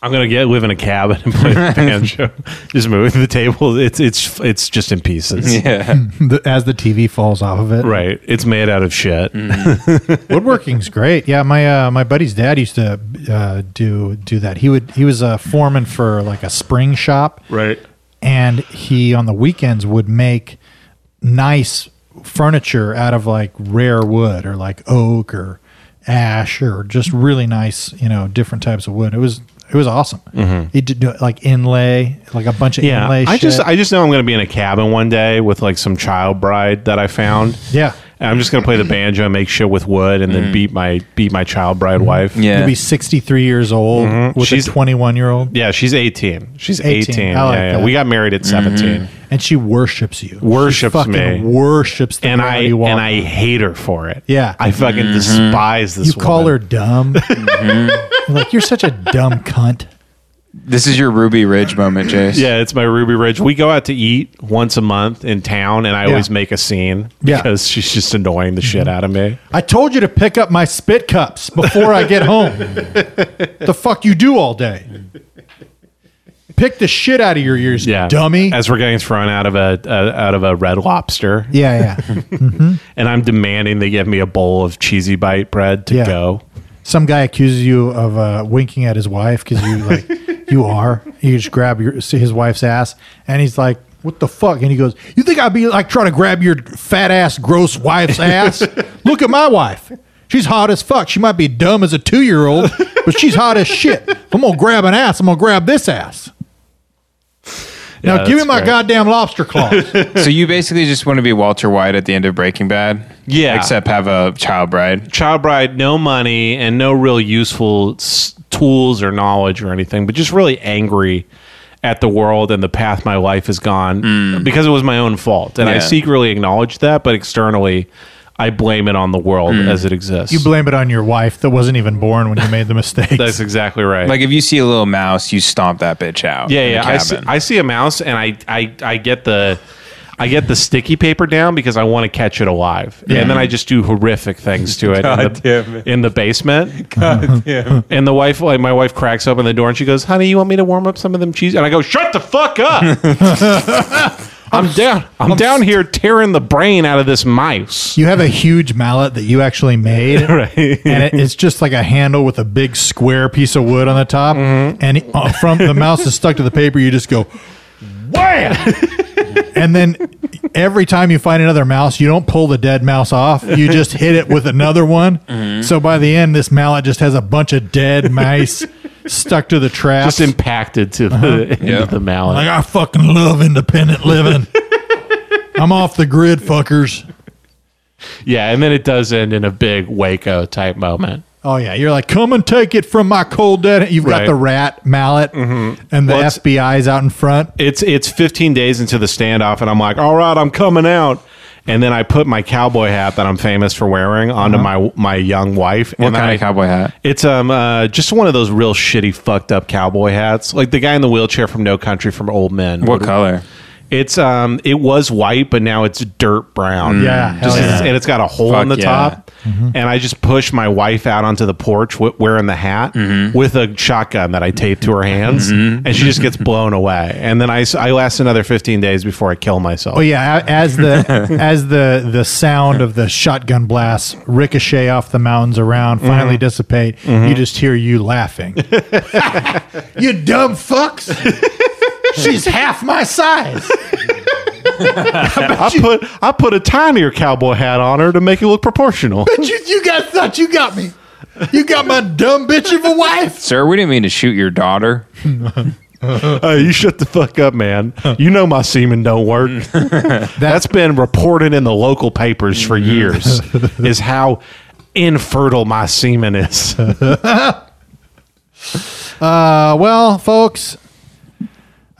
Speaker 2: I'm gonna get live in a cabin and play the banjo. just move the table. It's it's it's just in pieces.
Speaker 7: Yeah.
Speaker 1: The- As the TV falls off of it,
Speaker 2: Right. It's made out of shit.
Speaker 7: Mm.
Speaker 1: woodworking's great. Yeah, my uh, my buddy's dad used to uh, do do that. He would he was a foreman for like a spring shop,
Speaker 2: Right.
Speaker 1: and he on the weekends would make nice furniture out of like rare wood or like oak or ash or just really nice you know different types of wood it was it was awesome he did do, like inlay like a bunch of
Speaker 2: Mm-hmm. Yeah.
Speaker 1: inlay
Speaker 2: I
Speaker 1: shit.
Speaker 2: just I just know I'm gonna be in a cabin one day with like some child bride that I found.
Speaker 1: yeah
Speaker 2: And I'm just gonna play the banjo and make shit with wood and then beat my beat my child bride
Speaker 1: Mm-hmm.
Speaker 2: wife.
Speaker 1: you'd
Speaker 7: Mm. Yeah.
Speaker 1: be 63 years old with
Speaker 2: Mm-hmm. She's-
Speaker 1: a 21 year old
Speaker 2: Yeah, she's 18. She's
Speaker 1: 18.
Speaker 2: 18.
Speaker 1: I like
Speaker 2: yeah, yeah.
Speaker 1: that.
Speaker 2: We got married
Speaker 7: Mm-hmm.
Speaker 2: at 17.
Speaker 1: and she worships you She
Speaker 2: Worships
Speaker 1: fucking
Speaker 2: me.
Speaker 1: worships the
Speaker 2: And I
Speaker 1: ground you walk
Speaker 2: and I
Speaker 1: on.
Speaker 2: hate her for it.
Speaker 1: Yeah.
Speaker 2: I fucking despise this
Speaker 1: you call
Speaker 2: woman. Mm-hmm.
Speaker 1: her dumb like you're such a dumb cunt
Speaker 7: This is your Ruby Ridge moment, Jace.
Speaker 2: Yeah, it's my Ruby Ridge. We go out to eat once a month in town, and I
Speaker 1: Yeah.
Speaker 2: always make a scene
Speaker 1: Yeah. Mm-hmm.
Speaker 2: because she's just annoying the shit out of me.
Speaker 1: I told you to pick up my spit cups before I get home. the fuck you do all day? Pick the shit out of your ears,
Speaker 2: Yeah,
Speaker 1: dummy.
Speaker 2: As we're getting thrown out of a, a out of a Red Lobster,
Speaker 1: yeah, yeah.
Speaker 2: and I'm demanding they give me a bowl of cheesy bite bread to
Speaker 1: Yeah.
Speaker 2: go.
Speaker 1: Some guy accuses you of uh, winking at his wife because you like you are. You just grab your see his wife's ass, and he's like, "What the fuck?" And he goes, "You think I'd be like trying to grab your fat ass, gross wife's ass? Look at my wife." She's hot as fuck. She might be dumb as a two year old, but she's hot as shit. If I'm gonna grab an ass, I'm gonna grab this ass.
Speaker 2: Yeah,
Speaker 1: now give me
Speaker 2: that's
Speaker 1: my
Speaker 2: great.
Speaker 1: goddamn lobster claws.
Speaker 7: So you basically just want to be Walter White at the end of Breaking Bad?
Speaker 2: Yeah.
Speaker 7: Except have a child bride.
Speaker 2: Child bride, no money and no real useful s- tools or knowledge or anything, but just really angry at the world and the path my life has gone because it was my own fault, and I
Speaker 7: Yeah.
Speaker 2: secretly acknowledge that, but externally. I blame it on the world as it exists.
Speaker 1: you blame it on your wife that wasn't even born when you made the mistake.
Speaker 2: That's exactly right.
Speaker 7: Like if you see a little mouse, you stomp that bitch out.
Speaker 2: yeah,
Speaker 7: in the
Speaker 2: yeah. I see,
Speaker 7: cabin.
Speaker 2: I see a mouse, and I, I, I get the, I get the sticky paper down because I want to catch it alive, and then I just do horrific things to it. in the, In the basement. And the wife, like my wife, cracks open the door and she goes, "Honey, you want me to warm up some of them cheese?" And I go, "Shut the fuck up." I'm down. I'm, down here tearing the brain out of this mouse.
Speaker 1: You have a huge mallet that you actually made, and it, it's just like a handle with a big square piece of wood on the top. And it- uh, from the mouse is stuck to the paper, you just go wham. and then every time you find another mouse, you don't pull the dead mouse off. You just hit it with another one. So by the end, this mallet just has a bunch of dead mice stuck to the trap.
Speaker 2: Just impacted to the end
Speaker 7: Uh-huh. Yeah.
Speaker 2: of the mallet.
Speaker 1: Like I fucking love independent living. I'm off the grid, fuckers.
Speaker 2: Yeah, and then it does end in a big Waco type moment.
Speaker 1: Oh yeah, you're like, come and take it from my cold dead. You've got
Speaker 2: Right. Mm-hmm.
Speaker 1: the rat mallet, and the
Speaker 2: Well, it's-
Speaker 1: FBI's out in front.
Speaker 2: It's it's 15 days into the standoff, and I'm like, all right, I'm coming out. And then I put my cowboy hat that I'm famous for wearing onto my my young wife.
Speaker 7: Uh-huh. What
Speaker 2: and
Speaker 7: kind
Speaker 2: I,
Speaker 7: of cowboy hat?
Speaker 2: It's um uh, just one of those real shitty fucked up cowboy hats, like the guy in the wheelchair from No Country from Old Men.
Speaker 7: What color?
Speaker 2: It's um it was white, but now it's dirt brown.
Speaker 1: Mm. Yeah, hell
Speaker 2: Just-
Speaker 1: yeah. Mm-hmm.
Speaker 2: and it's got a hole
Speaker 7: Fuck
Speaker 2: in the
Speaker 7: yeah.
Speaker 2: top. And I just push my wife out onto the porch w- wearing the hat
Speaker 7: Mm-hmm.
Speaker 2: with a shotgun that I taped to her hands, and she just gets blown away. And then I s- I last another fifteen days before I kill myself.
Speaker 1: Oh yeah, a- as the as the the sound of the shotgun blasts ricochet off the mountains around,
Speaker 2: Mm-hmm.
Speaker 1: finally dissipate. You just hear you laughing. you dumb fucks. She's half my size.
Speaker 2: I put I put a tinier cowboy hat on her to make it look proportional.
Speaker 1: But you, you guys thought you got me. You got my dumb bitch of a wife.
Speaker 7: Sir, we didn't mean to shoot your daughter.
Speaker 2: Hey, you shut the fuck up, man. You know my semen don't work. That's been reported in the local papers for
Speaker 7: Mm.
Speaker 2: years. is how infertile my semen is.
Speaker 1: Uh, well, folks,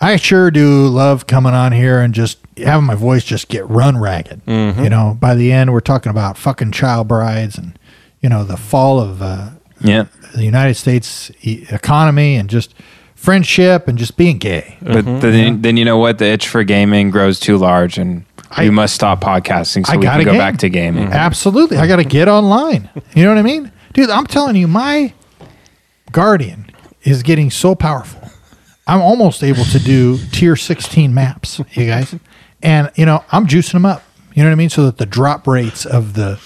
Speaker 1: I sure do love coming on here and just having my voice just get run ragged. You know, by the end, we're talking about fucking child brides and, you know, the fall of uh,
Speaker 7: Yeah.
Speaker 1: the United States e- economy and just friendship and just being gay.
Speaker 7: But then, then you know what? The itch for gaming grows too large, and we must stop podcasting so
Speaker 1: I
Speaker 7: we
Speaker 1: got
Speaker 7: can
Speaker 1: a
Speaker 7: go
Speaker 1: game.
Speaker 7: back to gaming.
Speaker 1: Absolutely. I got to get online. You know what I mean? Dude, I'm telling you, my guardian is getting so powerful. I'm almost able to do tier 16 maps, you guys. And, you know, I'm juicing them up. You know what I mean? So that the drop rates of the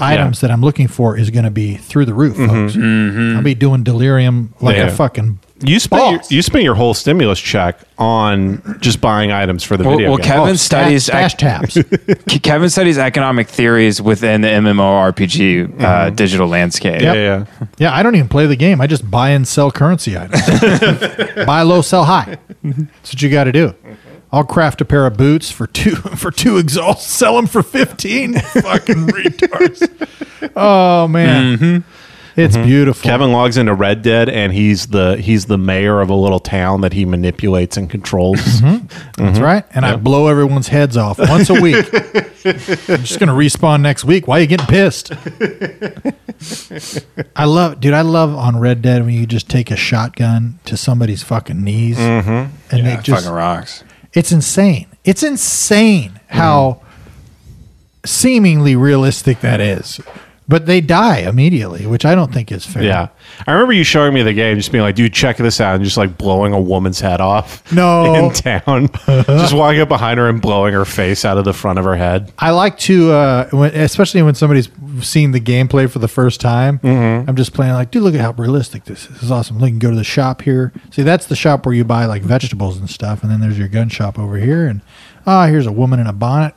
Speaker 1: items that I'm looking for is going to be through the roof, folks. I'll be doing delirium like
Speaker 2: Yeah.
Speaker 1: a fucking.
Speaker 2: You spent your, you spent your whole stimulus check on just buying items for the
Speaker 7: Well,
Speaker 2: video.
Speaker 7: well,
Speaker 2: game.
Speaker 7: Kevin
Speaker 1: Oh,
Speaker 7: studies
Speaker 1: stash-
Speaker 7: ac-
Speaker 1: stash tabs.
Speaker 7: Ke- Kevin studies economic theories within the MMORPG uh, digital landscape.
Speaker 2: yeah, yeah.
Speaker 1: Yeah, I don't even play the game. I just buy and sell currency items. buy low, sell high. That's what you got to do. I'll craft a pair of boots for two for two exalts. Sell them for fifteen. Fucking retards. Oh man, it's beautiful.
Speaker 2: Kevin logs into Red Dead and he's the he's the mayor of a little town that he manipulates and controls.
Speaker 7: Mm-hmm.
Speaker 1: That's right. And I blow everyone's heads off once a week. I'm just gonna respawn next week. Why are you getting pissed? I love, dude. I love on Red Dead when you just take a shotgun to somebody's fucking knees and they
Speaker 7: That
Speaker 1: just
Speaker 7: fucking rocks.
Speaker 1: It's insane. It's insane how seemingly realistic that is. But they die immediately, which I don't think is fair.
Speaker 2: Yeah, I remember you showing me the game, just being like, "Dude, check this out," and just like blowing a woman's head off.
Speaker 1: No.
Speaker 2: in town, just walking up behind her and blowing her face out of the front of her head.
Speaker 1: I like to, uh, when, especially when somebody's seeing the gameplay for the first time.
Speaker 7: Mm-hmm.
Speaker 1: I'm just playing like, dude, look at how realistic this is. This is awesome. Look, you can go to the shop here. See, that's the shop where you buy like vegetables and stuff, and then there's your gun shop over here. And ah, here's a woman in a bonnet.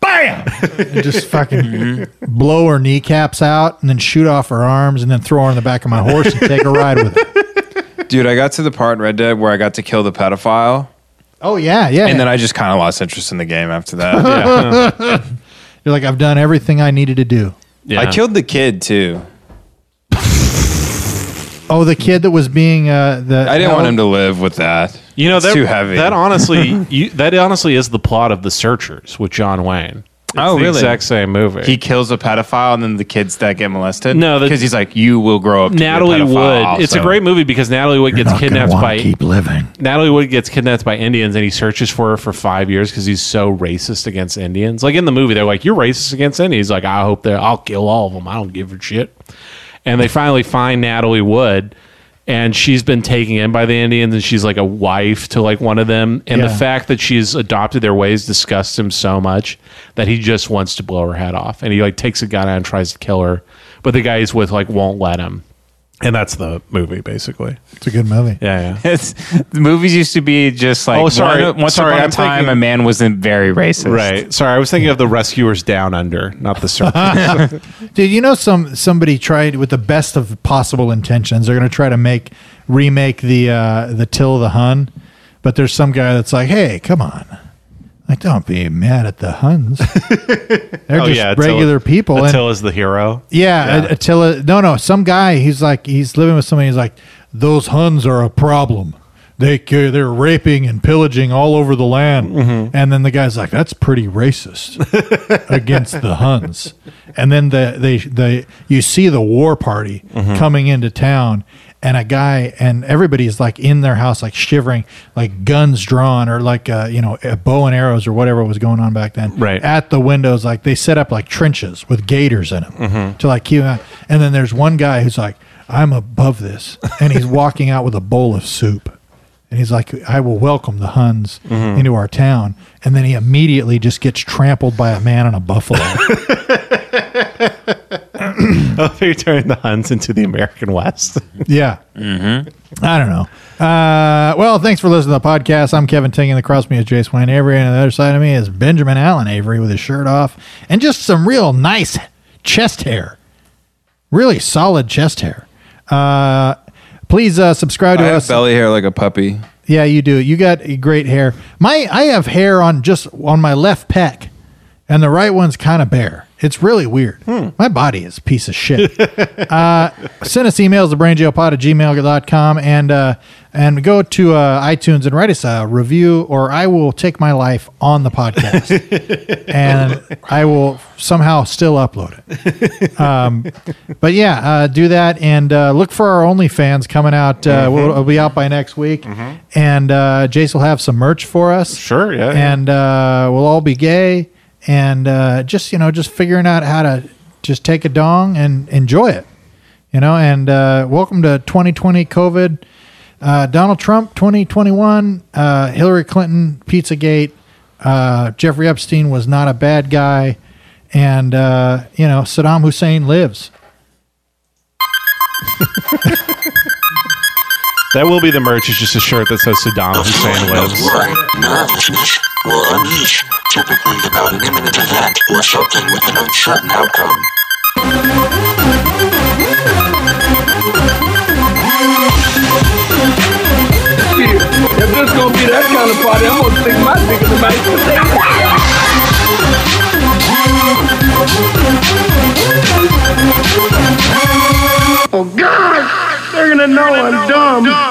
Speaker 1: Bam! and just fucking blow her kneecaps out, and then shoot off her arms, and then throw her on the back of my horse and take a ride with it.
Speaker 7: Dude, I got to the part in Red Dead where I got to kill the pedophile,
Speaker 1: Oh yeah, yeah.
Speaker 7: and then I just kind of lost interest in the game after that.
Speaker 1: you're like, I've done everything I needed to do.
Speaker 2: Yeah.
Speaker 7: I killed the kid too.
Speaker 1: Oh, the kid that was being uh, the.
Speaker 7: I didn't
Speaker 1: no.
Speaker 7: want him to live with that.
Speaker 2: You know
Speaker 7: It's
Speaker 2: that
Speaker 7: too heavy.
Speaker 2: That honestly, you, that honestly is the plot of The Searchers with John Wayne. It's
Speaker 7: Oh,
Speaker 2: the
Speaker 7: really?
Speaker 2: Exact same movie.
Speaker 7: he kills a pedophile, and then the kids that get molested.
Speaker 2: No, the-
Speaker 7: because he's like, you will grow up. To
Speaker 2: Natalie
Speaker 7: be a
Speaker 2: Wood.
Speaker 7: pedophile
Speaker 2: It's a
Speaker 7: also."
Speaker 2: great movie because Natalie Wood gets kidnapped by
Speaker 1: living.
Speaker 2: Natalie Wood gets kidnapped by Indians and he searches for her for five years because he's so racist against Indians. Like in the movie, they're like, "You're racist against Indians." He's like, "I hope that I'll kill all of them. I don't give a shit." And they finally find Natalie Wood, and she's been taken in by the Indians, and she's like a wife to like one of them. And the
Speaker 1: Yeah.
Speaker 2: fact that she's adopted their ways disgusts him so much that he just wants to blow her head off, and he like takes a gun out and tries to kill her, but the guy he's with like won't let him. And that's the movie, basically.
Speaker 1: It's a good movie.
Speaker 2: Yeah, yeah.
Speaker 7: It's, the movies used to be just like
Speaker 2: Oh, sorry.
Speaker 7: one- once
Speaker 2: Sorry,
Speaker 7: upon a
Speaker 2: I'm
Speaker 7: time
Speaker 2: thinking-
Speaker 7: a man wasn't very racist.
Speaker 2: Right. Sorry, I was thinking of the rescuers down under, not the circus.
Speaker 1: Dude, you know some somebody tried with the best of possible intentions. They're going to try to make remake the uh, the Till the Hun, but there's some guy that's like, "Hey, come on." Like, don't be mad at the Huns.
Speaker 2: Oh,
Speaker 1: They're Oh, just regular people. and-
Speaker 2: Attila's the hero.
Speaker 1: Yeah,
Speaker 2: Yeah.
Speaker 1: Attila. No, no, some guy. He's like he's living with somebody. He's like those Huns are a problem. They ca- they're raping and pillaging all over the land.
Speaker 2: Mm-hmm.
Speaker 1: And then the guy's like, that's pretty racist against the Huns. And then the they they you see the war party
Speaker 2: Mm-hmm.
Speaker 1: coming into town. And a guy and everybody's like in their house, like shivering, like guns drawn, or like uh, you know, uh, bow and arrows, or whatever was going on back then
Speaker 2: Right.
Speaker 1: at the windows like they set up like trenches with gators in them to like keep 'em out. and then there's one guy who's like i'm above this and he's walking out with a bowl of soup and he's like i will welcome the huns into our town and then he immediately just gets trampled by a man on a buffalo
Speaker 2: oh, they turned the Huns into the American West.
Speaker 1: Yeah.
Speaker 2: Mm-hmm.
Speaker 1: I don't know. Uh, well, thanks for listening to the podcast. I'm Kevin Ting, and across me is Jace Wayne Avery, and on the other side of me is Benjamin Allen Avery with his shirt off and just some real nice chest hair. Really solid chest hair. Uh, please uh, subscribe
Speaker 11: I
Speaker 1: to
Speaker 11: have
Speaker 1: us.
Speaker 11: belly hair like a puppy.
Speaker 1: Yeah, you do. You got great hair. My I have hair on just on my left pec, and the right one's kind of bare. It's really weird. My body is a piece of shit. uh, send us emails to brainjailpod at gmail.com and uh, and go to uh, iTunes and write us a review, or I will take my life on the podcast, and I will somehow still upload it. Um, but yeah, uh, do that and uh, look for our OnlyFans coming out. Uh,
Speaker 2: Mhm.
Speaker 1: we'll, it'll be out by next week and uh, Jace will have some merch for us.
Speaker 2: Sure, yeah, yeah.
Speaker 1: And uh, we'll all be gay, and uh, just you know, just figuring out how to just take a dong and enjoy it, you know. And uh, welcome to 2020 COVID, uh, Donald Trump 2021, uh, Hillary Clinton, Pizzagate, uh, Jeffrey Epstein was not a bad guy, and uh, you know, Saddam Hussein lives.
Speaker 2: That will be the merch. It's just a shirt that says Saddam Hussein lives.
Speaker 5: Worry, nervousness will unleash, typically about an imminent event or something with an uncertain outcome.
Speaker 6: If this gonna be that kind of party, I'm gonna stick my dick in the mouth. Oh God, they're gonna know I'm dumb.